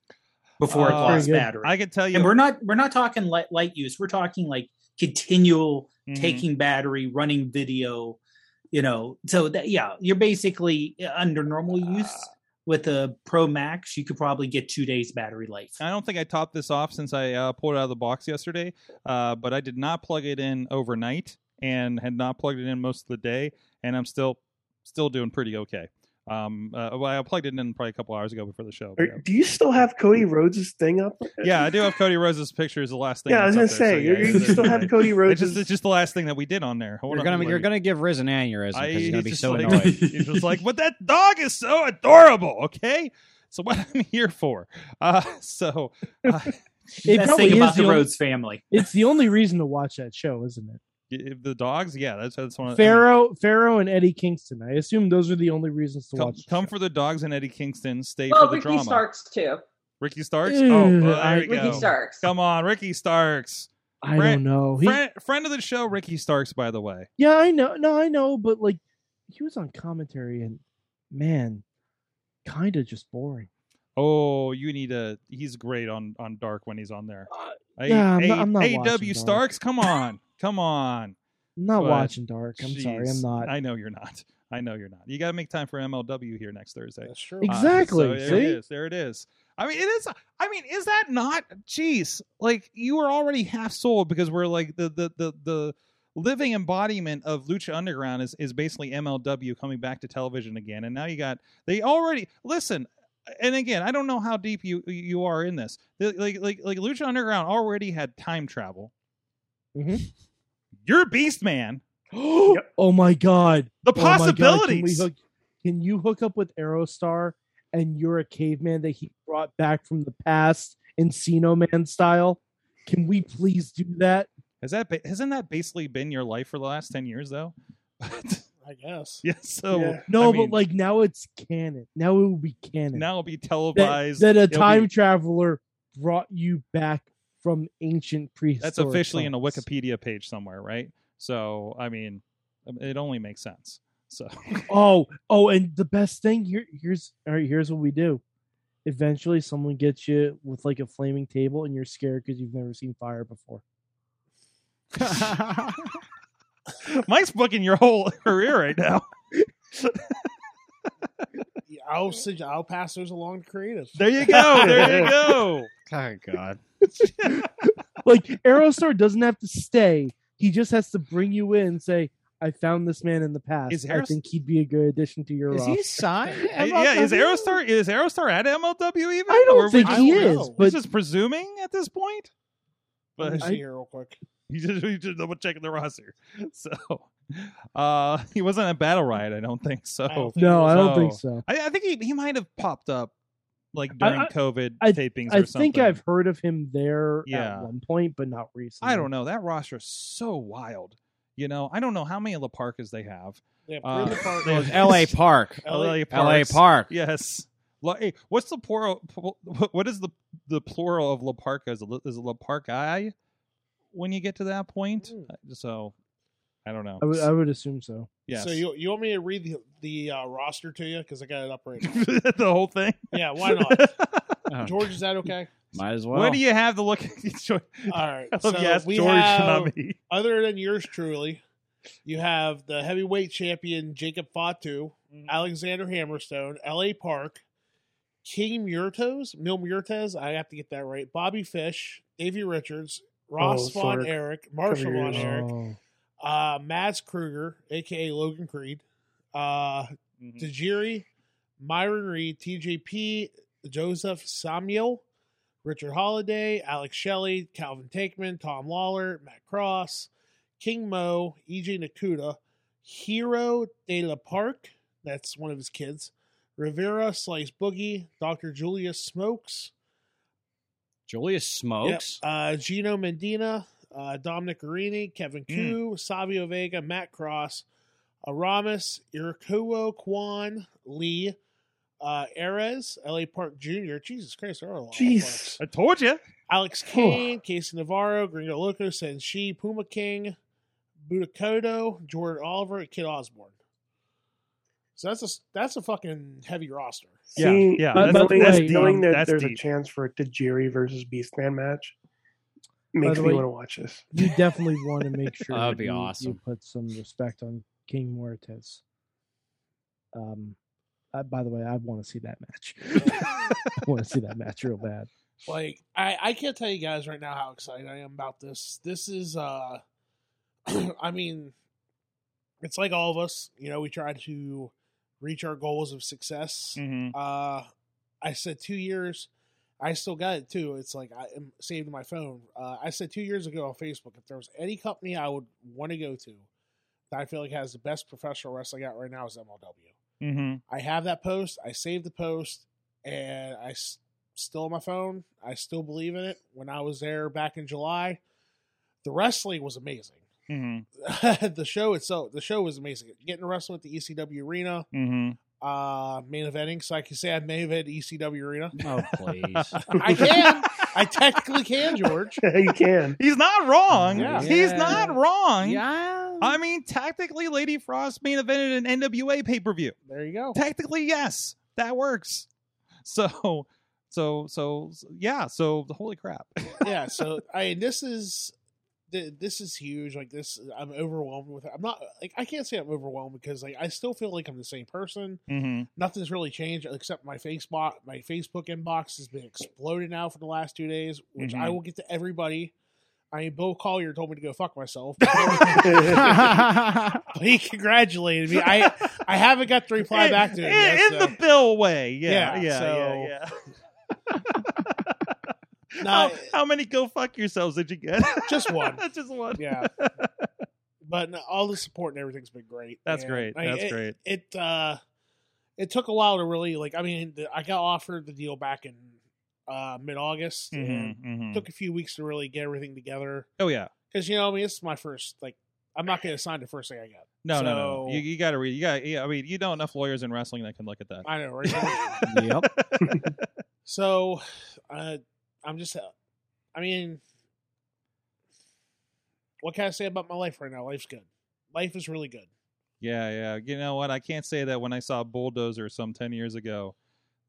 [SPEAKER 6] before it
[SPEAKER 2] Oh,
[SPEAKER 6] lost
[SPEAKER 2] Pretty good.
[SPEAKER 6] battery.
[SPEAKER 2] I can tell you-
[SPEAKER 6] and we're not we're not talking light, light use. We're talking like continual
[SPEAKER 2] Mhm.
[SPEAKER 6] taking battery, running video. You know, so that yeah, you're basically uh, under normal use with a Pro Max, you could probably get two days battery life.
[SPEAKER 2] I don't think I topped this off since I uh, pulled it out of the box yesterday, uh, but I did not plug it in overnight and had not plugged it in most of the day, and I'm still still doing pretty okay. Um, uh, well, I plugged it in probably a couple hours ago before the show. but
[SPEAKER 5] Or-
[SPEAKER 2] yeah.
[SPEAKER 5] Do you still have Cody Rhodes' thing up?
[SPEAKER 2] Yeah, I do
[SPEAKER 3] (laughs)
[SPEAKER 2] have Cody Rhodes' picture. Is the last thing.
[SPEAKER 5] Yeah, I
[SPEAKER 2] that's
[SPEAKER 5] was gonna
[SPEAKER 2] up there,
[SPEAKER 5] say,
[SPEAKER 2] so yeah, it
[SPEAKER 5] you- you
[SPEAKER 2] is,
[SPEAKER 5] still
[SPEAKER 2] uh, (laughs)
[SPEAKER 5] have Cody
[SPEAKER 2] It's just,
[SPEAKER 5] Rhodes'
[SPEAKER 2] it's just the last thing that we did on there. Hold
[SPEAKER 3] You're
[SPEAKER 2] on,
[SPEAKER 3] gonna
[SPEAKER 2] let
[SPEAKER 3] you're
[SPEAKER 2] me-
[SPEAKER 3] gonna give Riz an aneurysm
[SPEAKER 2] I-
[SPEAKER 3] because he's gonna be
[SPEAKER 2] just
[SPEAKER 3] so
[SPEAKER 2] like, (laughs)
[SPEAKER 3] annoyed.
[SPEAKER 2] he's just like, but that dog is so adorable. Okay, so what I'm (laughs) here for. Uh, so uh, (laughs)
[SPEAKER 7] It Best probably thing about is the the only- Rhodes
[SPEAKER 6] family.
[SPEAKER 7] (laughs) It's the only reason to watch that show, isn't it?
[SPEAKER 2] If the dogs, yeah, that's that's one. of- I mean,
[SPEAKER 7] Pharaoh, Pharaoh, and Eddie Kingston. I assume those are the only reasons to
[SPEAKER 2] come,
[SPEAKER 7] watch.
[SPEAKER 2] come for the dogs and Eddie Kingston. Stay
[SPEAKER 4] well,
[SPEAKER 2] for the
[SPEAKER 4] Ricky
[SPEAKER 2] drama.
[SPEAKER 4] Starks too.
[SPEAKER 2] Ricky Starks.
[SPEAKER 7] Ew,
[SPEAKER 2] oh, well, there
[SPEAKER 7] I-
[SPEAKER 2] you go.
[SPEAKER 4] Ricky Starks.
[SPEAKER 2] Come on, Ricky Starks.
[SPEAKER 7] I
[SPEAKER 2] Friend-
[SPEAKER 7] don't know. He,
[SPEAKER 2] Friend, friend of the show, Ricky Starks. By the way,
[SPEAKER 7] yeah, I know. No, I know. But like, he was on commentary, and man, kind of just boring. (gasps)
[SPEAKER 2] Oh, you need a. He's great on on Dark when he's on there. A-
[SPEAKER 7] yeah, Uh, I'm not-
[SPEAKER 2] A-
[SPEAKER 7] I'm not watching
[SPEAKER 2] AW
[SPEAKER 7] Dark.
[SPEAKER 2] Starks, come on, come on.
[SPEAKER 7] I'm not
[SPEAKER 2] But,
[SPEAKER 7] watching Dark. I'm sorry, I'm
[SPEAKER 2] jeez,
[SPEAKER 7] not.
[SPEAKER 2] I know you're not. I know you're not. You got to make time for MLW here next Thursday. That's
[SPEAKER 8] true.
[SPEAKER 7] Exactly,
[SPEAKER 2] so there it
[SPEAKER 7] see?
[SPEAKER 2] is. There it is. I mean, it is. I mean, is that not? Jeez, like you were already half sold because we're like the the the the living embodiment of Lucha Underground is is basically MLW coming back to television again, and now you got they already listen. And again, I don't know how deep you you are in this. Like like like Lucha Underground already had time travel.
[SPEAKER 8] Mm-hmm.
[SPEAKER 2] You're Beast Man.
[SPEAKER 7] Oh my
[SPEAKER 2] The
[SPEAKER 7] god, Oh my God, Can, we
[SPEAKER 2] possibilities.
[SPEAKER 7] hook, can you hook up with Aerostar and you're a caveman that he brought back from the past, Encino Man style? Can we please do that?
[SPEAKER 2] Has that ba- hasn't that basically been your life for the last ten years though? (laughs)
[SPEAKER 8] I guess.
[SPEAKER 2] Yeah. So
[SPEAKER 7] no,
[SPEAKER 2] I mean,
[SPEAKER 7] but like now it's canon. Now it will be canon.
[SPEAKER 2] now it'll be
[SPEAKER 7] that,
[SPEAKER 2] televised.
[SPEAKER 7] that a
[SPEAKER 2] It'll be-
[SPEAKER 7] time traveler brought you back from ancient prehistory.
[SPEAKER 2] that's officially in a Wikipedia page somewhere, right? So I mean, um, it only makes sense. So (laughs)
[SPEAKER 7] Oh, oh, and the best thing here, here's all right. Here's what we do. Eventually, someone gets you with like a flaming table, and you're scared because you've never seen
[SPEAKER 2] (laughs)
[SPEAKER 7] fire before. (laughs)
[SPEAKER 2] Mike's booking your whole (laughs) career right
[SPEAKER 7] (laughs)
[SPEAKER 2] now.
[SPEAKER 8] Yeah, I'll send you, I'll pass those along to creative.
[SPEAKER 2] There you go. There
[SPEAKER 8] (laughs)
[SPEAKER 2] you go.
[SPEAKER 3] Oh God.
[SPEAKER 7] Like Aerostar doesn't have to stay; he just has to bring you in and say, "I found this man in the past.
[SPEAKER 2] Is
[SPEAKER 7] I
[SPEAKER 2] Aeros-
[SPEAKER 7] think he'd be a good addition to your roster."
[SPEAKER 2] (laughs)
[SPEAKER 3] signed?
[SPEAKER 2] Uh, Yeah, is Aerostar is Aerostar at MLW even?
[SPEAKER 7] I don't
[SPEAKER 2] Or are we
[SPEAKER 7] think
[SPEAKER 2] just-
[SPEAKER 7] he is, but-
[SPEAKER 2] We're just presuming at this point.
[SPEAKER 8] Let me
[SPEAKER 2] But
[SPEAKER 8] see here real
[SPEAKER 2] (laughs)
[SPEAKER 8] quick.
[SPEAKER 2] He just, he just double checking the roster. (laughs) So uh he wasn't at Battle Riot, I don't think so.
[SPEAKER 7] don't think No, he was. I don't think so.
[SPEAKER 2] I, I think he, he might have popped up like during
[SPEAKER 7] I-
[SPEAKER 2] COVID
[SPEAKER 7] I,
[SPEAKER 2] tapings
[SPEAKER 7] I
[SPEAKER 2] or something.
[SPEAKER 7] think I've heard of him there
[SPEAKER 2] Yeah.
[SPEAKER 7] at one point, but not recently.
[SPEAKER 3] Mm-hmm.
[SPEAKER 2] I don't know. That roster is so wild. You know, I don't know how many La Parkas they have.
[SPEAKER 8] They have three
[SPEAKER 2] Uh,
[SPEAKER 8] La
[SPEAKER 2] (laughs)
[SPEAKER 8] Parkas.
[SPEAKER 2] they
[SPEAKER 8] (laughs)
[SPEAKER 2] have-
[SPEAKER 3] LA Park.
[SPEAKER 2] LA
[SPEAKER 3] LA
[SPEAKER 2] Parks.
[SPEAKER 3] Park.
[SPEAKER 2] Yes. La- hey, what's the plural? What is the the plural of La Parka? Is it, La- is it La Parkai when you get to that point?
[SPEAKER 8] Hmm.
[SPEAKER 2] So, I don't know.
[SPEAKER 7] I would, I would assume so.
[SPEAKER 2] Yes.
[SPEAKER 8] So you you want me to read the, the uh, roster to you because I got it up right. now.
[SPEAKER 2] (laughs) the whole thing.
[SPEAKER 8] yeah, why not?
[SPEAKER 2] (laughs)
[SPEAKER 3] Oh.
[SPEAKER 8] George, is that okay?
[SPEAKER 3] Might as well.
[SPEAKER 2] Where do you have the look? (laughs) All
[SPEAKER 8] All
[SPEAKER 7] (laughs)
[SPEAKER 8] right.
[SPEAKER 2] I love
[SPEAKER 8] So
[SPEAKER 2] you asked
[SPEAKER 8] we
[SPEAKER 2] George,
[SPEAKER 8] have,
[SPEAKER 2] not me.
[SPEAKER 8] other than yours truly, you have the heavyweight champion Jacob Fatu, Alexander Hammerstone, L.A. Park, King Muertos, Mil Muertes, I have to get that right, Bobby Fish, Davey Richards, Ross
[SPEAKER 7] Oh,
[SPEAKER 8] Von
[SPEAKER 7] Sorg.
[SPEAKER 8] Eric, Marshall
[SPEAKER 7] Come here.
[SPEAKER 8] Von Eric,
[SPEAKER 7] Oh.
[SPEAKER 8] uh, Mads Kruger, a.k.a. Logan Creed, uh, Tajiri, Myron Reed, TJP, Joseph Samuel, Richard Holiday, Alex Shelley, Calvin Takeman, Tom Lawler, Matt Cross, King Mo, EJ Nakuda, Hero de la Park, that's one of his kids, Rivera, Slice Boogie, Dr. Julius Smokes,
[SPEAKER 3] Julius Smokes.
[SPEAKER 8] Yep. Uh, Gino Mendina, uh, Dominic Arini, Kevin
[SPEAKER 3] Mm.
[SPEAKER 8] Koo, Savio Vega, Matt Cross, uh, Aramis, Irakuo, Kwan, Lee, uh, Erez, LA Park Jr. Jesus Christ, there are a lot. of
[SPEAKER 2] Jeez. I told you.
[SPEAKER 8] Alex Kane, Casey Navarro, Gringo Loco, Senshi, Puma King, Budakoto, Jordan Oliver, and Kid Osborne. So that's a that's a fucking heavy roster.
[SPEAKER 5] Seeing-
[SPEAKER 8] But- but
[SPEAKER 5] knowing,
[SPEAKER 8] that's
[SPEAKER 5] knowing
[SPEAKER 8] deep.
[SPEAKER 5] that
[SPEAKER 8] That's
[SPEAKER 5] there's a
[SPEAKER 8] deep.
[SPEAKER 5] chance for a Tajiri versus Beastman match
[SPEAKER 7] By
[SPEAKER 5] makes
[SPEAKER 7] the
[SPEAKER 5] me
[SPEAKER 7] way,
[SPEAKER 5] want to watch this.
[SPEAKER 7] You
[SPEAKER 2] (laughs)
[SPEAKER 7] definitely want to make sure
[SPEAKER 5] That'd
[SPEAKER 7] that
[SPEAKER 5] be
[SPEAKER 7] you,
[SPEAKER 5] awesome.
[SPEAKER 7] you put some respect on King Muertes. Um, I, by the way, I want to see that match. (laughs) I want to see that match real bad.
[SPEAKER 8] Like I, I can't tell you guys right now how excited I am about this. This is uh (clears throat) I mean it's like all of us, you know, we try to reach our goals of success.
[SPEAKER 2] Mhm.
[SPEAKER 8] Uh I said 2 years. I still got it too. It's like I am saved in my phone. Uh, I said 2 years ago on Facebook if there was any company I would want to go to that I feel like has the best professional wrestling out right now is MLW.
[SPEAKER 2] Mm-hmm.
[SPEAKER 8] I have that post. I saved the post, and I s- still on my phone. I still believe in it. When I was there back in July, the wrestling was amazing. (laughs)
[SPEAKER 2] Mm-hmm.
[SPEAKER 8] the show itself, the show was amazing. Getting to wrestle at the ECW arena,
[SPEAKER 2] Mm-hmm.
[SPEAKER 8] uh, main eventing, so I can say I main evented ECW E arena.
[SPEAKER 3] Oh please,
[SPEAKER 8] (laughs) I can. I technically can, (laughs) George.
[SPEAKER 5] you can.
[SPEAKER 2] He's not wrong.
[SPEAKER 8] Yeah.
[SPEAKER 2] He's not wrong.
[SPEAKER 3] Yeah.
[SPEAKER 2] I mean, tactically, Lady Frost main evented an NWA pay per view.
[SPEAKER 8] There you go.
[SPEAKER 2] Tactically, yes, that works. So, so, so, yeah. So, holy crap. (laughs)
[SPEAKER 8] yeah so i this is th- this is huge like this i'm overwhelmed with it i'm not like i can't say i'm overwhelmed because like i still feel like i'm the same person
[SPEAKER 2] Mhm.
[SPEAKER 8] nothing's really changed except my facebook my facebook inbox has been exploding now for the last two days which i
[SPEAKER 2] Mhm.
[SPEAKER 8] will get to everybody i mean bill collier told me to go
[SPEAKER 2] (laughs)
[SPEAKER 8] fuck myself But he congratulated me i i haven't got the reply back to him
[SPEAKER 2] (laughs) in,
[SPEAKER 8] yet,
[SPEAKER 2] in
[SPEAKER 8] so-
[SPEAKER 2] the Bill way. Yeah, yeah,
[SPEAKER 8] Yeah,
[SPEAKER 2] yeah,
[SPEAKER 8] so-
[SPEAKER 2] yeah.
[SPEAKER 8] Nah,
[SPEAKER 2] how, how many go fuck yourselves did you get?
[SPEAKER 8] Just one.
[SPEAKER 2] (laughs) Just one.
[SPEAKER 8] Yeah. But no, all the support and everything's been great.
[SPEAKER 2] That's
[SPEAKER 8] and,
[SPEAKER 2] great.
[SPEAKER 8] like,
[SPEAKER 2] That's
[SPEAKER 8] it,
[SPEAKER 2] great.
[SPEAKER 8] It uh, it took a while to really like. I mean, the, I got offered the deal back in uh, mid August.
[SPEAKER 2] Mhm, mhm.
[SPEAKER 8] Took a few weeks to really get everything together.
[SPEAKER 2] Oh yeah.
[SPEAKER 8] Because you know, I mean, this is my first. Like, I'm not going to sign the first thing I got.
[SPEAKER 2] No, no, no, no.
[SPEAKER 8] So-
[SPEAKER 2] You, you got to read. You got. Yeah, I mean, you know enough lawyers in wrestling that can look at that.
[SPEAKER 8] I know, right?
[SPEAKER 2] (laughs)
[SPEAKER 3] yep.
[SPEAKER 8] so, uh, I'm just. Uh, I mean, what can I say about my life right now? Life's good. Life is really good.
[SPEAKER 2] Yeah, yeah. You know what? I can't say that when I saw Bulldozer some ten years ago,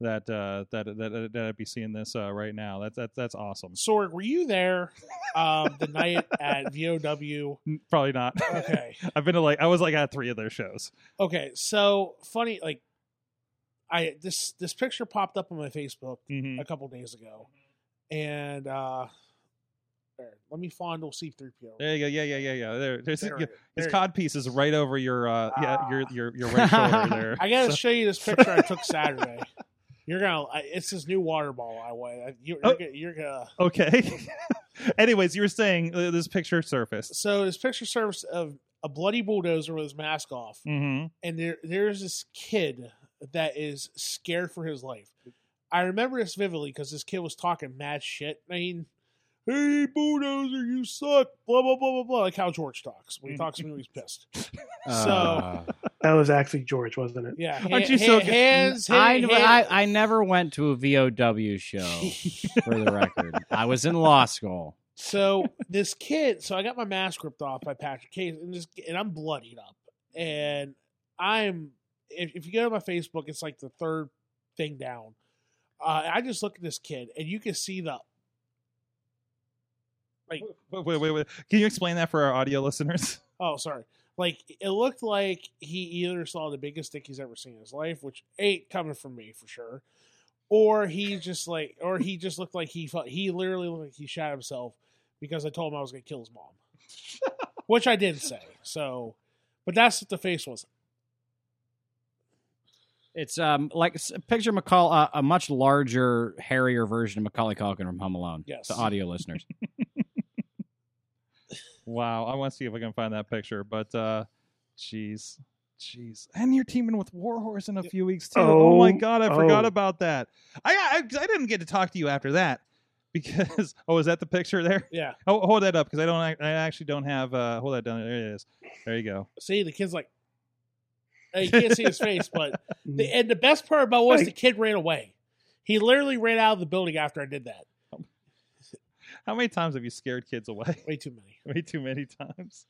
[SPEAKER 2] that uh, that that that I'd be seeing this uh, right now. That's that's that's awesome.
[SPEAKER 8] Sorg, were you there um, the night
[SPEAKER 2] (laughs)
[SPEAKER 8] at VOW?
[SPEAKER 2] Probably not.
[SPEAKER 8] Okay.
[SPEAKER 2] (laughs) I've been to like I was like at three of their shows.
[SPEAKER 8] Okay, so funny, like I this this picture popped up on my Facebook a couple days ago, and uh, there, let me fondle C3PO.
[SPEAKER 2] There you go. Yeah, yeah, yeah, yeah. There, there's
[SPEAKER 8] There
[SPEAKER 2] your-
[SPEAKER 8] it is.
[SPEAKER 2] his
[SPEAKER 8] There it
[SPEAKER 2] cod piece is right over your uh yeah your your your right (laughs) shoulder there.
[SPEAKER 8] (laughs) I gotta
[SPEAKER 2] So-
[SPEAKER 8] show
[SPEAKER 2] (laughs)
[SPEAKER 8] you this picture I took Saturday. You're gonna, I, it's this new water bottle I weigh. You, you're, gonna- you're gonna.
[SPEAKER 2] Oh. Okay. (laughs) Anyways, you were saying uh, this picture surfaced.
[SPEAKER 8] So this picture serves of a bloody bulldozer with his mask off.
[SPEAKER 2] Mm-hmm.
[SPEAKER 8] and there there's this kid that is scared for his life. I remember this vividly because this kid was talking mad shit. I mean, hey bulldozer, you suck. Blah blah blah blah blah. Like how George talks
[SPEAKER 2] Mm.
[SPEAKER 8] when he talks to me when he's
[SPEAKER 2] (laughs)
[SPEAKER 8] pissed.
[SPEAKER 5] Ah.
[SPEAKER 8] so
[SPEAKER 5] (laughs) that was actually George, wasn't it?
[SPEAKER 8] yeah,
[SPEAKER 5] Aren't
[SPEAKER 8] ha-
[SPEAKER 5] you so
[SPEAKER 8] ha- hands?
[SPEAKER 3] I,
[SPEAKER 8] hand- hand-
[SPEAKER 3] I, I never went to a VOW show, for the record. I was in law school.
[SPEAKER 8] so this kid, so I got my mask ripped off by Patrick Case, and this and I'm bloodied up, and I'm if, if you go to my Facebook, it's like the third thing down. Uh, and I just look at this kid, and you can see the like
[SPEAKER 2] Wait, wait, wait, wait. Can you explain that for our audio listeners?
[SPEAKER 8] Oh, sorry. Like it looked like he either saw the biggest dick he's ever seen in his life, which ain't coming from me for sure, or he just like, or he just looked like he fu- he literally looked like he shot himself because I told him I was gonna kill his mom, which I didn't say. So, but that's what the face was.
[SPEAKER 3] It's um like s- picture McCall uh, a much larger, hairier version of Macaulay Culkin from Home Alone.
[SPEAKER 8] Yes.
[SPEAKER 3] to audio listeners.
[SPEAKER 2] Wow, I want to see if I can find that picture, but uh jeez. Jeez. (laughs) And you're teaming with Warhorse in a few weeks too. Oh, my
[SPEAKER 6] Oh,
[SPEAKER 2] god, I forgot
[SPEAKER 6] oh.
[SPEAKER 2] about that. I, I 'cause I didn't get to talk to you after that (laughs) because oh, is that the picture there?
[SPEAKER 8] Yeah.
[SPEAKER 2] Oh, hold that up because I don't ac- I actually don't have uh hold that down there it is. There you go.
[SPEAKER 8] See, the kid's like, uh, you can't see his face, but the, and the best part about it was the kid ran away. He literally ran out of the building after I did that.
[SPEAKER 2] How many times have you scared kids away?
[SPEAKER 8] Way too many.
[SPEAKER 2] (laughs) Way too many times.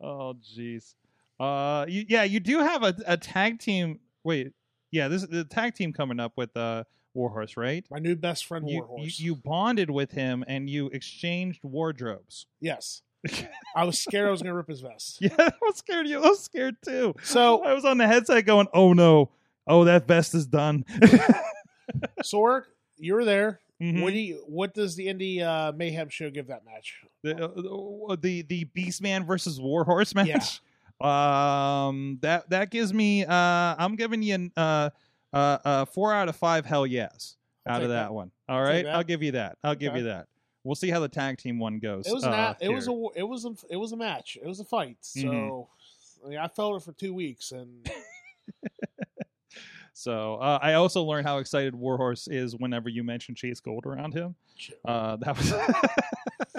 [SPEAKER 2] Oh, jeez. Uh, you, yeah, you do have a, a tag team. Wait, yeah, this is the tag team coming up with uh Warhorse, right?
[SPEAKER 8] My new best friend,
[SPEAKER 2] you,
[SPEAKER 8] Warhorse.
[SPEAKER 2] You, you bonded with him and you exchanged wardrobes. (laughs)
[SPEAKER 8] Yes. I was scared I was going to rip his vest.
[SPEAKER 2] Yeah, I was scared. You, I was scared too.
[SPEAKER 8] So
[SPEAKER 2] I was on the headset going, "Oh no, oh that vest is done." (laughs)
[SPEAKER 8] Sorg, you were there.
[SPEAKER 2] Mm-hmm.
[SPEAKER 8] What do you, What does the indie uh, mayhem show give that match?
[SPEAKER 2] the uh, the the Beastman versus Warhorse match. Um, that that gives me. Uh, I'm giving you an, uh, uh, uh, four out of five. Hell yes,
[SPEAKER 8] I'll
[SPEAKER 2] out
[SPEAKER 8] take
[SPEAKER 2] of that,
[SPEAKER 8] that.
[SPEAKER 2] one. All
[SPEAKER 8] I'll
[SPEAKER 2] right,
[SPEAKER 8] take that.
[SPEAKER 2] I'll give you that. I'll give
[SPEAKER 8] Okay.
[SPEAKER 2] you that. We'll see how the tag team one goes.
[SPEAKER 8] It was
[SPEAKER 2] uh,
[SPEAKER 8] an, a- it was
[SPEAKER 2] here.
[SPEAKER 8] a it was a it was a match. It was a fight. So
[SPEAKER 2] Mhm.
[SPEAKER 8] I, mean, I felt it for two weeks,
[SPEAKER 2] (laughs)
[SPEAKER 8] and
[SPEAKER 2] So uh, I also learned how excited Warhorse is whenever you mention Chase Gold around him. Uh, that
[SPEAKER 8] (laughs)
[SPEAKER 2] was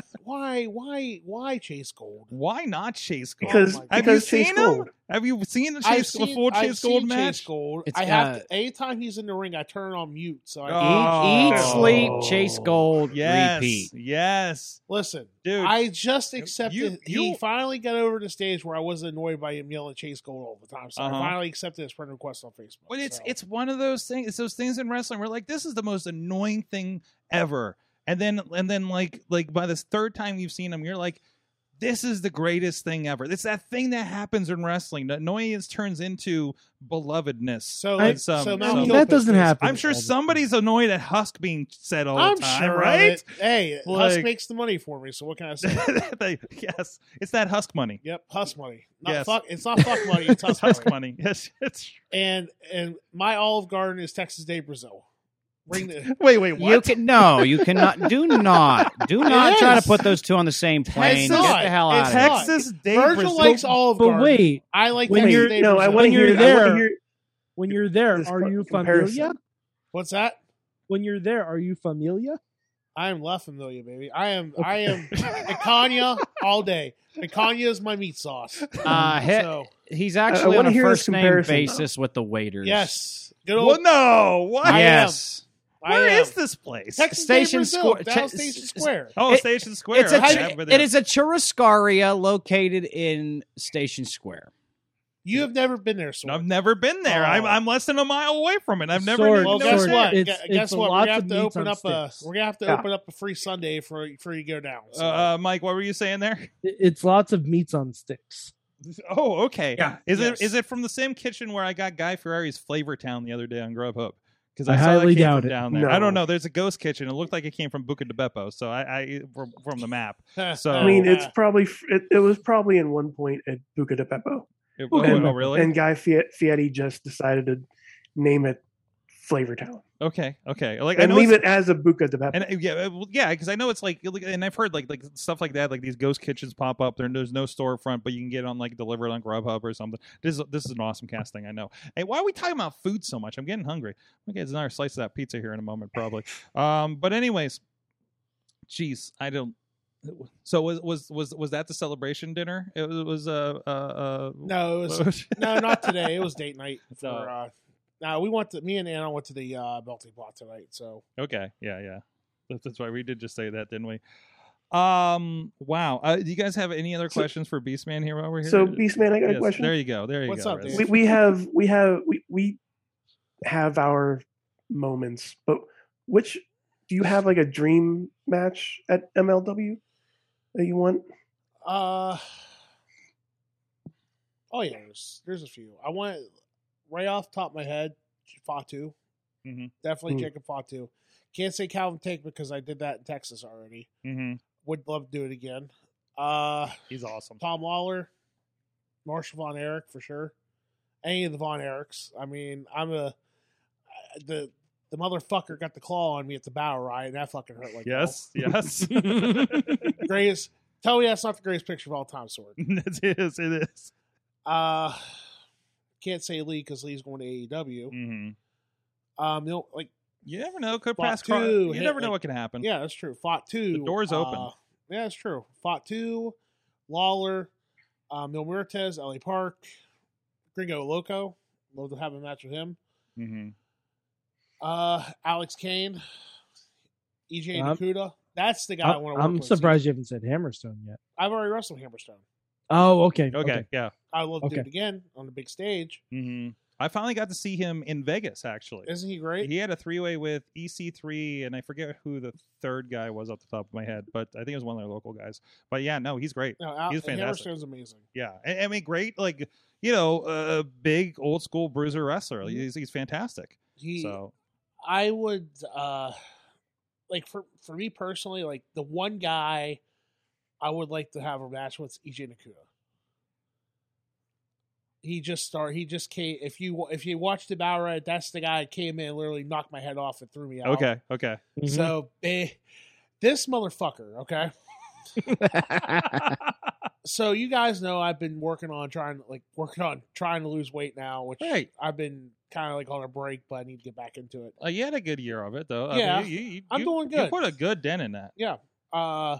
[SPEAKER 2] (laughs)
[SPEAKER 8] why why why Chase Gold?
[SPEAKER 2] why not Chase Gold?
[SPEAKER 8] Because-
[SPEAKER 2] have
[SPEAKER 8] because
[SPEAKER 2] you
[SPEAKER 8] Chase
[SPEAKER 2] seen
[SPEAKER 8] Gold.
[SPEAKER 2] him? Have you seen the
[SPEAKER 8] I've
[SPEAKER 2] Chase the
[SPEAKER 8] seen-
[SPEAKER 2] full
[SPEAKER 8] I've
[SPEAKER 2] Chase Gold
[SPEAKER 8] seen
[SPEAKER 2] match?
[SPEAKER 8] Chase Gold.
[SPEAKER 3] It's,
[SPEAKER 8] I have
[SPEAKER 3] uh,
[SPEAKER 8] to, anytime he's in the ring, I turn on mute. So I
[SPEAKER 2] Oh.
[SPEAKER 3] Eat, eat, sleep, chase gold,
[SPEAKER 2] Yes,
[SPEAKER 3] repeat.
[SPEAKER 2] yes,
[SPEAKER 8] listen,
[SPEAKER 2] dude.
[SPEAKER 8] I just accepted. he
[SPEAKER 2] you-
[SPEAKER 8] finally got over the stage where I wasn't annoyed by him yelling Chase Gold all the time. So
[SPEAKER 2] Uh-huh.
[SPEAKER 8] I finally accepted his friend request on Facebook.
[SPEAKER 2] But it's
[SPEAKER 8] so.
[SPEAKER 2] it's one of those things. It's those things in wrestling where like this is the most annoying thing ever, and then and then like like by this third time you've seen him, you're like, this is the greatest thing ever. It's that thing that happens in wrestling. The annoyance turns into belovedness. um, So
[SPEAKER 8] like- so Mount That
[SPEAKER 7] Kilpis doesn't is- happen
[SPEAKER 2] I'm sure
[SPEAKER 7] all the time.
[SPEAKER 2] somebody's annoyed at Husk being said all
[SPEAKER 8] I'm
[SPEAKER 2] the time,
[SPEAKER 8] sure of
[SPEAKER 2] right?
[SPEAKER 8] it. Hey,
[SPEAKER 2] Like-
[SPEAKER 8] Husk makes the money for me. So what can I say?
[SPEAKER 2] (laughs) They- yes, it's that Husk money.
[SPEAKER 8] yep, Husk money. Not
[SPEAKER 2] Yes.
[SPEAKER 8] fuck. It's not fuck money.
[SPEAKER 2] (laughs)
[SPEAKER 8] It's Husk,
[SPEAKER 2] Husk
[SPEAKER 8] money.
[SPEAKER 2] money. Yes, it's
[SPEAKER 8] And and my Olive Garden is Texas Day Brazil.
[SPEAKER 2] (laughs)
[SPEAKER 8] Bring the (laughs)
[SPEAKER 2] wait, wait.
[SPEAKER 3] You can no, you cannot. Do not, do
[SPEAKER 8] It
[SPEAKER 3] not try to
[SPEAKER 8] is.
[SPEAKER 3] put those two on the same plane. Get
[SPEAKER 8] not.
[SPEAKER 3] the hell out
[SPEAKER 8] It's
[SPEAKER 3] of here.
[SPEAKER 8] not.
[SPEAKER 2] Texas Day
[SPEAKER 8] Virgil
[SPEAKER 2] Brazil.
[SPEAKER 8] likes Olive
[SPEAKER 7] But
[SPEAKER 8] Garden.
[SPEAKER 7] wait,
[SPEAKER 8] I like
[SPEAKER 7] when
[SPEAKER 8] Texas
[SPEAKER 7] you're-
[SPEAKER 8] Day
[SPEAKER 5] no, I
[SPEAKER 8] Brazil.
[SPEAKER 5] want to
[SPEAKER 7] When
[SPEAKER 5] hear.
[SPEAKER 7] you're
[SPEAKER 5] I want
[SPEAKER 7] there-
[SPEAKER 5] to hear.
[SPEAKER 7] when you're there,
[SPEAKER 5] This
[SPEAKER 7] are you
[SPEAKER 5] comparison.
[SPEAKER 7] familia?
[SPEAKER 8] What's that?
[SPEAKER 7] When you're there, are you familia?
[SPEAKER 8] I am La Familia, baby. I am I am picanha all day. Picanha is my meat sauce.
[SPEAKER 3] Uh, he-
[SPEAKER 8] So
[SPEAKER 3] he's
[SPEAKER 5] I
[SPEAKER 3] actually on
[SPEAKER 5] wanna
[SPEAKER 3] a
[SPEAKER 5] hear his
[SPEAKER 3] first name
[SPEAKER 5] comparison.
[SPEAKER 3] basis with the waiters.
[SPEAKER 8] yes, good old
[SPEAKER 2] Well, no. What?
[SPEAKER 8] I am.
[SPEAKER 3] yes.
[SPEAKER 8] I
[SPEAKER 2] Where
[SPEAKER 8] am.
[SPEAKER 2] is this place?
[SPEAKER 8] Texas
[SPEAKER 3] Station
[SPEAKER 8] Station Brazil,
[SPEAKER 3] Square-
[SPEAKER 8] down
[SPEAKER 3] Te-
[SPEAKER 8] Station
[SPEAKER 3] s-
[SPEAKER 8] Square.
[SPEAKER 2] Oh,
[SPEAKER 3] It-
[SPEAKER 2] Station Square.
[SPEAKER 3] It's a
[SPEAKER 2] Okay,
[SPEAKER 3] chi-
[SPEAKER 2] I've been there.
[SPEAKER 3] it is a churrascaria located in Station Square.
[SPEAKER 8] You have never been there, so
[SPEAKER 2] I've never been there.
[SPEAKER 8] Oh.
[SPEAKER 2] I'm, I'm less than a mile away from it. I've never.
[SPEAKER 7] Sorry.
[SPEAKER 2] even
[SPEAKER 8] well,
[SPEAKER 7] no,
[SPEAKER 2] noticed
[SPEAKER 8] guess
[SPEAKER 7] sir.
[SPEAKER 2] it.
[SPEAKER 8] what?
[SPEAKER 7] It's-
[SPEAKER 8] Gu-
[SPEAKER 7] it's
[SPEAKER 8] guess
[SPEAKER 7] a
[SPEAKER 8] what? We're
[SPEAKER 7] lots
[SPEAKER 8] gonna have
[SPEAKER 7] of
[SPEAKER 8] to
[SPEAKER 7] meats
[SPEAKER 8] open
[SPEAKER 7] on
[SPEAKER 8] up a
[SPEAKER 7] sticks.
[SPEAKER 8] we're gonna have to
[SPEAKER 5] Yeah.
[SPEAKER 8] open up a free Sunday for for you to go down. So.
[SPEAKER 2] Uh, Mike, what were you saying
[SPEAKER 8] (laughs)
[SPEAKER 2] there?
[SPEAKER 7] I- It's lots of meats on sticks.
[SPEAKER 2] Oh, okay.
[SPEAKER 6] Yeah,
[SPEAKER 2] Is
[SPEAKER 8] yes.
[SPEAKER 2] it is it from the same kitchen where I got Guy Ferrari's Flavor Town the other day on Grubhub? Because
[SPEAKER 7] I
[SPEAKER 2] saw that came
[SPEAKER 7] highly
[SPEAKER 2] from
[SPEAKER 7] doubt it.
[SPEAKER 2] Down there.
[SPEAKER 5] No.
[SPEAKER 2] I don't know. There's a ghost kitchen. It looked like it came from Buca de Beppo. So I, I from, from the map.
[SPEAKER 8] (laughs)
[SPEAKER 2] so-
[SPEAKER 5] I mean, it's
[SPEAKER 8] Uh,
[SPEAKER 5] probably it, it was probably in one point at Buca de Beppo,
[SPEAKER 2] It-
[SPEAKER 7] Buca de
[SPEAKER 2] oh, oh,
[SPEAKER 7] Beppo.
[SPEAKER 2] really?
[SPEAKER 5] and Guy Fiat, Fieri just decided to name it Flavortown
[SPEAKER 2] okay. Okay. Like I
[SPEAKER 5] and
[SPEAKER 2] know
[SPEAKER 5] leave
[SPEAKER 2] it's-
[SPEAKER 5] it as a Buca de Beppo.
[SPEAKER 2] And uh, yeah, uh, well, yeah, because I know it's like, like- and I've heard like like stuff like that, like these ghost kitchens pop up. There, there's no storefront, but you can get it on like delivered on Grubhub or something. This is this is an awesome cast thing. I know. Hey, why are we talking about food so much? I'm getting hungry. I'm gonna get another slice of that pizza here in a moment,
[SPEAKER 8] (laughs)
[SPEAKER 2] probably. Um, but anyways, jeez, I don't. So was was was was that the celebration dinner? It was uh uh, uh
[SPEAKER 8] no, it was
[SPEAKER 2] (laughs)
[SPEAKER 8] no, not today. It was date night. For,
[SPEAKER 2] No.
[SPEAKER 8] uh, no, we went to me and Anna went to the uh, melting pot tonight. So
[SPEAKER 2] Okay. Yeah. Yeah. That's, that's why we did just say that, didn't we? Um. Wow. Uh, do you guys have any other
[SPEAKER 5] So-
[SPEAKER 2] questions for Beastman here while we're here?
[SPEAKER 5] so, Beastman, I got a
[SPEAKER 2] Yes,
[SPEAKER 5] question.
[SPEAKER 2] There you go. There you
[SPEAKER 8] What's
[SPEAKER 2] go.
[SPEAKER 8] up,
[SPEAKER 2] Riz.
[SPEAKER 8] dude?
[SPEAKER 5] we, we have we have we, we have our moments but which do you have like a dream match at mlw that you want
[SPEAKER 8] Uh oh yeah, there's there's a few. I want right off the top of my head, Fatu.
[SPEAKER 2] Mhm.
[SPEAKER 8] Definitely
[SPEAKER 5] Mm.
[SPEAKER 8] Jacob Fatu. Can't say Calvin Take because I did that in Texas already.
[SPEAKER 2] Mhm.
[SPEAKER 8] Would love to do it again. Uh
[SPEAKER 2] He's awesome.
[SPEAKER 8] Tom Lawler, Marshall Von Erich for sure. Any of the Von Erichs. I mean, I'm a the the motherfucker got the claw on me at the bow ride, and that fucking hurt like hell.
[SPEAKER 2] Yes. Yes.
[SPEAKER 8] (laughs)
[SPEAKER 2] (laughs)
[SPEAKER 8] greatest. Tell me that's not the greatest picture of all time, Sword.
[SPEAKER 2] (laughs) it is. It is.
[SPEAKER 8] Uh can't say Lee because Lee's going to AEW.
[SPEAKER 2] Mm-hmm.
[SPEAKER 8] Um, you know, like
[SPEAKER 2] You never know. Could
[SPEAKER 8] Well,
[SPEAKER 2] pass. Car-
[SPEAKER 8] dude,
[SPEAKER 2] you
[SPEAKER 8] hey,
[SPEAKER 2] never know
[SPEAKER 8] like-
[SPEAKER 2] what can happen.
[SPEAKER 8] yeah, that's true. Fought two.
[SPEAKER 2] The door's open.
[SPEAKER 8] uh, yeah, that's true. Fought two. Lawler, um, Mil Muertes, La Park, Gringo Loco. Love to have a match with him.
[SPEAKER 2] Mm-hmm.
[SPEAKER 8] Uh, Alex Kane, EJ
[SPEAKER 7] Um,
[SPEAKER 8] Nakuda. That's the guy I,
[SPEAKER 7] I,
[SPEAKER 8] want to work
[SPEAKER 7] am
[SPEAKER 8] with.
[SPEAKER 7] surprised you haven't said Hammerstone yet.
[SPEAKER 8] I've already wrestled Hammerstone.
[SPEAKER 7] Oh, okay.
[SPEAKER 2] Okay, yeah.
[SPEAKER 8] I love
[SPEAKER 2] Okay.
[SPEAKER 8] dude again on the big stage.
[SPEAKER 2] hmm I finally got to see him in Vegas. Actually,
[SPEAKER 8] Isn't he great?
[SPEAKER 2] he had a three way with EC3, and I forget who the third guy was off the top of my head, but I think it was one of their local guys. But yeah, no, he's great.
[SPEAKER 8] No, Al,
[SPEAKER 2] he's fantastic.
[SPEAKER 8] Hammerstone's amazing.
[SPEAKER 2] Yeah, I, I mean, great. Like you know, uh, big old school bruiser wrestler. He's, he's fantastic.
[SPEAKER 8] Mm-hmm. He,
[SPEAKER 2] so
[SPEAKER 8] I would uh like for for me personally, like the one guy I would like to have a match with is EJ Nakuda. He just started. He just came. If you if you watched the hour, that's the guy that came in, and literally knocked my head off and threw me out.
[SPEAKER 2] okay, okay.
[SPEAKER 8] So eh, this motherfucker, okay. so you guys know I've been working on trying like working on trying to lose weight now, which
[SPEAKER 2] Right.
[SPEAKER 8] I've been kind of like on a break, but I need to get back into it.
[SPEAKER 2] Uh, you had a good year of it though. I
[SPEAKER 8] Yeah,
[SPEAKER 2] mean, you- you-
[SPEAKER 8] I'm
[SPEAKER 2] you-
[SPEAKER 8] doing
[SPEAKER 2] You
[SPEAKER 8] good.
[SPEAKER 2] put a good dent in that.
[SPEAKER 8] Yeah. Uh,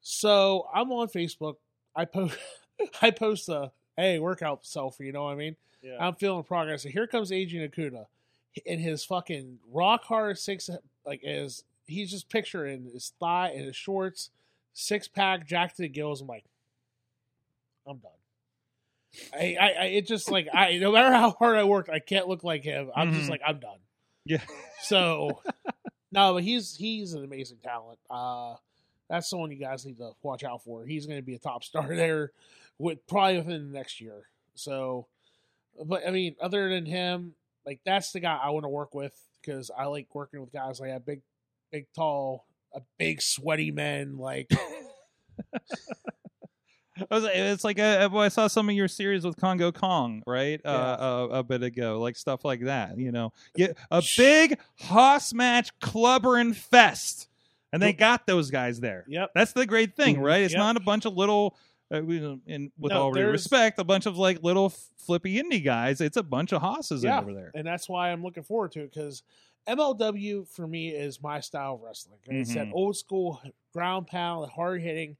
[SPEAKER 8] so I'm on Facebook. I post (laughs) I post a hey workout selfie. You know what I mean?
[SPEAKER 2] Yeah.
[SPEAKER 8] I'm feeling progress. And here comes Agent Akuda in his fucking rock hard six like is he's just picturing his thigh and his shorts, six pack, jack to the gills. I'm like, I'm done. I, I, I it just like I no matter how hard I work, I can't look like him. I'm
[SPEAKER 2] Mhm.
[SPEAKER 8] just like I'm done.
[SPEAKER 2] Yeah.
[SPEAKER 8] So no, but he's he's an amazing talent. Uh that's someone you guys need to watch out for. He's going to be a top star (laughs) there with probably within the next year. So but I mean other than him, like that's the guy I want to work with cuz I like working with guys like that big big tall, a big sweaty men like
[SPEAKER 2] I was- it's like uh well, I saw some of your series with Congo Kong, right? Uh, a, a bit ago, like stuff like that. You know, yeah, a big hoss match, clubber and fest, and they got those guys there.
[SPEAKER 8] Yep.
[SPEAKER 2] that's the great thing,
[SPEAKER 8] Mhm.
[SPEAKER 2] right? It's
[SPEAKER 8] Yep.
[SPEAKER 2] not a bunch of little. Uh, we- and with
[SPEAKER 8] No,
[SPEAKER 2] all due
[SPEAKER 8] there's-
[SPEAKER 2] respect, a bunch of like little flippy indie guys. It's a bunch of hosses
[SPEAKER 8] Yeah,
[SPEAKER 2] over there.
[SPEAKER 8] And that's why I'm looking forward to it because MLW for me is my style of wrestling. It's that
[SPEAKER 2] Mhm.
[SPEAKER 8] old school ground pound, hard hitting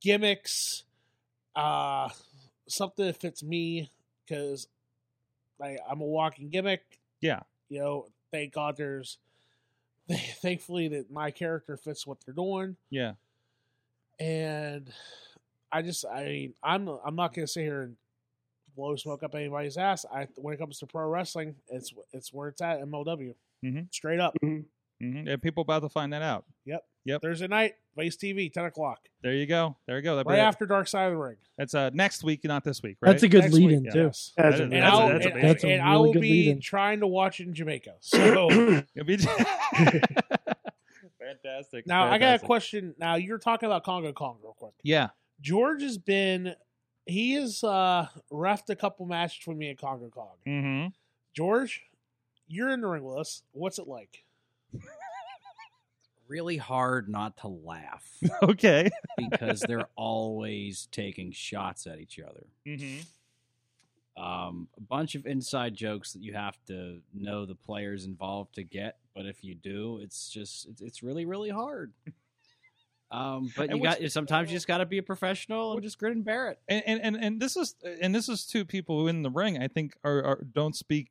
[SPEAKER 8] gimmicks, uh, something that fits me because like, I'm a walking gimmick.
[SPEAKER 2] Yeah.
[SPEAKER 8] You know, thank God there's (laughs) thankfully that my character fits what they're doing
[SPEAKER 2] Yeah,
[SPEAKER 8] and I just I mean I'm I'm not gonna sit here and blow smoke up anybody's ass. I when it comes to pro wrestling, it's it's where it's at MLW
[SPEAKER 2] Mhm.
[SPEAKER 8] straight up.
[SPEAKER 2] hmm and people about to find that out.
[SPEAKER 8] Yep.
[SPEAKER 2] Yep.
[SPEAKER 8] Thursday night, Vice TV, ten o'clock,
[SPEAKER 2] There you go. There you go. That'd be
[SPEAKER 8] right
[SPEAKER 2] it.
[SPEAKER 8] after Dark Side of the Ring.
[SPEAKER 2] That's uh, next week, not this week. Right?
[SPEAKER 7] That's a good
[SPEAKER 8] Next
[SPEAKER 7] lead
[SPEAKER 8] week,
[SPEAKER 7] in
[SPEAKER 8] yeah.
[SPEAKER 7] too.
[SPEAKER 2] Yes.
[SPEAKER 5] That's
[SPEAKER 2] That
[SPEAKER 5] a-
[SPEAKER 2] is-
[SPEAKER 8] And,
[SPEAKER 2] that's a-
[SPEAKER 8] I'll,
[SPEAKER 2] that's a
[SPEAKER 8] and,
[SPEAKER 2] big-
[SPEAKER 7] That's a
[SPEAKER 8] and I
[SPEAKER 7] really
[SPEAKER 8] will
[SPEAKER 7] good
[SPEAKER 8] be
[SPEAKER 7] lead-in.
[SPEAKER 8] trying to watch it in Jamaica. So
[SPEAKER 2] It'd
[SPEAKER 8] (laughs)
[SPEAKER 2] be- fantastic.
[SPEAKER 8] now I got a
[SPEAKER 2] Fantastic.
[SPEAKER 8] question. Now you're talking about Congo Kong real quick.
[SPEAKER 2] Yeah.
[SPEAKER 8] George has been he has uh refed a couple matches with me at Congo Kong.
[SPEAKER 2] Mm-hmm.
[SPEAKER 8] George, you're in the ring with us. What's it like?
[SPEAKER 3] Really hard not to
[SPEAKER 8] (laughs)
[SPEAKER 3] laugh
[SPEAKER 2] Okay.
[SPEAKER 3] because they're always taking shots at each other.
[SPEAKER 2] Mm-hmm.
[SPEAKER 8] Mm-hmm.
[SPEAKER 3] um, a bunch of inside jokes that you have to know the players involved to get. But if you do, it's just it's, it's really really hard. Um, but
[SPEAKER 2] And
[SPEAKER 3] you
[SPEAKER 2] what's-
[SPEAKER 3] got sometimes you just got to be a professional and just grin and bear it.
[SPEAKER 2] And, and and and this is and this is two people who in the ring I think are, are don't speak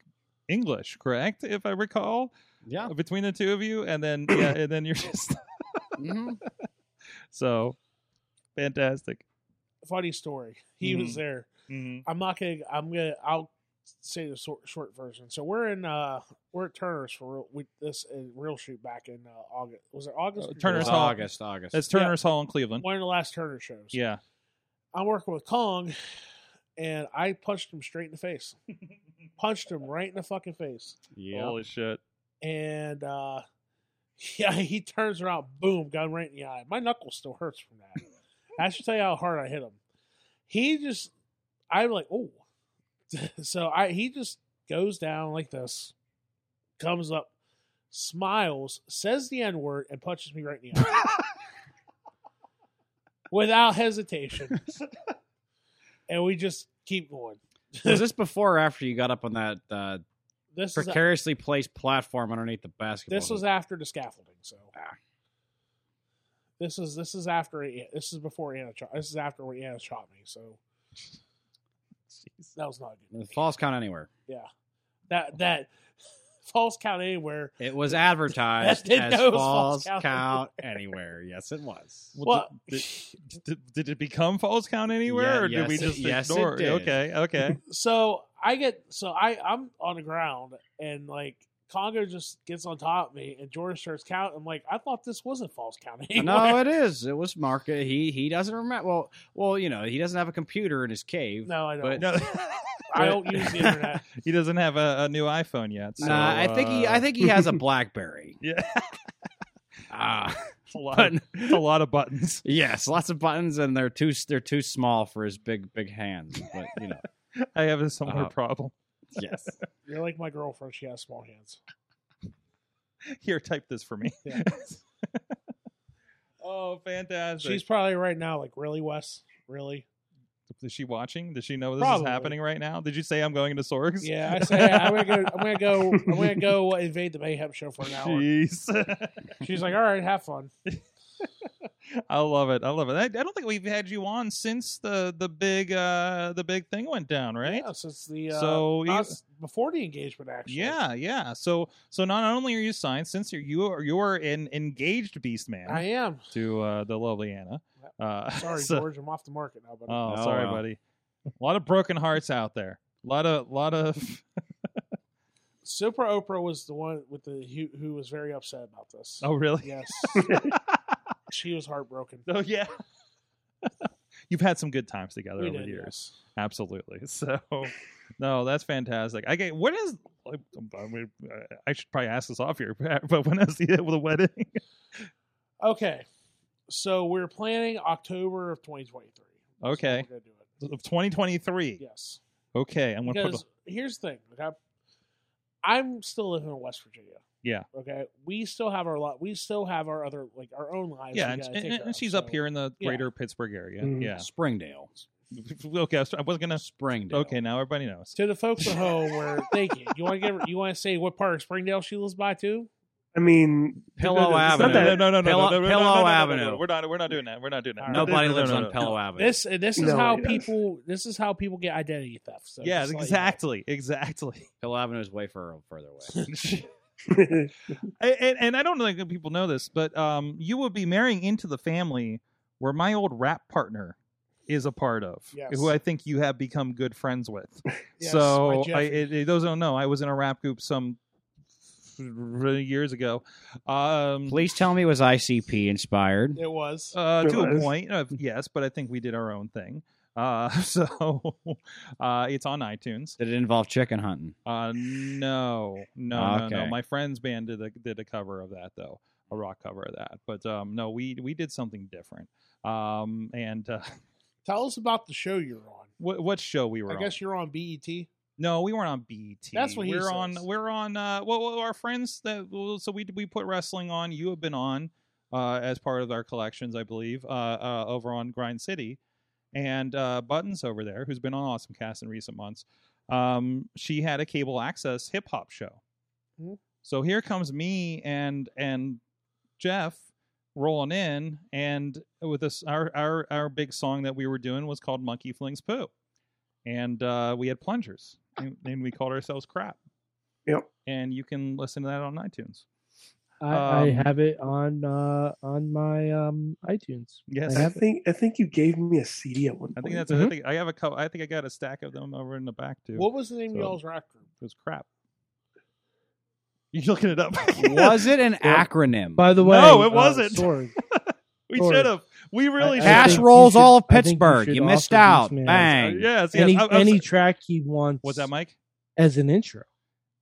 [SPEAKER 2] English, correct? If I recall,
[SPEAKER 3] Yeah.
[SPEAKER 2] between the two of you, and then yeah, and then you're (laughs) just
[SPEAKER 3] Mm-hmm.
[SPEAKER 2] (laughs) so fantastic.
[SPEAKER 8] Funny story. He
[SPEAKER 2] Mhm.
[SPEAKER 8] was there.
[SPEAKER 2] Mm-hmm.
[SPEAKER 8] I'm not gonna. I'm gonna. I'll say the short, short version. So we're in. uh We're at Turner's for real, we, this uh, real shoot back in uh, August. Was it August?
[SPEAKER 2] Uh,
[SPEAKER 8] or
[SPEAKER 2] Turner's
[SPEAKER 8] July?
[SPEAKER 2] Hall.
[SPEAKER 3] August, August.
[SPEAKER 2] That's Turner's Hall in Cleveland.
[SPEAKER 8] One of the last Turner shows.
[SPEAKER 2] Yeah.
[SPEAKER 8] I'm working with Kong, and I punched him straight in the face. (laughs) punched him right in the fucking face.
[SPEAKER 3] yeah.
[SPEAKER 2] Holy shit.
[SPEAKER 8] and uh (laughs) yeah, he turns around, boom, gun right in the eye. My knuckle still hurts from that. I should tell you how hard I hit him. He just, I'm like, oh, (laughs) so I he just goes down like this, comes up, smiles, says the n word, and punches me right in the eye without hesitation. and we just keep going.
[SPEAKER 3] (laughs) Was this before or after you got up on that uh,
[SPEAKER 8] This is
[SPEAKER 3] precariously placed platform underneath the basketball?
[SPEAKER 8] This was after the scaffolding, so.
[SPEAKER 2] Ah.
[SPEAKER 8] This is this is after this is before Anna shot. This is after when Anna shot me, so that was not good.
[SPEAKER 3] It falls count anywhere.
[SPEAKER 8] Yeah, that (laughs) that false count anywhere.
[SPEAKER 3] It was advertised
[SPEAKER 8] didn't
[SPEAKER 3] as
[SPEAKER 8] know it was
[SPEAKER 3] false
[SPEAKER 8] false
[SPEAKER 3] count,
[SPEAKER 8] count
[SPEAKER 3] anywhere. Yes, it was.
[SPEAKER 2] Well,
[SPEAKER 3] (laughs)
[SPEAKER 2] did, did, did it become false count
[SPEAKER 3] Yeah,
[SPEAKER 2] anywhere, or
[SPEAKER 3] yes,
[SPEAKER 2] did we
[SPEAKER 3] it-
[SPEAKER 2] just
[SPEAKER 3] yes, it
[SPEAKER 2] ignore?
[SPEAKER 3] did.
[SPEAKER 2] Okay,
[SPEAKER 8] (laughs)
[SPEAKER 2] okay.
[SPEAKER 8] So I get so I I'm on the ground and like Congo just gets on top of me and George starts counting. I'm like, I thought this wasn't false count anywhere.
[SPEAKER 3] no, it is. It was Mark. He he doesn't remember. Well, well, you know, he doesn't have a computer in his cave.
[SPEAKER 8] No, (laughs) I
[SPEAKER 3] But
[SPEAKER 8] don't.
[SPEAKER 2] No.
[SPEAKER 8] I don't
[SPEAKER 3] (laughs)
[SPEAKER 8] use the internet.
[SPEAKER 2] he doesn't have a, a new iPhone yet. So,
[SPEAKER 3] Nah, I think he
[SPEAKER 2] uh,
[SPEAKER 3] I think he
[SPEAKER 2] (laughs)
[SPEAKER 3] has a BlackBerry.
[SPEAKER 2] Yeah.
[SPEAKER 6] (laughs)
[SPEAKER 3] Ah,
[SPEAKER 2] It's a lot. Of, it's a lot of buttons.
[SPEAKER 3] (laughs) yes, lots of buttons, and they're too they're too small for his big big hands. But you know, (laughs)
[SPEAKER 2] I have a similar
[SPEAKER 8] Uh-huh.
[SPEAKER 3] Uh,
[SPEAKER 2] problem. (laughs)
[SPEAKER 8] (laughs)
[SPEAKER 3] yes.
[SPEAKER 8] You're like my girlfriend; she has small hands.
[SPEAKER 2] Here, type this for me.
[SPEAKER 8] Yeah.
[SPEAKER 2] oh, fantastic!
[SPEAKER 8] She's probably right now like, really, Wes, really.
[SPEAKER 2] (laughs) is she watching? Does she know this
[SPEAKER 8] Probably.
[SPEAKER 2] is happening right now? Did you say I'm going into Sorgs? (laughs)
[SPEAKER 8] Yeah, I say I'm gonna go. I'm gonna go. I'm gonna go uh, invade the mayhem show for an hour.
[SPEAKER 2] Jeez.
[SPEAKER 8] (laughs) She's like, all right,
[SPEAKER 2] (laughs)
[SPEAKER 8] have fun.
[SPEAKER 2] (laughs) I love it. I love it. I, I don't think we've had you on since the the big uh the big thing went down, right?
[SPEAKER 8] Yeah, since the uh,
[SPEAKER 2] So you-
[SPEAKER 8] us- before the engagement, actually.
[SPEAKER 2] Yeah, yeah. So so not only are you signed, since you're you are you are an engaged beast man
[SPEAKER 8] I am.
[SPEAKER 2] to uh the lovely Anna. Uh (laughs)
[SPEAKER 8] Sorry,
[SPEAKER 2] so-
[SPEAKER 8] George, I'm off the market now. But
[SPEAKER 2] Oh,
[SPEAKER 3] Oh,
[SPEAKER 2] sorry,
[SPEAKER 3] well.
[SPEAKER 2] buddy. A lot of broken hearts out there. A lot of lot of (laughs)
[SPEAKER 8] Supra Oprah was the one with the who, who was very upset about this.
[SPEAKER 2] Oh really? (laughs)
[SPEAKER 8] yes, she was heartbroken.
[SPEAKER 2] Oh yeah. You've had some good times together
[SPEAKER 8] We
[SPEAKER 2] over
[SPEAKER 8] did,
[SPEAKER 2] the years.
[SPEAKER 8] yes.
[SPEAKER 2] Absolutely. (laughs) So, no, that's fantastic. I get what is. I, mean, I should probably ask this off here, (laughs) but when is the, the wedding? (laughs)
[SPEAKER 8] Okay, so we're planning October of 2023. That's when
[SPEAKER 2] Okay.
[SPEAKER 8] we're gonna do it.
[SPEAKER 2] Of 2023.
[SPEAKER 8] Yes,
[SPEAKER 2] Okay, I'm gonna put.
[SPEAKER 8] because here's the thing. Okay, I'm still living in West Virginia.
[SPEAKER 2] Yeah.
[SPEAKER 8] Okay, we still have our lot. We still have our other like our own lives.
[SPEAKER 2] yeah,
[SPEAKER 8] we
[SPEAKER 2] and,
[SPEAKER 8] gotta
[SPEAKER 2] and-
[SPEAKER 8] take care
[SPEAKER 2] and
[SPEAKER 8] of,
[SPEAKER 2] she's
[SPEAKER 8] so-
[SPEAKER 2] up here in the
[SPEAKER 8] yeah. Mm-hmm.
[SPEAKER 2] greater Pittsburgh area.
[SPEAKER 5] Mhm.
[SPEAKER 2] Yeah.
[SPEAKER 3] Springdale.
[SPEAKER 2] Okay, so I was gonna.
[SPEAKER 3] Springdale.
[SPEAKER 2] Okay, now everybody knows.
[SPEAKER 8] To the folks
[SPEAKER 2] (laughs)
[SPEAKER 8] at home, where thank you. You want to give? her- You want to say what part of Springdale she lives by too?
[SPEAKER 5] I mean,
[SPEAKER 3] Pillow
[SPEAKER 5] It's not
[SPEAKER 3] Avenue.
[SPEAKER 2] No, no,
[SPEAKER 5] that-
[SPEAKER 2] no, no, no,
[SPEAKER 3] Pillow-
[SPEAKER 2] no, no, no, no,
[SPEAKER 3] Pillow
[SPEAKER 2] no, no, no,
[SPEAKER 3] Avenue.
[SPEAKER 2] no, no. We're not. We're not doing that. We're not doing that.
[SPEAKER 8] All right.
[SPEAKER 3] Nobody
[SPEAKER 2] No, no,
[SPEAKER 3] lives
[SPEAKER 2] no,
[SPEAKER 3] on
[SPEAKER 2] no.
[SPEAKER 3] Pillow Avenue.
[SPEAKER 8] This and this is
[SPEAKER 5] No,
[SPEAKER 8] how
[SPEAKER 5] yes.
[SPEAKER 8] people. This is how people get identity theft. So
[SPEAKER 2] Yeah,
[SPEAKER 8] just let you know.
[SPEAKER 2] exactly, exactly.
[SPEAKER 3] Pillow Avenue is way further further away. (laughs)
[SPEAKER 2] I- and, and I don't think that people know this, but um, you will be marrying into the family where my old rap partner is a part of,
[SPEAKER 8] Yes.
[SPEAKER 2] who I think you have become good friends with.
[SPEAKER 8] (laughs) Yes, my
[SPEAKER 2] so,
[SPEAKER 8] Jeff-
[SPEAKER 2] I, it, it, those don't know. I was in a rap group some years ago, um,
[SPEAKER 3] Please tell me it was ICP inspired.
[SPEAKER 8] it was.
[SPEAKER 2] uh,
[SPEAKER 5] It
[SPEAKER 2] to a
[SPEAKER 5] was.
[SPEAKER 2] point. Uh, yes, but I think we did our own thing. Uh, (laughs) so uh, it's on iTunes.
[SPEAKER 3] Did it involve chicken
[SPEAKER 2] (laughs)
[SPEAKER 3] hunting?
[SPEAKER 2] Uh, no, no, no, no.
[SPEAKER 3] Okay.
[SPEAKER 2] My friend's band did a, did a cover of that though, a rock cover of that. But um, no, we we did something different. Um, and uh, (laughs)
[SPEAKER 8] Tell us about the show you're on.
[SPEAKER 2] what what show we were
[SPEAKER 8] I
[SPEAKER 2] on?
[SPEAKER 8] guess you're on BET.
[SPEAKER 2] No, we weren't on BET.
[SPEAKER 8] That's what he
[SPEAKER 2] we're on.
[SPEAKER 8] says.
[SPEAKER 2] We're on. Uh, well, well, our friends that well, so we we put wrestling on. You have been on uh, as part of our collections, I believe, uh, uh, over on Grind City, and uh, Buttons over there, who's been on Awesome Cast in recent months. Um, she had a cable access hip hop show.
[SPEAKER 8] Mhm.
[SPEAKER 2] So here comes me and and Jeff rolling in, and with us, our our our big song that we were doing was called Monkey Flings Poo and uh, we had plungers and, and we called ourselves crap
[SPEAKER 5] Yep.
[SPEAKER 2] and you can listen to that on itunes
[SPEAKER 7] I, I
[SPEAKER 2] Um,
[SPEAKER 7] have it on uh, on my um, iTunes.
[SPEAKER 2] yes
[SPEAKER 5] I think I think you gave me a CD at one
[SPEAKER 2] i
[SPEAKER 5] point.
[SPEAKER 2] think that's I,
[SPEAKER 7] Mhm.
[SPEAKER 2] think, I have a couple i think i got a stack of them over in the back too
[SPEAKER 8] What was the name
[SPEAKER 2] So-
[SPEAKER 8] of y'all's rock group?
[SPEAKER 2] it was crap
[SPEAKER 7] Uh,
[SPEAKER 2] you looking it up
[SPEAKER 3] Was it
[SPEAKER 2] (laughs)
[SPEAKER 3] an
[SPEAKER 5] Yeah.
[SPEAKER 3] acronym?
[SPEAKER 7] By the way,
[SPEAKER 2] No, it
[SPEAKER 7] uh,
[SPEAKER 2] wasn't.
[SPEAKER 7] Sorg,
[SPEAKER 2] (laughs) we
[SPEAKER 7] Sorry.
[SPEAKER 2] should have we really
[SPEAKER 7] I
[SPEAKER 2] should have.
[SPEAKER 3] Cash
[SPEAKER 7] think you
[SPEAKER 3] rolls
[SPEAKER 7] should-
[SPEAKER 3] all of
[SPEAKER 7] I think you
[SPEAKER 3] Pittsburgh. You,
[SPEAKER 7] should
[SPEAKER 3] missed
[SPEAKER 7] offer
[SPEAKER 3] out.
[SPEAKER 7] this man-
[SPEAKER 2] Uh,
[SPEAKER 3] Bang.
[SPEAKER 2] yes yes
[SPEAKER 7] any
[SPEAKER 2] I- I'm
[SPEAKER 7] any
[SPEAKER 2] sorry.
[SPEAKER 7] track he wants
[SPEAKER 2] what's that mike
[SPEAKER 7] as an intro.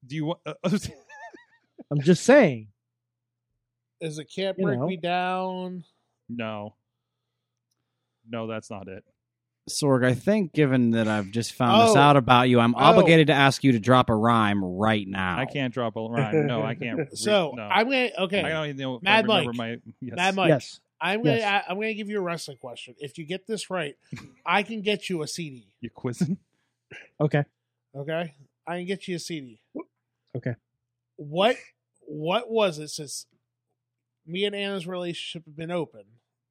[SPEAKER 2] do you want uh, (laughs)
[SPEAKER 7] I'm just saying.
[SPEAKER 8] Is it Can't
[SPEAKER 7] You
[SPEAKER 8] Break
[SPEAKER 7] know.
[SPEAKER 8] Me Down?
[SPEAKER 2] no no that's not it
[SPEAKER 3] Sorg, I think given that I've just found this
[SPEAKER 8] Oh.
[SPEAKER 3] out about you, I'm
[SPEAKER 8] Oh.
[SPEAKER 3] obligated to ask you to drop a rhyme right now.
[SPEAKER 2] i can't drop a
[SPEAKER 8] (laughs)
[SPEAKER 2] rhyme no i can't re-
[SPEAKER 8] So
[SPEAKER 2] no.
[SPEAKER 8] I'm gonna okay.
[SPEAKER 2] Oh. I don't even know if I
[SPEAKER 8] Mad
[SPEAKER 2] remember
[SPEAKER 8] Mike.
[SPEAKER 2] my yes.
[SPEAKER 8] Mad Mike,
[SPEAKER 7] Yes.
[SPEAKER 8] I'm gonna
[SPEAKER 7] yes.
[SPEAKER 8] I, I'm gonna give you a wrestling question. If you get this right, I can get you a CD.
[SPEAKER 2] You quizzing?
[SPEAKER 7] Okay.
[SPEAKER 8] Okay, I can get you a CD.
[SPEAKER 7] Okay.
[SPEAKER 8] What What was it since me and Anna's relationship have been open?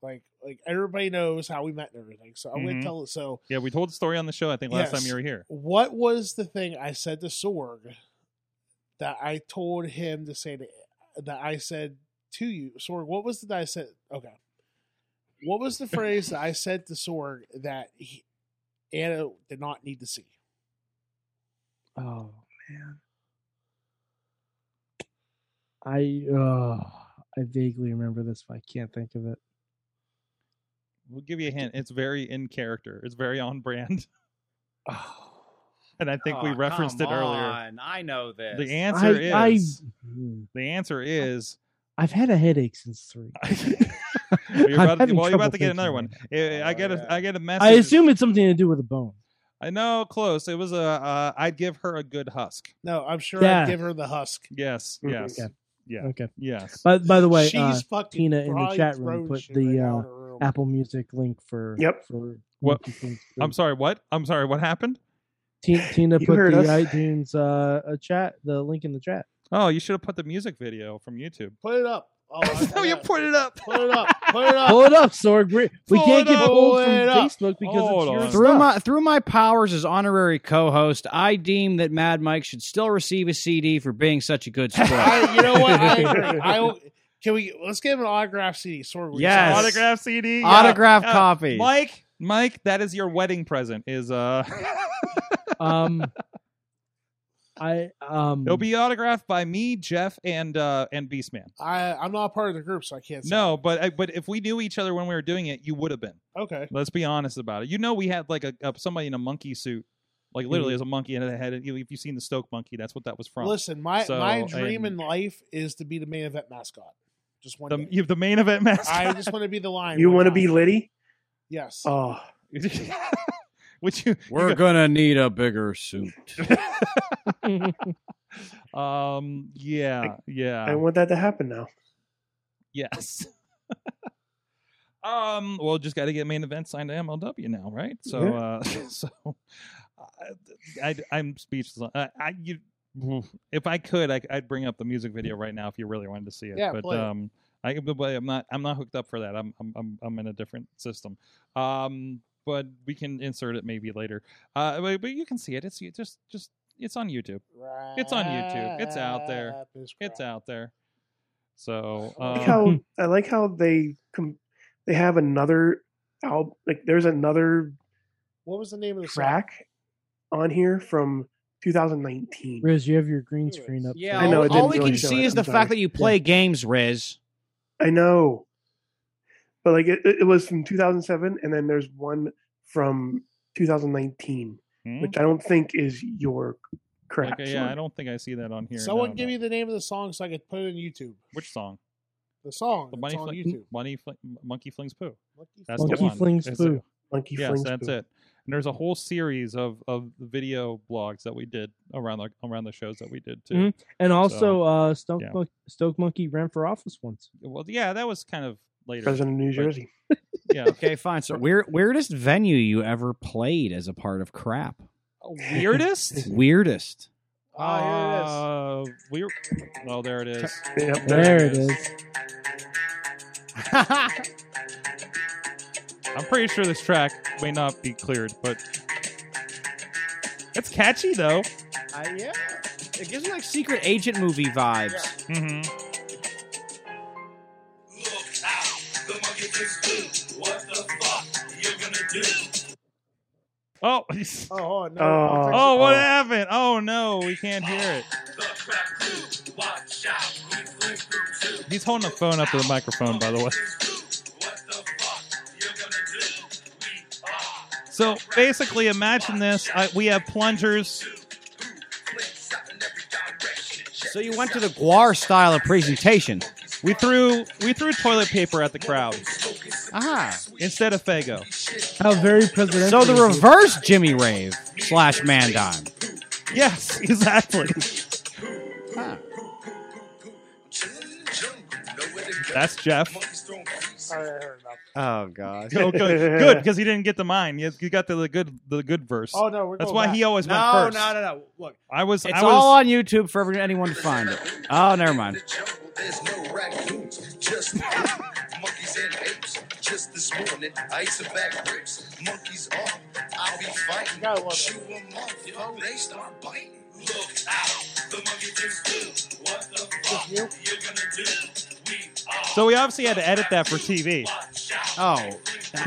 [SPEAKER 8] Like like everybody knows how we met and everything. So I'm
[SPEAKER 2] Mhm.
[SPEAKER 8] gonna tell it. So
[SPEAKER 2] Yeah, we told the story on the show. I think last
[SPEAKER 8] Yes.
[SPEAKER 2] time you were here.
[SPEAKER 8] what was the thing I said to Sorg that I told him to say to, that I said to you, Sorg. What was it that I said? Okay, what was the phrase that I said to Sorg that he, Anna did not need to see?
[SPEAKER 7] Oh man, I uh, I vaguely remember this, but I can't think of it.
[SPEAKER 2] We'll give you a hint. It's very in character. It's very on
[SPEAKER 8] (sighs)
[SPEAKER 2] brand. (laughs) and I think we
[SPEAKER 3] Aw,
[SPEAKER 2] referenced it
[SPEAKER 3] Oh, come
[SPEAKER 2] earlier.
[SPEAKER 3] on, I know this.
[SPEAKER 2] The answer
[SPEAKER 7] I- Mm-hmm.
[SPEAKER 2] is
[SPEAKER 7] I-
[SPEAKER 2] the answer is
[SPEAKER 7] I've had a headache since
[SPEAKER 2] (laughs)
[SPEAKER 7] three.
[SPEAKER 2] well, you're
[SPEAKER 7] (laughs) I'm
[SPEAKER 2] about, to,
[SPEAKER 7] having
[SPEAKER 2] well, you're about
[SPEAKER 7] trouble
[SPEAKER 2] to get another
[SPEAKER 7] thinking
[SPEAKER 2] one. Eh, I get a I get a message.
[SPEAKER 7] I assume it's something to do with a bone.
[SPEAKER 2] I know, close. It was a. Uh, I'd give her a good husk.
[SPEAKER 8] No, I'm sure
[SPEAKER 7] Yeah.
[SPEAKER 8] I'd give her the husk.
[SPEAKER 2] Yes,
[SPEAKER 7] Mhm.
[SPEAKER 2] yes,
[SPEAKER 7] Okay.
[SPEAKER 2] yeah.
[SPEAKER 7] Okay.
[SPEAKER 2] Yes.
[SPEAKER 7] By, by the way,
[SPEAKER 8] She's
[SPEAKER 7] uh,
[SPEAKER 8] fucking
[SPEAKER 7] Tina in the
[SPEAKER 8] Brian's
[SPEAKER 7] chat room
[SPEAKER 8] road
[SPEAKER 7] put
[SPEAKER 8] shit
[SPEAKER 7] the
[SPEAKER 8] right out
[SPEAKER 7] uh,
[SPEAKER 8] of her room.
[SPEAKER 7] Apple Music link for.
[SPEAKER 5] Yep.
[SPEAKER 7] For
[SPEAKER 2] What-
[SPEAKER 7] Monkey Things
[SPEAKER 2] I'm sorry. What? I'm sorry. What happened?
[SPEAKER 7] Ti- Tina
[SPEAKER 2] You
[SPEAKER 7] put
[SPEAKER 2] heard
[SPEAKER 7] the
[SPEAKER 2] us.
[SPEAKER 7] iTunes uh, a chat, the link in the chat.
[SPEAKER 2] Oh, you should have put the music video from YouTube.
[SPEAKER 8] Put it up. Oh,
[SPEAKER 2] (laughs) no, you put it up.
[SPEAKER 8] Put it up. Put it up.
[SPEAKER 7] Pull it up, Sorg. We, we
[SPEAKER 8] Pull
[SPEAKER 7] can't
[SPEAKER 8] it
[SPEAKER 7] get
[SPEAKER 8] up.
[SPEAKER 7] pulled
[SPEAKER 8] Pull
[SPEAKER 7] from
[SPEAKER 8] it up.
[SPEAKER 7] Facebook because
[SPEAKER 2] Hold
[SPEAKER 7] it's your
[SPEAKER 2] on.
[SPEAKER 7] stuff.
[SPEAKER 3] Through my through my powers as honorary co-host, I deem that Mad Mike should still receive a CD for being such a good
[SPEAKER 2] (laughs)
[SPEAKER 3] sport.
[SPEAKER 8] I, you know what? I agree. I can we let's give him an autograph CD. Sorg. will you
[SPEAKER 3] Yes.
[SPEAKER 8] sign it?
[SPEAKER 2] Autograph CD. yeah.
[SPEAKER 3] Autograph
[SPEAKER 2] Yeah.
[SPEAKER 3] copies.
[SPEAKER 2] Mike, Mike, that is your wedding present. Is uh, (laughs)
[SPEAKER 7] um, I um.
[SPEAKER 2] it'll be autographed by me, Jeff, and uh, and Beastman.
[SPEAKER 8] I I'm not part of the group, so I can't. Sign
[SPEAKER 2] No, but I- but if we knew each other when we were doing it, you would have been.
[SPEAKER 8] it. Okay.
[SPEAKER 2] Let's be honest about it. You know, we had like a, a somebody in a monkey suit, like literally
[SPEAKER 7] Mhm.
[SPEAKER 2] as a monkey in the head. And you- if you've seen the Stoke monkey, that's what that was from.
[SPEAKER 8] Listen, my
[SPEAKER 2] So,
[SPEAKER 8] my dream
[SPEAKER 2] and-
[SPEAKER 8] in life is to be the main event mascot. Just one.
[SPEAKER 2] The,
[SPEAKER 8] day.
[SPEAKER 2] you have the main event mask.
[SPEAKER 8] I just want to be the lion.
[SPEAKER 5] You
[SPEAKER 8] want
[SPEAKER 2] (laughs)
[SPEAKER 8] to
[SPEAKER 5] be Liddy?
[SPEAKER 8] Yes.
[SPEAKER 5] Oh,
[SPEAKER 2] Would you?
[SPEAKER 3] We're
[SPEAKER 2] you
[SPEAKER 3] gonna need a bigger
[SPEAKER 2] (laughs)
[SPEAKER 3] suit.
[SPEAKER 2] go- um. Yeah. yeah.
[SPEAKER 5] I want that to happen now.
[SPEAKER 2] yes. (laughs) um. Well, just got to get main event signed to MLW now, right? So.
[SPEAKER 5] Yeah.
[SPEAKER 2] Uh, (laughs) so. uh, I, I, I'm speechless. I, I you. If I could, I, I'd bring up the music video right now if you really wanted to see it.
[SPEAKER 8] Yeah,
[SPEAKER 2] but
[SPEAKER 8] play it.
[SPEAKER 2] um, I, but I'm not. I'm not hooked up for that. I'm. I'm. I'm, I'm in a different system. Um, but we can insert it maybe later. Uh, but, but you can see it. It's you just just it's on YouTube. It's on YouTube. It's out there.
[SPEAKER 8] Rap is
[SPEAKER 2] It's
[SPEAKER 8] crap.
[SPEAKER 2] out there. So
[SPEAKER 5] I like
[SPEAKER 2] um,
[SPEAKER 5] how I like how they com- they have another al- like there's another
[SPEAKER 8] What was the name of the song?
[SPEAKER 5] track on here from 2019.
[SPEAKER 7] (laughs) Riz, you have your green screen up.
[SPEAKER 3] Yeah,
[SPEAKER 7] so-
[SPEAKER 5] I know, it
[SPEAKER 3] all, all
[SPEAKER 5] didn't
[SPEAKER 3] we
[SPEAKER 5] really
[SPEAKER 3] can
[SPEAKER 5] show
[SPEAKER 3] see
[SPEAKER 5] it.
[SPEAKER 3] is the
[SPEAKER 5] I'm
[SPEAKER 3] fact
[SPEAKER 5] sorry.
[SPEAKER 3] that you play games, Riz.
[SPEAKER 5] I know, but like it, it was from 2007, and then there's one from 2019,
[SPEAKER 2] hmm?
[SPEAKER 5] which I don't think is your correct.
[SPEAKER 2] Like, uh, yeah, I don't think I see that on here.
[SPEAKER 8] Someone
[SPEAKER 2] No,
[SPEAKER 8] give
[SPEAKER 2] no.
[SPEAKER 8] me the name of the song so I could put it in YouTube.
[SPEAKER 2] which song?
[SPEAKER 8] The song.
[SPEAKER 2] The
[SPEAKER 8] it's
[SPEAKER 2] money
[SPEAKER 8] on
[SPEAKER 2] Fling-
[SPEAKER 8] YouTube.
[SPEAKER 2] money Fling- monkey flings poo.
[SPEAKER 8] Monkey
[SPEAKER 2] That's the
[SPEAKER 7] Monkey
[SPEAKER 2] one.
[SPEAKER 7] flings
[SPEAKER 2] Is
[SPEAKER 7] poo.
[SPEAKER 2] it-
[SPEAKER 5] Monkey
[SPEAKER 2] yes,
[SPEAKER 5] Flings
[SPEAKER 2] that's
[SPEAKER 5] Poo.
[SPEAKER 2] it. And there's a whole series of of video blogs that we did around the around the shows that we did too.
[SPEAKER 7] Mhm. And also,
[SPEAKER 2] So,
[SPEAKER 7] uh, Stoke,
[SPEAKER 2] yeah.
[SPEAKER 7] Mon- Stoke Monkey ran for office once. (laughs)
[SPEAKER 2] Well, yeah, that was kind of later.
[SPEAKER 5] President of New
[SPEAKER 2] But-
[SPEAKER 5] Jersey.
[SPEAKER 2] Yeah,
[SPEAKER 3] Okay, fine. So weird, weirdest venue you ever played as a part of crap.
[SPEAKER 2] uh,
[SPEAKER 3] (laughs)
[SPEAKER 2] weirdest.
[SPEAKER 3] Weirdest.
[SPEAKER 8] Ah,
[SPEAKER 2] Uh, weird. Oh, there it is.
[SPEAKER 5] Yep,
[SPEAKER 7] There it is.
[SPEAKER 2] I'm pretty sure this track may not be cleared, but it's catchy though.
[SPEAKER 3] yeah. It gives me like secret agent movie vibes.
[SPEAKER 2] hmm
[SPEAKER 1] Look out, the monkey is blue. What the fuck you gonna do?
[SPEAKER 2] Oh.
[SPEAKER 8] here it is. Oh, oh, no.
[SPEAKER 5] Oh.
[SPEAKER 8] I'll fix it.
[SPEAKER 2] Oh, what happened? Oh no, we can't hear it.
[SPEAKER 1] The crack crew, watch out, we fling through too.
[SPEAKER 2] He's holding the phone up to the microphone, by the way.
[SPEAKER 1] What the fuck you gonna do? We are
[SPEAKER 2] So basically, imagine this: I, we have plungers.
[SPEAKER 3] So you went to the Guar style of presentation.
[SPEAKER 2] We threw we threw toilet paper at the crowd
[SPEAKER 3] Ah.
[SPEAKER 2] instead of Fago.
[SPEAKER 7] How very presidential.
[SPEAKER 3] So the
[SPEAKER 7] of you.
[SPEAKER 3] reverse Jimmy Rave slash Mandime.
[SPEAKER 2] Yes, (laughs) exactly. That's Jeff.
[SPEAKER 8] All right, I heard enough.
[SPEAKER 3] Oh
[SPEAKER 2] (laughs)
[SPEAKER 3] god.
[SPEAKER 2] Go- go- Good, because he didn't get the mine. You you got the, the good the good verse.
[SPEAKER 8] Oh, no. We're
[SPEAKER 2] That's
[SPEAKER 8] going
[SPEAKER 2] why
[SPEAKER 8] back.
[SPEAKER 2] he always went
[SPEAKER 3] No, no,
[SPEAKER 2] first.
[SPEAKER 3] no, no. Oh, Look,
[SPEAKER 2] I was
[SPEAKER 3] it's
[SPEAKER 2] I was
[SPEAKER 3] all on YouTube for everyone- anyone to find it. Oh, never mind.
[SPEAKER 1] There's no raccoons, just monkeys and apes. Just this morning, I ate some back ribs. Monkeys off, I'll be fighting.
[SPEAKER 8] Gotta love it.
[SPEAKER 1] Chew 'em off, yo, they start biting. Look out, the monkey thinks too. What the fuck you gonna do?
[SPEAKER 2] So we obviously had to edit that for TV.
[SPEAKER 3] Oh,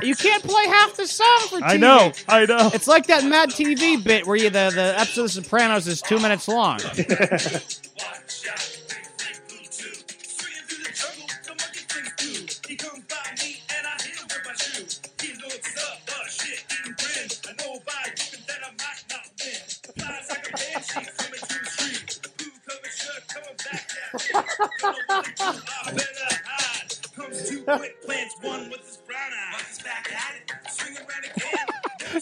[SPEAKER 3] you can't play half the song for TV.
[SPEAKER 2] I know, I know.
[SPEAKER 3] It's like that Mad TV bit where you the the episode of Sopranos is two minutes
[SPEAKER 7] (laughs)
[SPEAKER 3] long.
[SPEAKER 2] (laughs)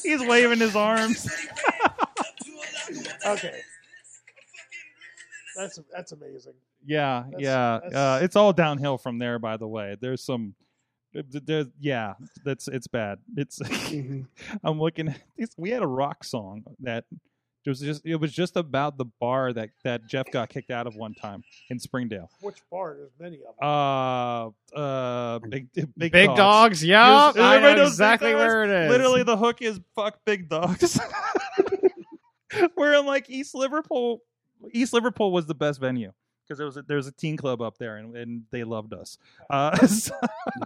[SPEAKER 2] He's waving his arms. (laughs)
[SPEAKER 5] okay. That's that's amazing.
[SPEAKER 2] Yeah,
[SPEAKER 5] That's-
[SPEAKER 2] yeah.
[SPEAKER 5] that's-
[SPEAKER 2] Uh, it's all downhill from there. By the way, there's some. There, yeah, that's it's bad. It's. (laughs) I'm looking. At, it's, we had a rock song that it was just it was just about the bar that that Jeff got kicked out of one time in Springdale.
[SPEAKER 5] Which bar? There's many of them.
[SPEAKER 2] Uh, uh, big (laughs) big
[SPEAKER 3] Big Dogs,
[SPEAKER 2] It
[SPEAKER 3] yup,
[SPEAKER 2] was-
[SPEAKER 3] I know
[SPEAKER 2] everybody knows Big
[SPEAKER 3] exactly
[SPEAKER 2] Dogs.
[SPEAKER 3] where it is.
[SPEAKER 2] Literally, the hook is fuck big dogs. (laughs) We're in like East Liverpool. East Liverpool was the best venue because there was a, there was a teen club up there and, and they loved us. Uh, (laughs) so-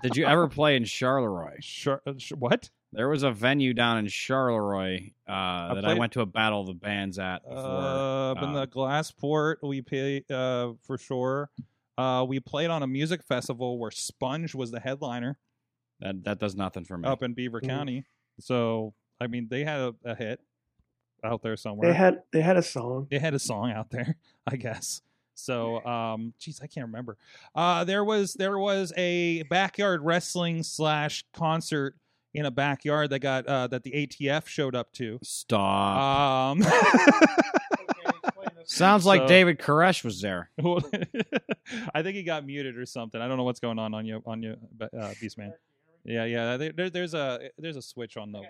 [SPEAKER 3] Did you ever play in Charleroi?
[SPEAKER 2] Char-
[SPEAKER 7] uh,
[SPEAKER 2] what?
[SPEAKER 3] There was a venue down in Charleroi uh, that I
[SPEAKER 2] played-
[SPEAKER 3] went to a battle of the bands at before.
[SPEAKER 2] Uh, up in
[SPEAKER 3] um,
[SPEAKER 2] the Glassport, we pay uh, for sure. Uh, we played on a music festival where Sponge was the headliner
[SPEAKER 3] that that does nothing for me.
[SPEAKER 2] up in Beaver
[SPEAKER 5] Mhm.
[SPEAKER 2] County. So I mean, they had a, a hit out there somewhere.
[SPEAKER 5] They had they had a song.
[SPEAKER 2] they had a song out there, (laughs) I guess. So, um, geez, I can't remember. Uh, there was there was a backyard wrestling slash concert in a backyard that got uh, that the ATF showed up to.
[SPEAKER 3] Stop.
[SPEAKER 2] Um, (laughs)
[SPEAKER 3] Sounds like
[SPEAKER 2] so-
[SPEAKER 3] David Koresh was
[SPEAKER 7] (laughs)
[SPEAKER 3] there.
[SPEAKER 2] Well, (laughs) I think he got muted or something. I don't know what's going on on you on you, but, uh, Beastman. Yeah, yeah. There, there, there's a there's a switch on the.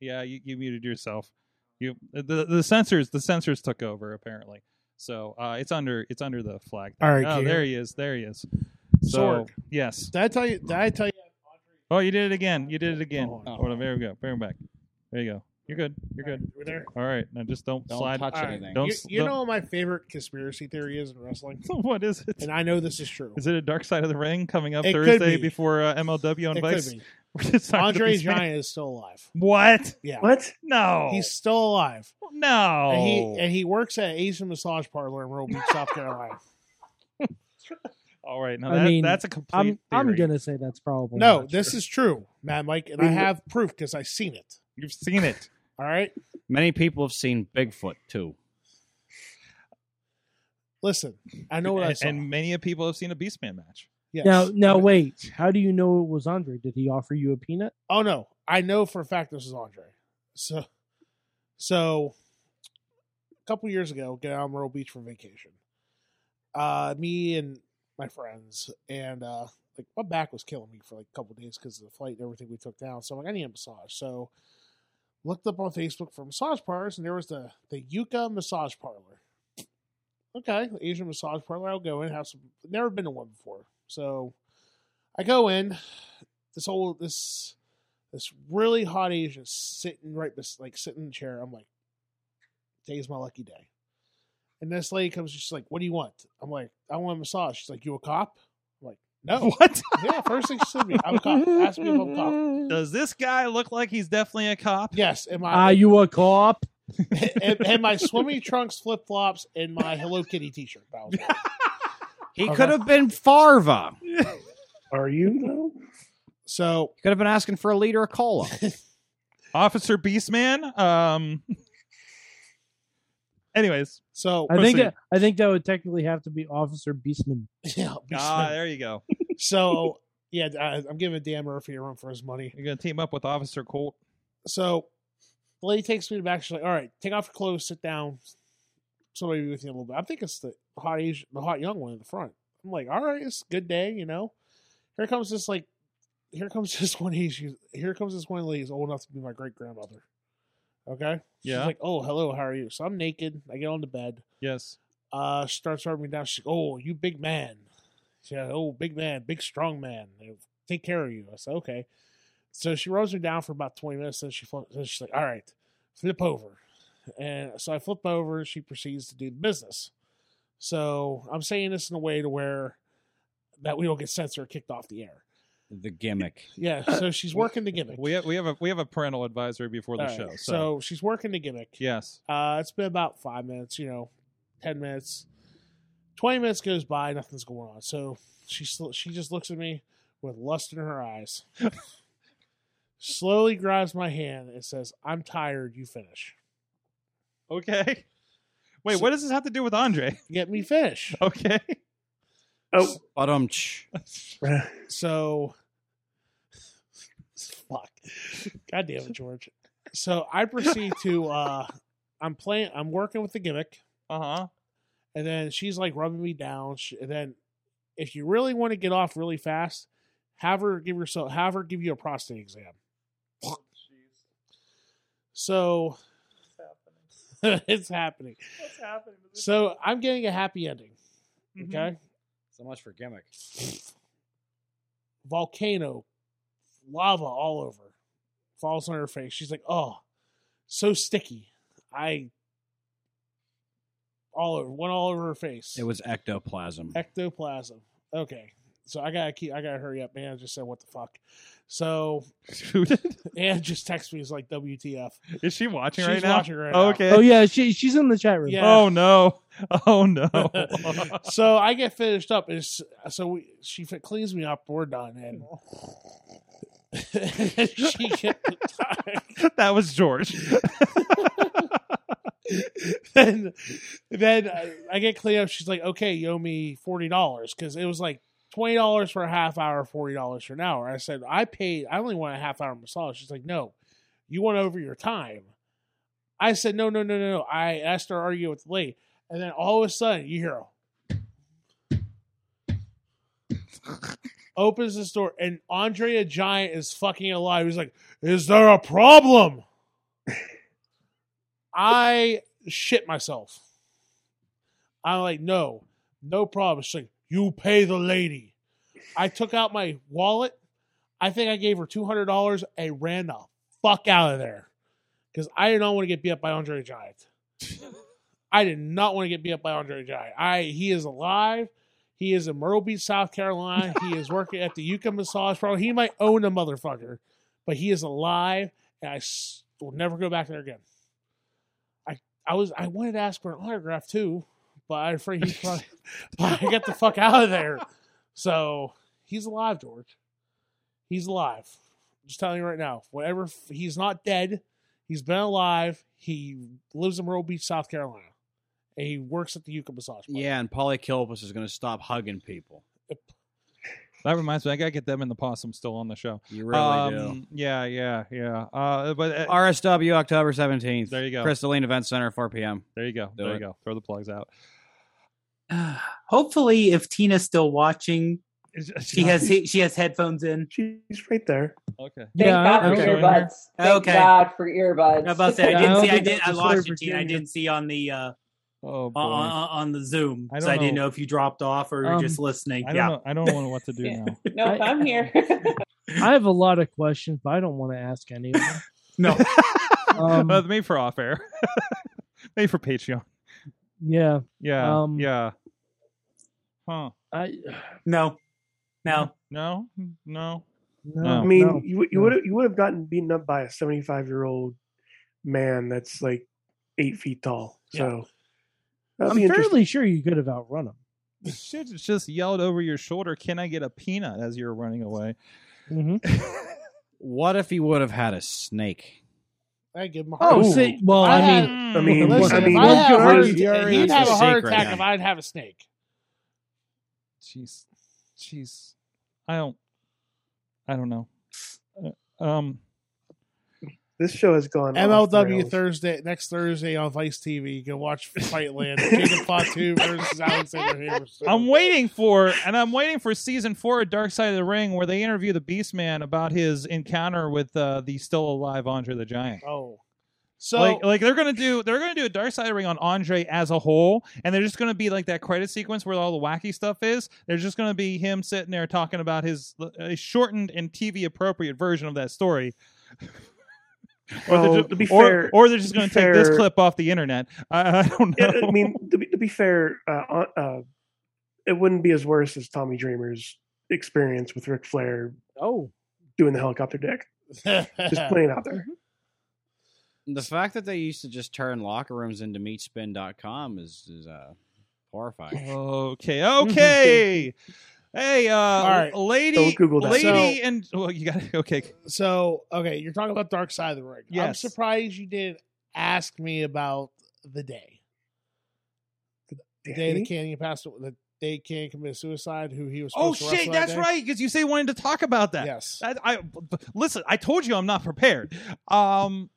[SPEAKER 2] Yeah, you, you muted yourself. You uh, the the sensors the sensors took over apparently. So uh, it's under it's under the flag.
[SPEAKER 8] All right,
[SPEAKER 2] Oh,
[SPEAKER 8] Keegan.
[SPEAKER 2] there he is. There he is. So
[SPEAKER 8] Sorg.
[SPEAKER 2] yes.
[SPEAKER 8] Did I tell you? Did I tell you?
[SPEAKER 2] Oh, you did it again. You did it again.
[SPEAKER 8] Oh.
[SPEAKER 2] Oh, there we go. Bring him back. There you go. You're good. You're good.
[SPEAKER 8] We're there.
[SPEAKER 2] All right. Now just don't,
[SPEAKER 3] Don't
[SPEAKER 2] slide.
[SPEAKER 3] touch
[SPEAKER 8] All right.
[SPEAKER 3] anything.
[SPEAKER 2] Don't
[SPEAKER 8] you,
[SPEAKER 2] s-
[SPEAKER 8] you
[SPEAKER 2] don't-
[SPEAKER 8] know what my favorite conspiracy theory is in wrestling,
[SPEAKER 2] (laughs) What is it?
[SPEAKER 8] and I know this is true.
[SPEAKER 2] Is it a Dark Side of the Ring coming up
[SPEAKER 8] It could
[SPEAKER 2] Thursday
[SPEAKER 8] be.
[SPEAKER 2] before uh, MLW on
[SPEAKER 8] It
[SPEAKER 2] Vice?
[SPEAKER 8] could be.
[SPEAKER 2] (laughs) We're just talking to
[SPEAKER 8] Andre
[SPEAKER 2] these men.
[SPEAKER 8] Giant is still alive.
[SPEAKER 2] What?
[SPEAKER 8] Yeah,
[SPEAKER 5] What?
[SPEAKER 2] No.
[SPEAKER 8] he's still alive,
[SPEAKER 2] no.
[SPEAKER 8] and he and he works at Asian massage parlor in Royal Beach,
[SPEAKER 2] (laughs)
[SPEAKER 8] South Carolina.
[SPEAKER 2] All right. Now
[SPEAKER 7] I
[SPEAKER 2] that,
[SPEAKER 7] mean,
[SPEAKER 2] that's a complete.
[SPEAKER 7] I'm I'm
[SPEAKER 2] theory.
[SPEAKER 7] gonna say that's probably
[SPEAKER 8] No,
[SPEAKER 7] not
[SPEAKER 8] this
[SPEAKER 7] true.
[SPEAKER 8] is true, Mad Mike, and I have proof because I seen it.
[SPEAKER 2] You've seen it.
[SPEAKER 8] All right,
[SPEAKER 3] Many people have seen Bigfoot too.
[SPEAKER 8] listen, I know what I
[SPEAKER 2] and,
[SPEAKER 8] saw.
[SPEAKER 2] and many of people have seen a Beastman match.
[SPEAKER 8] (laughs) yes.
[SPEAKER 7] Now, now, wait. How do you know it was Andre? Did he offer you a peanut?
[SPEAKER 8] Oh no, I know for a fact this is Andre. So, so a couple years ago, get on Myrtle Beach for vacation. Uh, me and my friends, and uh, like my back was killing me for like a couple days because of the flight and everything we took down. So I'm like, I need a massage. So looked up on Facebook for massage parlors, and there was the the Yuka Massage Parlor. Okay, Asian massage parlor. I'll go in. Have some. Never been to one before, so I go in. This whole this this really hot Asian sitting right bes- like sitting in the chair. I'm like, today's my lucky day. And this lady comes, she's like, "What do you want?" I'm like, "I want a massage." She's like, "You a cop?" I'm like, "No."
[SPEAKER 2] What?
[SPEAKER 8] yeah, first thing she said to me, "I'm a cop." Ask me if I'm a cop.
[SPEAKER 2] Does this guy look like he's definitely a cop?
[SPEAKER 8] Yes, and
[SPEAKER 7] Are
[SPEAKER 8] my
[SPEAKER 7] Ah, you a cop?
[SPEAKER 8] and, and my swimming trunks, flip flops, and my Hello Kitty T-shirt. That was it.
[SPEAKER 3] He
[SPEAKER 5] Okay.
[SPEAKER 3] could have been Farva. He
[SPEAKER 5] Are you though?
[SPEAKER 8] So
[SPEAKER 3] could have been asking for a liter of
[SPEAKER 8] (laughs)
[SPEAKER 3] cola.
[SPEAKER 2] Officer Beastman. Um. Anyways.
[SPEAKER 8] so
[SPEAKER 7] I think
[SPEAKER 2] Proceed.
[SPEAKER 7] that, I think that would technically have to be Officer (laughs) Beastman.
[SPEAKER 8] yeah,
[SPEAKER 2] (laughs) Ah, there you go.
[SPEAKER 8] so yeah, I, I'm giving Dan Murphy a run for his money.
[SPEAKER 2] You're gonna team up with Officer Colt.
[SPEAKER 8] So the lady takes me to the back. She's like, "All right, take off your clothes, sit down. Somebody be with you in a little bit." I think it's the hot Asian, the hot young one in the front. I'm like, "All right, it's a good day, you know." Here comes this like, here comes (laughs) this one Asian. Here comes this one lady who's old enough to be my great grandmother. Okay,
[SPEAKER 2] Yeah.
[SPEAKER 8] she's like, "Oh, hello, how are you?" So I'm naked. I get on the bed.
[SPEAKER 2] yes.
[SPEAKER 8] Uh, she starts rubbing me down. She's like, "Oh, you big man." She said, "Oh, big man, big strong man. Take care of you." I said, "Okay." So she rubs me down for about twenty minutes, and she flips. And she's like, "All right, flip over." And so I flip over. She proceeds to do the business. So I'm saying this in a way to where that we don't get censored or kicked off the air.
[SPEAKER 3] The gimmick.
[SPEAKER 8] Yeah.
[SPEAKER 2] (laughs)
[SPEAKER 8] So she's working the gimmick.
[SPEAKER 2] We have we have a we have a parental advisory before the
[SPEAKER 8] All
[SPEAKER 2] show.
[SPEAKER 8] right,
[SPEAKER 2] So,
[SPEAKER 8] so she's working the gimmick.
[SPEAKER 2] yes,
[SPEAKER 8] Uh, it's been about five minutes, you know, ten minutes, twenty minutes goes by, nothing's going on. So she sl- she just looks at me with lust in
[SPEAKER 2] (laughs)
[SPEAKER 8] her eyes, slowly grabs my hand and says, "I'm tired. You finish.
[SPEAKER 2] okay. Wait,
[SPEAKER 8] So-
[SPEAKER 2] what does this have to do with Andre?
[SPEAKER 8] (laughs) Get me finish."
[SPEAKER 2] Okay.
[SPEAKER 5] Oh,
[SPEAKER 3] But um,
[SPEAKER 8] (laughs) So, fuck. God damn it, George. So I proceed to uh, I'm playing. I'm working with the gimmick.
[SPEAKER 2] Uh huh.
[SPEAKER 8] and then she's like rubbing me down. She, and then, if you really want to get off really fast, have her give yourself have her give you a prostate exam. So (laughs) it's happening.
[SPEAKER 2] What's happening?
[SPEAKER 8] So I'm getting a happy ending.
[SPEAKER 2] Mm-hmm.
[SPEAKER 8] Okay,
[SPEAKER 3] so much for gimmick.
[SPEAKER 8] (sniffs) volcano, lava all over, falls on her face. She's like, "Oh, so sticky." I all over one all over her face.
[SPEAKER 3] It was ectoplasm.
[SPEAKER 8] Ectoplasm. Okay. So I gotta keep. I gotta hurry up, man. I just said what the fuck. So
[SPEAKER 2] (laughs)
[SPEAKER 8] Ann just texted me. It's like WTF?
[SPEAKER 2] Is she watching
[SPEAKER 8] She's
[SPEAKER 2] right now?
[SPEAKER 8] watching right now.
[SPEAKER 2] (laughs) okay.
[SPEAKER 7] Oh yeah, she she's in the chat room.
[SPEAKER 8] Yeah.
[SPEAKER 2] Oh no. (laughs) Oh
[SPEAKER 8] (laughs)
[SPEAKER 2] no.
[SPEAKER 8] so I get finished up. Is so we, she fi- cleans me up. We're done, and (laughs) she get
[SPEAKER 2] that was George.
[SPEAKER 8] (laughs) then then I, I get cleaned up. She's like, okay, you owe me forty dollars because it was like twenty dollars for a half hour, forty dollars for an hour. I said, I paid. I only want a half hour massage. She's like, no, you went over your time. I said, no, no, no, no, no. I asked her, are you with the lady? And then all of a sudden, you hear. a- Opens this door and Andrea Giant is fucking alive. He's like, "Is there a problem?" I shit myself. I'm like, no, no problem. She's like, you pay the lady. I took out my wallet. I think I gave her two hundred dollars and ran the fuck out of there because I did not want to get beat up by Andre the Giant. I did not want to get beat up by Andre the Giant. I he is alive. He is in Myrtle Beach, South Carolina. He is working at the Yucca Massage Pro. He might own a motherfucker, but he is alive, and I s- will never go back there again. I was I wanted to ask for an autograph too, but I'm afraid he's probably (laughs) but I got the fuck out of there. So he's alive, George. He's alive. I'm just telling you right now. Whatever f- he's not dead. He's been alive. He lives in Myrtle Beach, South Carolina. And he works at the Yucca Massage. Parlor.
[SPEAKER 3] Yeah, and Polycilpus is going to stop hugging people.
[SPEAKER 2] That reminds me, I gotta get them and the possum still on the show.
[SPEAKER 3] You really do.
[SPEAKER 2] Um, Yeah, yeah, yeah. Uh, but uh,
[SPEAKER 3] RSW October seventeenth.
[SPEAKER 2] There you go.
[SPEAKER 3] Crystalline Event Center, four p.m.
[SPEAKER 2] there you go.
[SPEAKER 3] Do
[SPEAKER 2] there you
[SPEAKER 3] it.
[SPEAKER 2] go. Throw the plugs out.
[SPEAKER 6] Hopefully, if Tina's still watching, she has she has headphones in.
[SPEAKER 5] she's right there.
[SPEAKER 2] Okay.
[SPEAKER 4] Thank
[SPEAKER 7] Yeah,
[SPEAKER 4] God
[SPEAKER 7] I'm
[SPEAKER 4] for
[SPEAKER 7] okay.
[SPEAKER 4] earbuds. Thank
[SPEAKER 6] Okay.
[SPEAKER 4] God for earbuds.
[SPEAKER 6] I was about to say,
[SPEAKER 7] Yeah,
[SPEAKER 6] I
[SPEAKER 7] I
[SPEAKER 6] didn't
[SPEAKER 7] don't
[SPEAKER 6] see. I
[SPEAKER 7] think
[SPEAKER 6] did.
[SPEAKER 7] that's
[SPEAKER 6] I
[SPEAKER 7] a
[SPEAKER 6] lost
[SPEAKER 7] story
[SPEAKER 6] you,
[SPEAKER 7] for
[SPEAKER 6] Tina. I
[SPEAKER 7] Junior.
[SPEAKER 6] didn't see on the uh,
[SPEAKER 2] Oh boy.
[SPEAKER 6] on, on on the Zoom,
[SPEAKER 2] I
[SPEAKER 6] so
[SPEAKER 2] don't
[SPEAKER 6] I didn't
[SPEAKER 2] know.
[SPEAKER 6] know if you dropped off or
[SPEAKER 7] Um,
[SPEAKER 6] were just listening.
[SPEAKER 2] I don't
[SPEAKER 6] Yeah,
[SPEAKER 2] know. I don't know what
[SPEAKER 4] (laughs)
[SPEAKER 2] to do now.
[SPEAKER 4] no,
[SPEAKER 7] I-
[SPEAKER 4] I'm here.
[SPEAKER 7] I have a lot of questions, but I don't want to ask any of them.
[SPEAKER 6] no,
[SPEAKER 7] Um,
[SPEAKER 2] Uh, maybe for off air. (laughs) maybe for Patreon.
[SPEAKER 7] yeah,
[SPEAKER 2] Yeah.
[SPEAKER 7] Um,
[SPEAKER 2] yeah. Huh.
[SPEAKER 7] I
[SPEAKER 6] no, no.
[SPEAKER 2] No. No.
[SPEAKER 7] no.
[SPEAKER 2] No.
[SPEAKER 5] I mean,
[SPEAKER 7] no.
[SPEAKER 5] you would- you would have you would have gotten beaten up by a seventy five year old man that's like eight feet tall. So that'd
[SPEAKER 7] I'm
[SPEAKER 5] be interesting.
[SPEAKER 7] fairly sure you could have outrun him.
[SPEAKER 2] You should have just yelled over your shoulder, "Can I get a peanut?" as you're running away. (laughs)
[SPEAKER 7] hmm
[SPEAKER 3] What if he would have had a snake?
[SPEAKER 8] I give him a heart
[SPEAKER 7] Oh,
[SPEAKER 5] Ooh.
[SPEAKER 7] see, well, I,
[SPEAKER 8] I
[SPEAKER 7] mean,
[SPEAKER 5] I mean,
[SPEAKER 7] Listen,
[SPEAKER 5] I
[SPEAKER 8] Listen, if
[SPEAKER 5] mean,
[SPEAKER 8] I
[SPEAKER 7] one
[SPEAKER 8] had
[SPEAKER 7] could
[SPEAKER 8] a heart,
[SPEAKER 7] argue-
[SPEAKER 8] attack-
[SPEAKER 3] That's
[SPEAKER 8] he'd have
[SPEAKER 3] the
[SPEAKER 8] a heart
[SPEAKER 3] secret.
[SPEAKER 8] attack if I'd have a snake.
[SPEAKER 2] Jeez, jeez, I don't, I don't know. Uh, um,
[SPEAKER 5] this show has gone off the
[SPEAKER 8] MLW
[SPEAKER 5] rails.
[SPEAKER 8] Thursday next Thursday on Vice TV. You can watch Fightland. (laughs) Jacob Fatu versus Alexander Hammerstone.
[SPEAKER 2] I'm waiting for, and I'm waiting for season four of Dark Side of the Ring, where they interview the Beast Man about his encounter with uh, the still alive Andre the Giant.
[SPEAKER 8] Oh, (laughs) so
[SPEAKER 2] like, like they're gonna do, they're gonna do a Dark Side of the Ring on Andre as a whole, and they're just gonna be like that credit sequence where all the wacky stuff is. There's just gonna be him sitting there talking about his uh, shortened and TV appropriate version of that story. Or,
[SPEAKER 5] Well,
[SPEAKER 2] they're just,
[SPEAKER 5] to be
[SPEAKER 2] or,
[SPEAKER 5] fair-
[SPEAKER 2] or they're just
[SPEAKER 5] to be
[SPEAKER 2] going to take this
[SPEAKER 5] fair-
[SPEAKER 2] clip off the internet. I, I don't know.
[SPEAKER 5] Yeah, I mean, to be, to be fair, uh, on- uh, it wouldn't be as worse as Tommy Dreamer's experience with Ric Flair.
[SPEAKER 7] Oh,
[SPEAKER 5] doing the helicopter dick, just playing out there.
[SPEAKER 3] The fact that they used to just turn locker rooms into meatspin.com is is uh, (laughs) horrifying. (laughs)
[SPEAKER 2] Okay, okay. hey, uh,
[SPEAKER 8] right.
[SPEAKER 2] lady,
[SPEAKER 3] Don't Google that.
[SPEAKER 2] lady,
[SPEAKER 8] So-
[SPEAKER 2] and well, you got to okay.
[SPEAKER 8] So, okay, you're talking about Dark Side of the Ring. I'm
[SPEAKER 2] Yes.
[SPEAKER 8] surprised you didn't ask me about the day. The day
[SPEAKER 5] day?
[SPEAKER 8] that Canyon passed, the day Canyon committed suicide, who he was
[SPEAKER 2] Oh
[SPEAKER 8] supposed to wrestle
[SPEAKER 2] shit,
[SPEAKER 8] that
[SPEAKER 2] that's
[SPEAKER 8] day.
[SPEAKER 2] right. Because you say you wanted to talk about that.
[SPEAKER 8] Yes.
[SPEAKER 2] I, I- b- b- listen. I told you I'm not prepared. Um.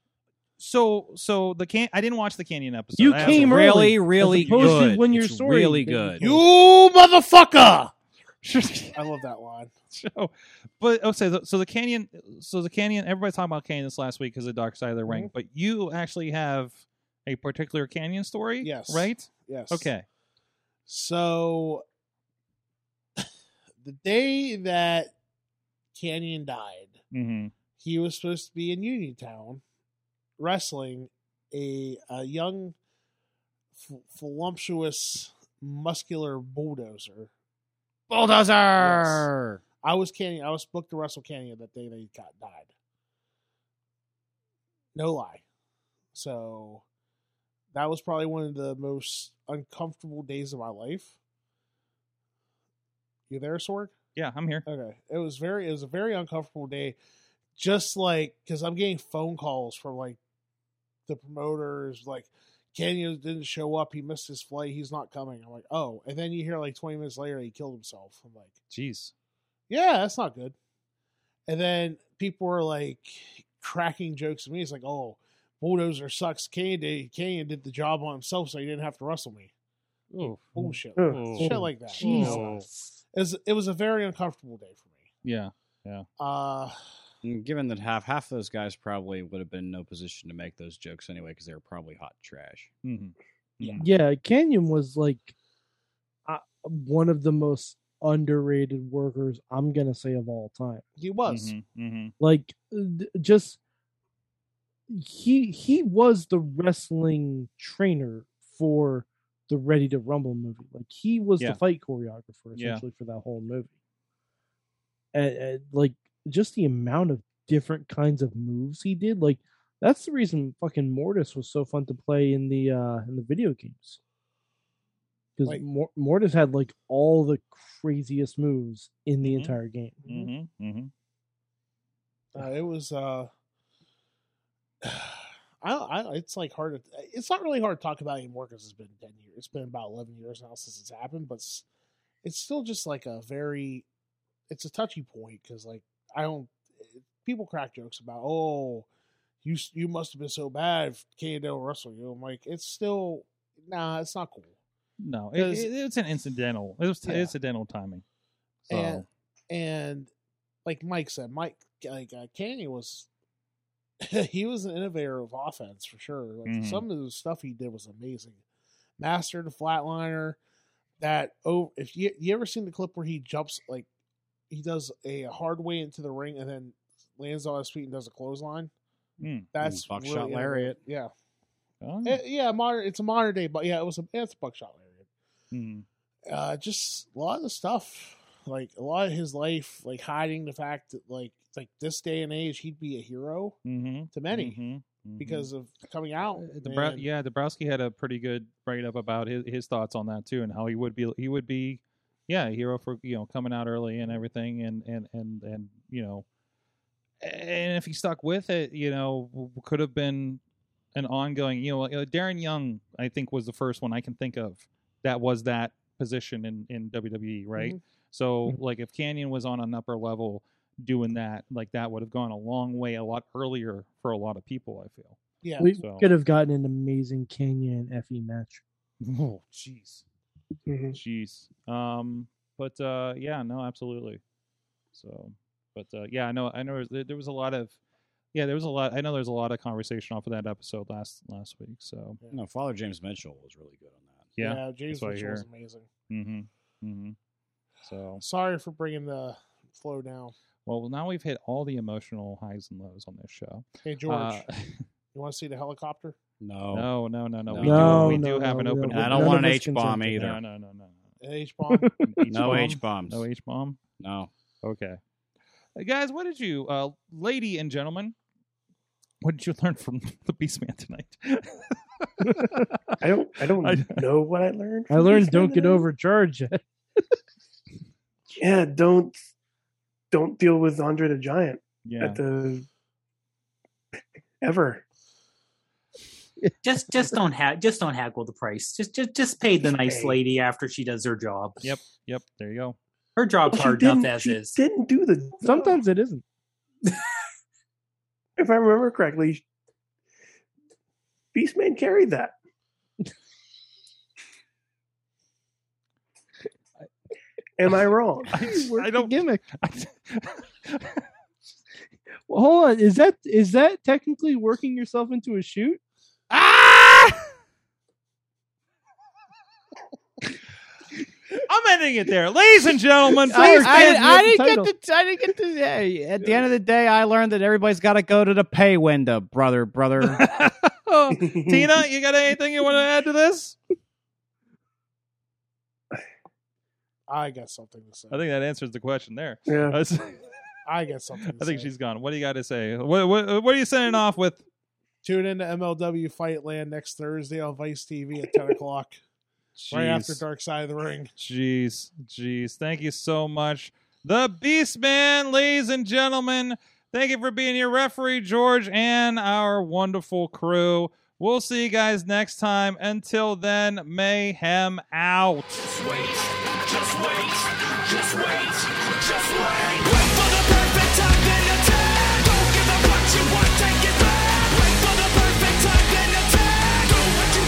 [SPEAKER 2] So so the can I didn't watch the Canyon episode.
[SPEAKER 3] You
[SPEAKER 2] I
[SPEAKER 3] came
[SPEAKER 2] was
[SPEAKER 3] really, really good.
[SPEAKER 7] when your
[SPEAKER 3] It's
[SPEAKER 7] story
[SPEAKER 3] really
[SPEAKER 7] that you
[SPEAKER 3] good.
[SPEAKER 8] You motherfucker!
[SPEAKER 2] I
[SPEAKER 8] love that line.
[SPEAKER 2] (laughs) So, but okay, so, so the canyon, so the canyon. Everybody's talking about canyons last week because the dark side of the ring.
[SPEAKER 8] Mhm.
[SPEAKER 2] But you actually have a particular canyon story.
[SPEAKER 8] Yes.
[SPEAKER 2] Right.
[SPEAKER 8] Yes.
[SPEAKER 2] Okay.
[SPEAKER 8] So (laughs) the day that Canyon died,
[SPEAKER 2] Mm-hmm.
[SPEAKER 8] he was supposed to be in Uniontown wrestling a, a young, f- voluptuous, muscular bulldozer.
[SPEAKER 3] Bulldozer.
[SPEAKER 8] I was Canyon. I was booked to wrestle Canyon that day that he got died. No lie. So that was probably one of the most uncomfortable days of my life. You there, Sorg?
[SPEAKER 2] Yeah, I'm here.
[SPEAKER 8] Okay. It was very it was a very uncomfortable day. Just like because I'm getting phone calls from like the promoters, like Kenya didn't show up, he missed his flight, he's not coming. I'm like, oh, and then you hear like 20 minutes later he killed himself. I'm like,
[SPEAKER 2] Jeez.
[SPEAKER 8] yeah, that's not good. And then people were like cracking jokes at me. It's like, oh, bulldozer sucks. Kane did Kane did the job on himself, so he didn't have to wrestle me.
[SPEAKER 2] Oh
[SPEAKER 8] Bullshit,
[SPEAKER 2] Oh.
[SPEAKER 8] shit like that. you know?
[SPEAKER 3] Jesus.
[SPEAKER 8] It was, it was a very uncomfortable day for me.
[SPEAKER 2] Yeah. Yeah.
[SPEAKER 8] Uh,
[SPEAKER 3] And given that half half those guys probably would have been in no position to make those jokes anyway because they were probably hot trash.
[SPEAKER 2] Mm-hmm.
[SPEAKER 7] Yeah, Canyon was like uh, one of the most underrated workers I'm gonna say of all time.
[SPEAKER 8] he was.
[SPEAKER 2] Mm-hmm.
[SPEAKER 7] Like d- just he he was the wrestling trainer for the Ready to Rumble movie. Like he was
[SPEAKER 2] Yeah.
[SPEAKER 7] the fight choreographer
[SPEAKER 2] Yeah.
[SPEAKER 7] essentially for that whole movie. And, and, like just the amount of different kinds of moves he did. Like that's the reason fucking Mortis was so fun to play in the uh in the video games. Because
[SPEAKER 8] Like-
[SPEAKER 7] Mor- Mortis had like all the craziest moves in the
[SPEAKER 2] Mhm.
[SPEAKER 7] entire game.
[SPEAKER 2] Mm-hmm. Mm-hmm.
[SPEAKER 8] Uh, it was. Uh, (sighs) I, I it's like hard. To, it's not really hard to talk about anymore because it's been ten years. It's been about eleven years now since it's happened, but s- it's still just like a very. It's a touchy point because like I don't. People crack jokes about oh, you s- you must have been so bad if Kendo wrestled you. I'm like it's still nah, it's not cool.
[SPEAKER 2] No, it,
[SPEAKER 8] 'Cause-
[SPEAKER 2] it, it's an incidental. It was
[SPEAKER 8] Yeah.
[SPEAKER 2] incidental timing. So
[SPEAKER 8] and, and like Mike said, Mike like uh, Canyon was (laughs) he was an innovator of offense for sure. Like
[SPEAKER 2] Mhm.
[SPEAKER 8] some of the stuff he did was amazing. Mastered the flatliner. That oh, if you you ever seen the clip where he jumps like he does a hard way into the ring and then lands on his feet and does a clothesline.
[SPEAKER 2] Mm.
[SPEAKER 8] That's
[SPEAKER 3] Mm, buckshot
[SPEAKER 8] really innovative.
[SPEAKER 3] lariat.
[SPEAKER 8] Yeah,
[SPEAKER 2] oh,
[SPEAKER 8] Eh, yeah, modern. It's a modern day, but yeah, it was a it's a buckshot lariat
[SPEAKER 2] mhm.
[SPEAKER 8] uh, just a lot of the stuff, like a lot of his life, like hiding the fact that, like, like this day and age, he'd be a hero
[SPEAKER 2] Mhm.
[SPEAKER 8] to many
[SPEAKER 2] Mhm. Mhm.
[SPEAKER 8] because of coming out.
[SPEAKER 2] Uh, Debra-
[SPEAKER 8] and-
[SPEAKER 2] yeah, Dabrowski had a pretty good write up about his, his thoughts on that too, and how he would be he would be, yeah, a hero for you know coming out early and everything, and and and and you know, and if he stuck with it, you know, w- could have been an ongoing. You know, uh, Darren Young, I think, was the first one I can think of that was that position in in WWE, right?
[SPEAKER 8] Mhm.
[SPEAKER 2] So
[SPEAKER 7] Mm-hmm.
[SPEAKER 2] like if Canyon was on an upper level doing that, like that would have gone a long way a lot earlier for a lot of people. I feel.
[SPEAKER 8] yeah,
[SPEAKER 7] we
[SPEAKER 2] so-
[SPEAKER 7] could have gotten an amazing Kenya and Effie match.
[SPEAKER 2] (laughs) Oh, jeez.
[SPEAKER 5] Mhm.
[SPEAKER 2] Jeez. Um, but uh, yeah, no, absolutely. So, but uh, yeah, I know, I know there- there was a lot of, yeah, there was a lot. I know there's a lot of conversation off of that episode last last week. So,
[SPEAKER 3] No, Father James Mitchell was really good on that.
[SPEAKER 2] yeah.
[SPEAKER 8] James
[SPEAKER 2] that's what I
[SPEAKER 8] Mitchell was
[SPEAKER 2] hear.
[SPEAKER 8] amazing.
[SPEAKER 2] Mm-hmm. Mm-hmm. So,
[SPEAKER 8] Sorry for bringing the flow down.
[SPEAKER 2] Well, now we've hit all the emotional highs and lows on this show.
[SPEAKER 8] Hey George,
[SPEAKER 2] (laughs) Uh,
[SPEAKER 8] you want to see the helicopter?
[SPEAKER 3] No.
[SPEAKER 2] no, no, no, no.
[SPEAKER 3] No.
[SPEAKER 2] We
[SPEAKER 3] No,
[SPEAKER 2] do, we
[SPEAKER 3] no,
[SPEAKER 2] do have
[SPEAKER 3] no,
[SPEAKER 2] an
[SPEAKER 3] we
[SPEAKER 2] open.
[SPEAKER 3] don't- I don't none want of an us H-bomb consented. either.
[SPEAKER 2] No, no, no, no.
[SPEAKER 8] H
[SPEAKER 2] (laughs)
[SPEAKER 8] bomb.
[SPEAKER 3] No H bombs.
[SPEAKER 2] No H bomb.
[SPEAKER 3] No.
[SPEAKER 2] Okay. Uh, guys, what did you, uh, lady and gentlemen, what did you learn from (laughs) the Beast Man tonight?
[SPEAKER 5] I don't. I don't know what
[SPEAKER 2] (laughs)
[SPEAKER 5] I learned.
[SPEAKER 7] I
[SPEAKER 5] from
[SPEAKER 7] learned
[SPEAKER 5] these
[SPEAKER 7] don't
[SPEAKER 5] men
[SPEAKER 7] get
[SPEAKER 5] today.
[SPEAKER 7] overcharged.
[SPEAKER 5] Yeah, don't don't deal with Andre the Giant.
[SPEAKER 2] Yeah.
[SPEAKER 5] At the ever.
[SPEAKER 6] just just don't ha- just don't haggle the price. Just just just pay the nice
[SPEAKER 5] Hey.
[SPEAKER 6] lady after she does her job.
[SPEAKER 2] Yep, yep. There you go.
[SPEAKER 6] Her job's
[SPEAKER 5] She
[SPEAKER 6] hard enough
[SPEAKER 5] didn't-
[SPEAKER 6] as
[SPEAKER 5] she
[SPEAKER 6] is.
[SPEAKER 5] Didn't do the.
[SPEAKER 7] Sometimes it isn't.
[SPEAKER 5] If I remember correctly, Beastman carried that. Am I wrong?
[SPEAKER 2] I don't.
[SPEAKER 7] Gimmick. Well, hold on. Is that is that technically working yourself into a shoot?
[SPEAKER 2] Ah! (laughs) I'm ending it there, ladies and gentlemen.
[SPEAKER 7] I-
[SPEAKER 2] Please,
[SPEAKER 7] I-
[SPEAKER 2] fans,
[SPEAKER 7] I- didn't get
[SPEAKER 3] the. I didn't get the. at the end of the day, I learned that everybody's got to go to the pay window, brother, brother.
[SPEAKER 2] (laughs)
[SPEAKER 3] (laughs)
[SPEAKER 2] Tina, you got anything you want to add to this?
[SPEAKER 8] I got something to say.
[SPEAKER 2] I think that answers the question there.
[SPEAKER 5] Yeah.
[SPEAKER 2] (laughs) I s-
[SPEAKER 8] I got something. To
[SPEAKER 2] I think
[SPEAKER 8] say.
[SPEAKER 2] she's gone. What do you got to say? What, uh, what, what are you sending off with?
[SPEAKER 8] Tune in to MLW Fight Land next Thursday on Vice TV at 10 o'clock, right after
[SPEAKER 2] Jeez.
[SPEAKER 8] Dark Side of the Ring.
[SPEAKER 2] Jeez, jeez. Thank you so much. The Beast Man, ladies and gentlemen. Thank you for being here, referee George, and our wonderful crew. We'll see you guys next time. Until then, mayhem out.
[SPEAKER 1] Just wait, just wait, just wait, just wait. Wait for the perfect time, then attack. Don't give up what you want, take it back. Wait for the perfect time, then attack. Do what you